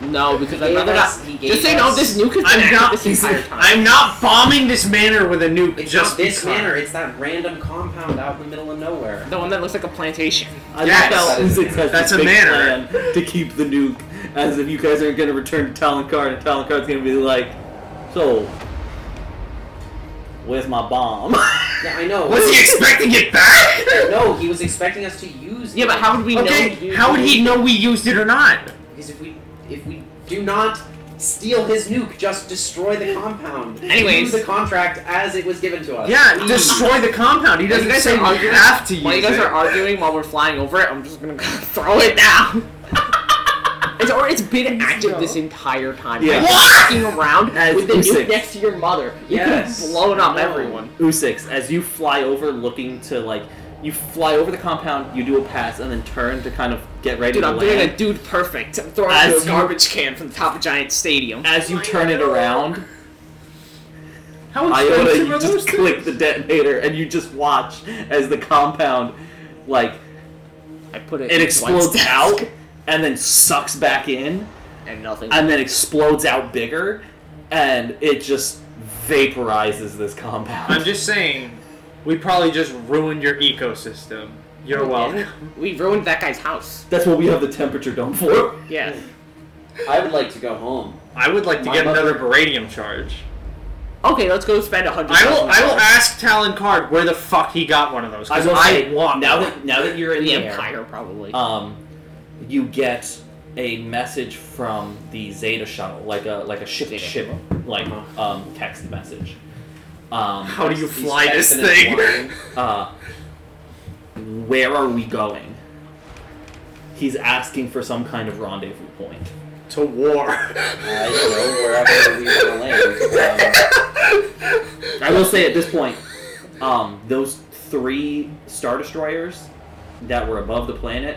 S2: no, because
S5: He
S2: I'd
S5: gave
S2: rather
S5: us-
S2: not.
S5: he gave
S2: Just say no.
S5: us-
S2: This nuke has been
S4: I'm
S2: active
S4: not
S2: this entire time.
S4: I'm not bombing this manor with a nuke
S5: It's
S4: just
S5: not this
S4: because.
S5: manor, it's that random compound out in the middle of nowhere.
S2: The one that looks like a plantation.
S1: I
S4: Yes,
S1: love how
S5: that is a
S1: Uzix has
S4: That's
S1: this
S4: a
S1: big
S4: manner.
S1: plan to keep the nuke, as if you guys are going to return to Talankard, and Talankard's going to be like, so, where's my bomb?
S5: Yeah, I know.
S4: Was he expecting it back?
S5: No, he was expecting us to use
S2: Yeah,
S5: it.
S2: but how would we know?
S4: Okay,
S5: you-
S4: how would he know we used it or not?
S5: Because if we if we do not steal his nuke, just destroy the compound.
S2: Anyways.
S5: Use the contract as it was given to us.
S4: Yeah, destroy the compound. He doesn't
S2: you guys
S4: say
S2: are
S4: we
S2: arguing-
S4: have to use
S2: While you guys
S4: it.
S2: are arguing while we're flying over it, I'm just gonna throw it down. it's or it's been active this entire time.
S1: Yeah.
S2: Like,
S4: What?
S2: fucking around
S1: As
S2: with the
S1: Usyk.
S2: nuke next to your mother. You
S5: Yes.
S2: could have blown up
S5: No.
S2: everyone.
S1: Usix, as you fly over looking to, like, you fly over the compound, you do a pass, and then turn to kind of get ready
S2: Dude,
S1: to
S2: I'm
S1: land.
S2: doing a dude perfect. I'm throwing
S1: As
S2: it into
S1: you-
S2: a garbage can from the top of Giant Stadium.
S1: As you turn it around,
S4: How
S1: Iota,
S4: expensive
S1: you
S4: are those
S1: just
S4: things?
S1: click the detonator, and you just watch as the compound, like,
S2: I put it.
S1: it
S2: in
S1: explodes
S2: Dwight's
S1: out,
S2: desk,
S1: and then sucks back in,
S2: and nothing.
S1: and then explodes out bigger, and it just vaporizes this compound.
S4: I'm just saying, we probably just ruined your ecosystem. You're welcome.
S2: we ruined that guy's house.
S1: That's what we have the temperature dome for.
S5: Mm.
S2: Yeah.
S3: I would like to go home.
S4: I would like to
S3: My
S4: get
S3: mother-
S4: another beradium charge.
S2: Okay, let's go spend a hundred.
S4: I will.
S2: thousand
S4: I will
S2: dollars.
S4: ask Talon Card where the fuck he got one of those. 'cause
S1: I will
S4: I
S1: say,
S4: want
S1: now
S4: one.
S1: that now that you're in
S2: the
S1: the air,
S2: Empire probably.
S1: um, you get a message from the Zeta shuttle, like a like a ship to
S2: Zeta.
S1: ship like
S4: Uh-huh.
S1: um, text message. Um,
S4: How do you
S5: He's
S4: fly this
S5: texting his
S4: thing?
S5: line.
S1: uh, where are we going? He's asking for some kind of rendezvous point.
S4: to war.
S5: I don't uh, know, wherever we wanna land. Um,
S1: I will say at this point, um, those three star destroyers that were above the planet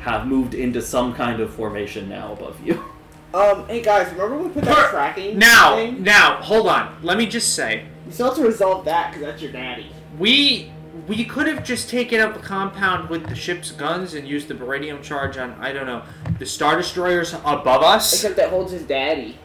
S1: have moved into some kind of formation now above you.
S7: Um, hey guys, remember we put that
S4: Per-
S7: tracking
S4: now,
S7: thing?
S4: now, hold on. Let me just say,
S7: You still have to resolve that because that's your daddy.
S4: we we could have just taken up a compound with the ship's guns and used the beradium charge on I don't know the star destroyers above us.
S7: Except that holds his daddy.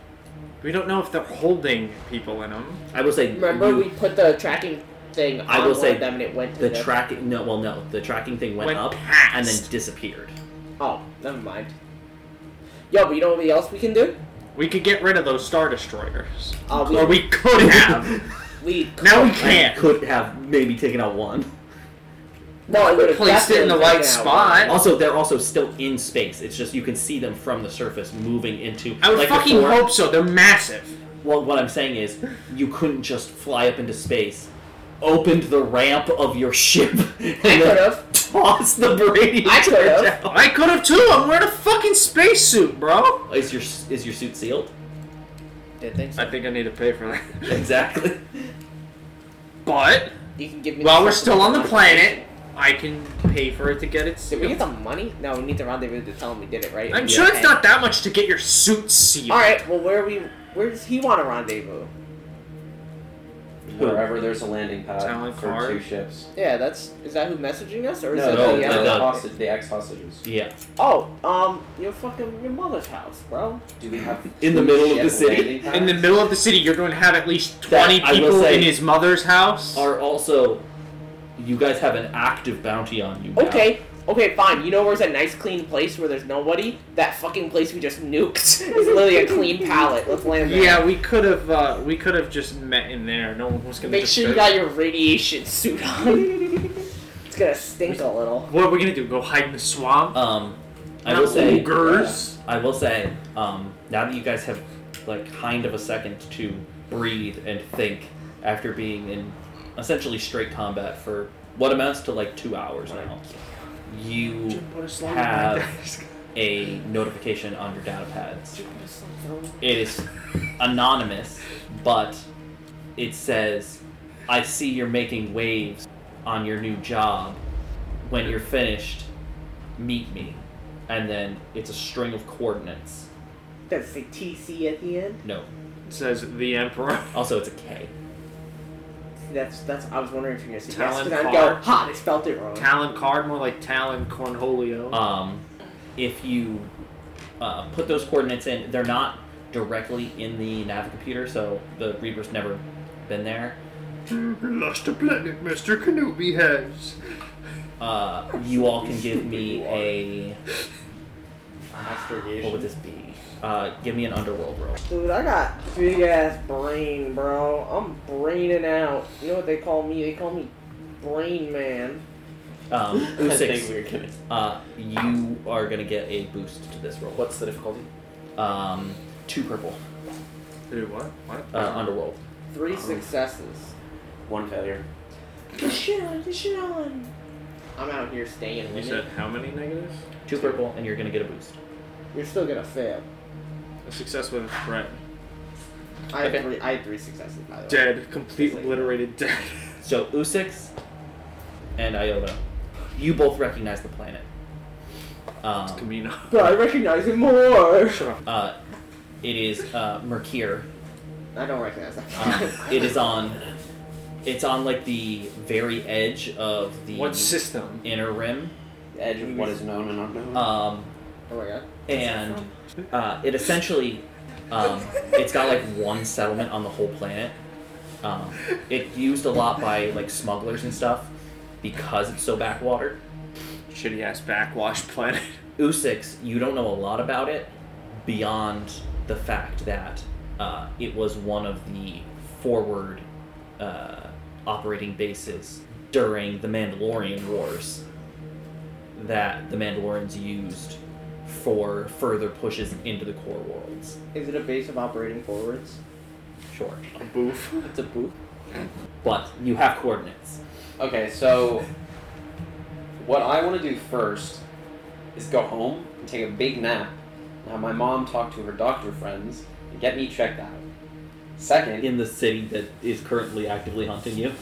S4: We don't know if they're holding people in them.
S1: I will say
S7: Remember
S1: you-
S7: we put the tracking thing on
S1: I will
S7: one
S1: say
S7: of them and it went to
S1: the
S7: them.
S1: tracking. No, well, no, the tracking thing went,
S4: Went
S1: up
S4: past.
S1: and then disappeared.
S7: Oh, never mind. Yo, but you know what else we can do?
S4: We could get rid of those star destroyers,
S7: Uh, we,
S4: or we could have.
S7: we
S4: now we
S1: I
S4: can't.
S1: could have maybe taken out one.
S7: no, I would've
S4: Placed it in the
S7: definitely
S4: right
S7: taken out
S4: spot.
S1: Also, they're also still in space. It's just you can see them from the surface moving into.
S4: I would
S1: like
S4: fucking
S1: before,
S4: hope so. They're massive.
S1: Well, what I'm saying is, you couldn't just fly up into space, opened the ramp of your ship, and
S7: one. I
S1: then
S7: could've.
S1: toss the Brady.
S7: I could've.
S4: I could have too. I'm wearing a fucking spacesuit, bro.
S1: Is your is your suit sealed?
S2: Did things.
S4: I think I need to pay for that.
S1: Exactly.
S4: But
S7: You can give me
S4: while
S7: the
S4: we're
S7: fucking
S4: still on the
S7: contract.
S4: planet, I can pay for it to get it
S7: Did we get
S4: sealed.
S7: the money? No, we need to rendezvous to tell him we did it, right?
S4: I'm sure it's
S7: Okay.
S4: not that much to get your suit sealed.
S7: All right. Well, where we? Where does he want a rendezvous?
S5: um, Wherever there's a landing pad
S4: Talent
S5: for
S4: card.
S5: two ships.
S7: Yeah, that's. Is that who messaging us, or is
S5: No,
S7: that
S5: no,
S7: the?
S5: the,
S7: uh,
S1: no.
S5: hostage, the ex hostages.
S1: Yeah.
S7: Oh, um, your fucking your mother's house, bro.
S5: Do we have
S1: In the
S5: two
S1: middle of
S5: ship
S1: the city?
S5: landing
S4: In the
S5: pads?
S4: middle of the city, you're going to have at least
S1: That-
S4: 20
S1: I will
S4: people
S1: say-
S4: in his mother's house.
S1: Are also, you guys have an active bounty on you. now.
S7: Okay. Okay, fine. You know where's a nice clean place where there's nobody? That fucking place we just nuked is literally a clean palette. Let's land there.
S4: Yeah, we could have uh, we could have just met in there. No one was gonna.
S7: Make sure you got your radiation suit on. it's gonna stink a little.
S4: What are we gonna do? Go hide in the swamp?
S1: Um, I
S4: Not
S1: will say.
S4: ogres.
S1: I will say. Um, now that you guys have like kind of a second to breathe and think after being in essentially straight combat for what amounts to like two hours now, you have a notification on your data pads. It is anonymous, but it says, I see you're making waves on your new job. When you're finished, meet me. And then it's a string of coordinates.
S7: Does it say TC at the end?
S1: No.
S4: It says the emperor.
S1: Also, it's a K.
S7: See, that's that's. I was wondering if you're gonna say yes, 'cause
S4: Talon
S7: I'd go,
S4: Farr.
S7: ha, they spelled it wrong.
S4: Talon card, more like Talon Cornholio.
S1: Um, if you uh, put those coordinates in, they're not directly in the nav computer, so the reader's never been there.
S4: lost a planet, Mister Kenobi has.
S1: Uh, you all can give me a. What would
S5: Astrogation.
S1: this be? Uh, give me an underworld roll.
S7: Dude, I got big ass brain, bro. I'm braining out. You know what they call me? They call me Brain Man.
S1: Um,
S5: I think
S1: Usix,
S5: we're gonna-
S1: uh, you are gonna get a boost to this roll.
S5: What's the difficulty?
S1: Um, two purple.
S4: Do what? What?
S1: Uh, underworld.
S7: Three successes.
S5: One failure.
S7: Get shit on, get shit on. I'm out here staying
S4: you
S7: with
S4: said
S7: it.
S4: how Uh, many negatives?
S1: Two purple, and you're gonna get a boost.
S7: You're still gonna fail.
S4: A success with a threat.
S7: I had
S1: Okay.
S7: three. I had three successes by the way.
S4: Dead. Complete obliterated dead.
S1: So Usix and Iota, you both recognize the planet. Um,
S4: Camino.
S7: But I recognize it more.
S4: Shut up.
S1: uh, it is uh, Mercure.
S7: I don't recognize that.
S1: Um, it is on. It's on like the very edge of the
S4: What system?
S1: inner rim,
S5: The edge of what is known and unknown.
S1: um,
S7: oh my god.
S1: and uh, it essentially um, it's got like one settlement on the whole planet. Um, it used a lot by like smugglers and stuff because it's so backwater.
S4: Shitty ass backwash planet.
S1: Usix, you don't know a lot about it beyond the fact that uh, it was one of the forward uh, operating bases during the Mandalorian Wars that the Mandalorians used for further pushes into the core worlds.
S7: Is it a base of operating forwards?
S1: Sure.
S4: A boof.
S7: It's a booth.
S1: But you have coordinates.
S5: Okay, so what I want to do first is go home and take a big nap. Now my mom talk to her doctor friends and get me checked out. Second,
S1: In the city that is currently actively hunting you.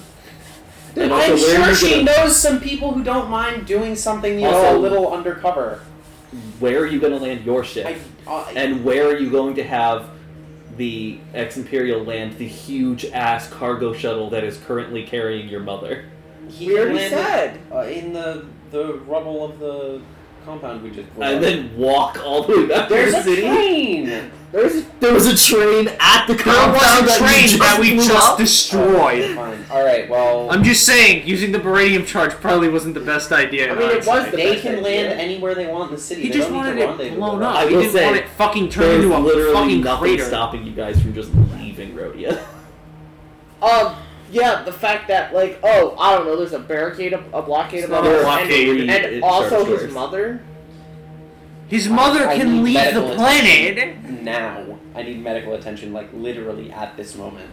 S5: Dude,
S1: And also,
S5: I'm
S1: where are
S5: sure
S1: you
S5: she
S1: gonna-
S5: knows some people who don't mind doing something, you
S7: Oh.
S5: know,
S1: Also-
S5: a little undercover.
S1: Where are you going to land your ship?
S5: I, I,
S1: And where are you going to have the ex Imperial land the huge ass cargo shuttle that is currently carrying your mother?
S5: he
S7: We already
S5: landed,
S7: said.
S5: uh, in the the rubble of the compound we just.
S1: And then walk all the way back
S5: there's
S1: to the
S5: a
S1: city?
S5: plane.
S7: There's
S1: There was a train at the
S4: That
S1: compound
S4: was
S1: that
S4: a
S1: you
S4: train
S1: just
S4: that we
S1: blew
S4: just
S1: up?
S5: Okay,
S4: destroyed.
S5: fine. All right. Well,
S4: I'm just saying, using the beryllium charge probably wasn't the best idea.
S7: I mean, it was the
S5: they
S7: best
S5: can
S7: idea.
S5: land anywhere they want in the city.
S4: He
S5: they
S4: just
S5: don't
S4: wanted
S5: need to
S4: it
S5: rendezvous
S4: blown
S5: with
S4: up.
S5: us.
S1: I
S4: He
S1: will
S4: didn't
S1: say,
S4: want it fucking turned
S1: There's
S4: into a
S1: literally
S4: fucking
S1: nothing
S4: crater.
S1: stopping you guys from just leaving Rhodia.
S7: Um, yeah, the fact that like, oh, I don't know, there's a barricade, a, a blockade
S4: It's
S7: above
S4: not a
S7: her,
S4: blockade.
S7: Uh, and,
S1: It
S7: and also
S1: sharp
S7: his
S1: shores.
S7: mother.
S4: His mother
S5: I
S4: can
S5: need
S4: leave the
S5: medical
S4: planet.
S5: now. I need medical attention, like literally at this moment.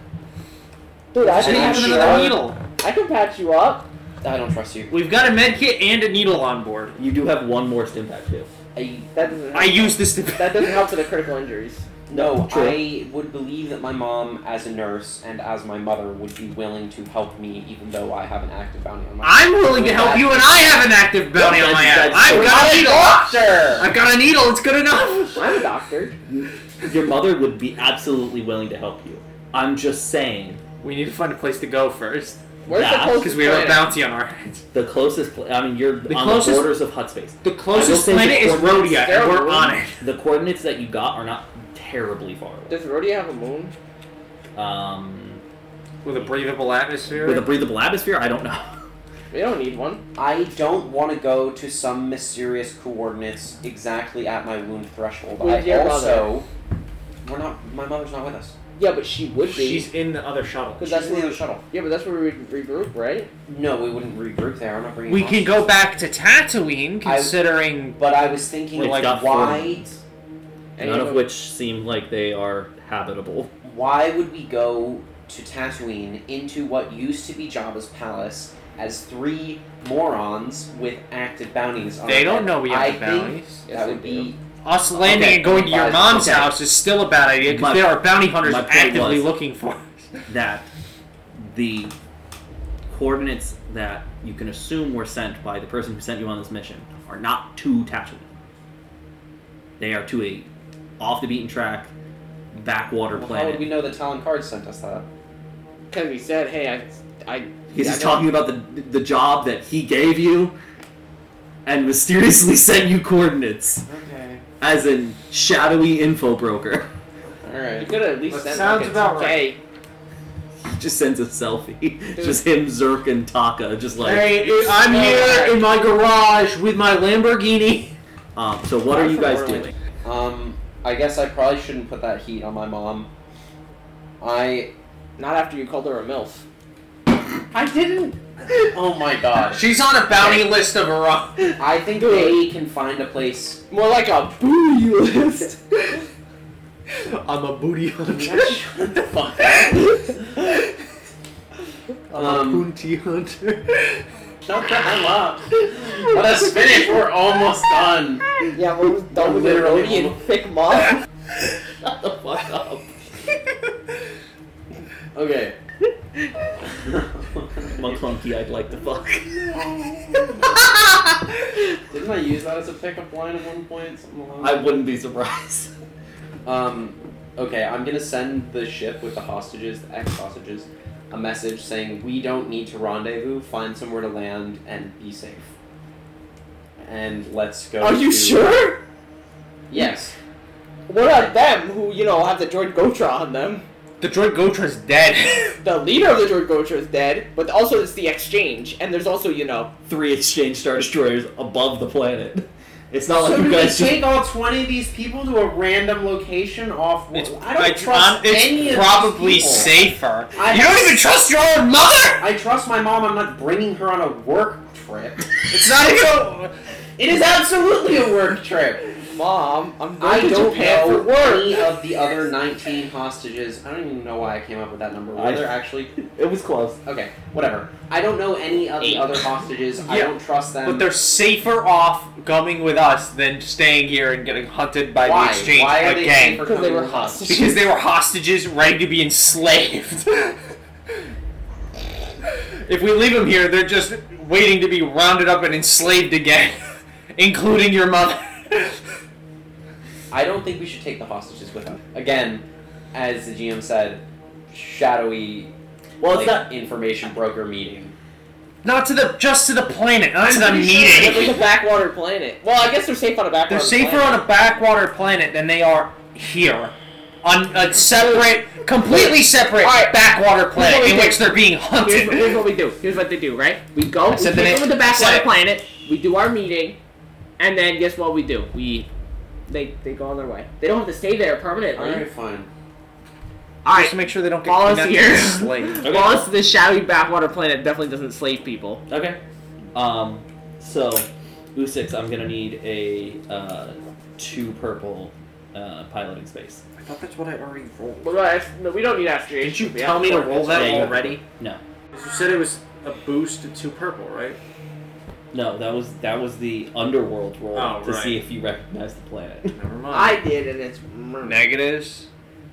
S7: Dude, I
S5: Is
S4: I
S7: can,
S5: it
S4: didn't
S7: patch
S4: have
S5: happening
S7: you
S5: to
S4: another
S7: up.
S4: needle.
S7: I can patch you up.
S5: I don't trust you.
S4: We've got a med kit and a needle on board.
S1: You do have one more stim pack too.
S5: I,
S7: That doesn't. Help.
S4: I use this to.
S7: That doesn't help for the critical injuries.
S5: No,
S1: True.
S5: I would believe that my mom, as a nurse and as my mother, would be willing to help me, even though I have an active bounty on my.
S4: I'm willing to help you, and I have an active bounty on my ass. I've got a needle.
S5: doctor.
S4: I've got a needle. It's good enough.
S7: I'm a doctor.
S1: Your mother would be absolutely willing to help you. I'm just saying
S4: We need to find a place to go first
S7: Where's
S1: Nah,
S7: the
S4: because we have a
S7: planet?
S4: bounty on our heads.
S1: the closest. Pl- I mean, you're
S4: The
S1: on the
S4: closest-
S1: borders of hut space.
S4: The
S1: will
S4: closest
S1: say
S4: planet is
S1: the coordinates
S4: Rhodia,
S7: there
S4: and
S7: are
S4: we're
S7: moons.
S4: on it.
S1: The coordinates that you got are not terribly far away.
S7: Does Rhodia have a moon?
S1: Um,
S4: With a breathable atmosphere.
S1: with a breathable atmosphere, I don't know.
S7: We don't need one.
S5: I don't want to go to some mysterious coordinates exactly at my wound threshold.
S7: With
S5: I
S7: your
S5: also, we're not. My mother's not with us.
S7: Yeah, but she would be.
S4: She's in the other shuttle.
S7: Because
S5: She's
S7: that's
S5: in the
S7: where.
S5: other shuttle.
S7: Yeah, but that's where we would regroup, right?
S5: No, we wouldn't regroup there. I'm not bringing.
S4: We
S5: mom.
S4: can go back to Tatooine,
S5: I-
S4: considering
S5: But I was thinking,
S1: We've
S5: like,
S1: got four
S5: why?
S7: Any
S1: None
S7: of
S1: of
S7: them-
S1: which seem like they are habitable.
S5: Why would we go to Tatooine into what used to be Jabba's palace as three morons with active bounties? On
S4: they
S5: our
S4: don't
S5: head?
S4: know we have
S5: I
S4: the
S5: Think
S4: bounties.
S7: Yes,
S5: that
S7: they
S5: would
S7: do.
S5: be
S4: Us landing
S5: Okay,
S4: and going to your
S5: fine,
S4: mom's
S5: okay.
S4: house is still a bad idea
S1: My-
S4: because there are bounty hunters
S1: my point
S4: actively
S1: was-
S4: looking for us.
S1: that the coordinates that you can assume were sent by the person who sent you on this mission are not to Tatooine. They are to a off the beaten track backwater
S5: Well, how would we
S1: planet.
S5: know that Talon Card sent us that?
S7: Because he said, "Hey, I, I."
S1: He's
S7: I
S1: just
S7: know-
S1: talking about the the job that he gave you and mysteriously sent you coordinates
S5: Okay.
S1: as an shadowy info broker.
S5: All
S7: You
S5: right.
S7: could at least
S4: That
S7: send
S4: sounds
S7: like,
S4: about
S7: okay.
S1: He just sends a selfie. Just him, Zerk, and Taka, just like
S4: Hey, I'm here in my garage with my Lamborghini.
S1: um, so what are you guys doing?
S5: Um, I guess I probably shouldn't put that heat on my mom. I.
S7: Not after you called her a milf.
S4: I didn't.
S5: Oh my gosh.
S4: She's on a bounty list of her own.
S5: I think they can find a place.
S7: More like a.
S1: Boo list.
S4: I'm a booty hunter.
S5: Shut the fuck up.
S4: I'm
S5: Um,
S4: a booty hunter.
S5: Shut the hell up. Let us finish. We're almost done.
S7: Yeah, we're done with the
S5: Literally
S7: Rhodian
S5: almost-
S7: thick mom.
S5: Shut the fuck up. Okay.
S1: McClunky, I'd like to fuck.
S5: Didn't I use that as a pickup line at one point? Something along
S1: I wouldn't be surprised.
S5: Um, okay, I'm gonna send the ship with the hostages, the ex hostages, a message saying we don't need to rendezvous. Find somewhere to land and be safe. And let's go.
S7: Are you
S5: to-
S7: sure?
S5: Yes.
S7: What about them who you know have the droid Gotra on them?
S4: the droid Gotra's dead.
S7: The leader of the droid Gotra is dead, but also it's the exchange, and there's also you know.
S1: Three exchange star destroyers above the planet. It's not
S5: So
S1: like
S5: do
S1: you
S5: we
S1: guys just.
S5: take all twenty of these people to a random location off?
S4: It's,
S5: I don't
S4: I-
S5: trust
S4: um, it's
S5: any of
S4: probably
S5: these people.
S4: safer.
S5: I-
S4: you don't even trust your own mother.
S5: I trust my mom. I'm not bringing her on a work trip.
S4: It's not even.
S5: It is absolutely a work trip.
S7: Mom, I'm going
S5: I
S7: to
S5: don't
S7: Japan
S5: know
S7: for work.
S5: any of the other 19 hostages. I don't even know why I came up with that number. Were
S1: I-
S5: there actually?
S1: It was close.
S5: Okay, whatever. I don't know any of the
S4: Eight.
S5: other hostages. I
S4: Yeah,
S5: don't trust them.
S4: But they're safer off coming with us than staying here and getting hunted by
S5: why?
S4: the exchange
S5: why are they
S4: again.
S5: safer
S7: Because they
S5: coming
S7: were
S5: with us?
S7: hostages.
S4: because they were hostages ready to be enslaved. if we leave them here, they're just waiting to be rounded up and enslaved again, including your mother.
S5: I don't think we should take the hostages with them. Again, as the GM said, shadowy
S1: Well,
S5: like,
S1: it's not.
S5: information broker meeting.
S4: not to the just to the planet, not to the
S7: Pretty sure
S4: meeting.
S7: It was a backwater planet. Well, I guess they're safe on a backwater
S4: They're safer
S7: planet.
S4: on a backwater planet than they are here. On a separate, completely separate
S7: Alright.
S4: backwater planet
S7: Here's
S4: in
S7: what we
S4: which they're being
S7: Here's, here's
S4: hunted.
S7: what we do. Here's what they do, right? We go, we
S4: said the
S7: take
S4: name-
S7: over the
S4: said
S7: backwater
S4: it.
S7: planet, we do our meeting, and then guess what we do? We they they go on their way. They don't have to stay there permanently.
S5: Alright, fine.
S4: Just to make sure they don't get
S7: Follow us
S4: kidnapped
S7: here.
S4: and enslaved.
S1: Okay.
S7: Well, it's this shadowy backwater planet definitely doesn't slave people.
S1: Okay. Um, so, Usix, I'm gonna need a uh, two purple uh, piloting space.
S5: I thought that's what I already rolled.
S7: no, we don't need aspiration.
S4: Did you tell me to roll that
S1: Yeah, you-
S4: already?
S1: No.
S4: You said it was a boost to two purple, right?
S1: No, that was that was the underworld roll
S4: Oh,
S1: to
S4: right.
S1: see if you recognize the planet.
S4: Never mind.
S7: I did, and it's mm,
S4: Negatives.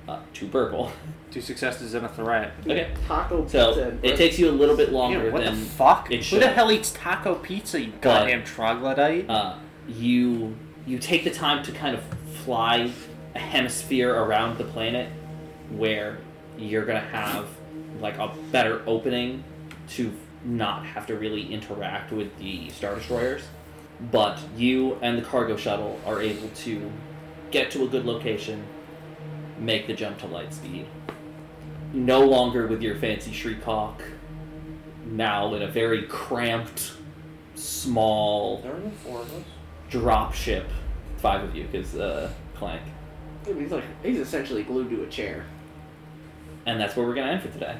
S1: Uh, two purple.
S4: Two successes and a threat.
S1: Okay,
S7: taco pizza.
S1: so
S7: and
S1: it takes you a little bit longer
S4: Ew, what the
S1: than
S4: fuck?
S1: it
S4: Who
S1: should.
S4: the hell eats taco pizza? You
S1: But-
S4: goddamn troglodyte.
S1: uh, you you take the time to kind of fly a hemisphere around the planet where you're gonna have like a better opening to not have to really interact with the star destroyers but you and the cargo shuttle are able to get to a good location make the jump to light speed no longer with your fancy shriekhawk now in a very cramped small
S5: There are only four of us.
S1: drop ship five of you because uh clank
S7: He's like he's essentially glued to a chair.
S1: and that's where we're gonna end for today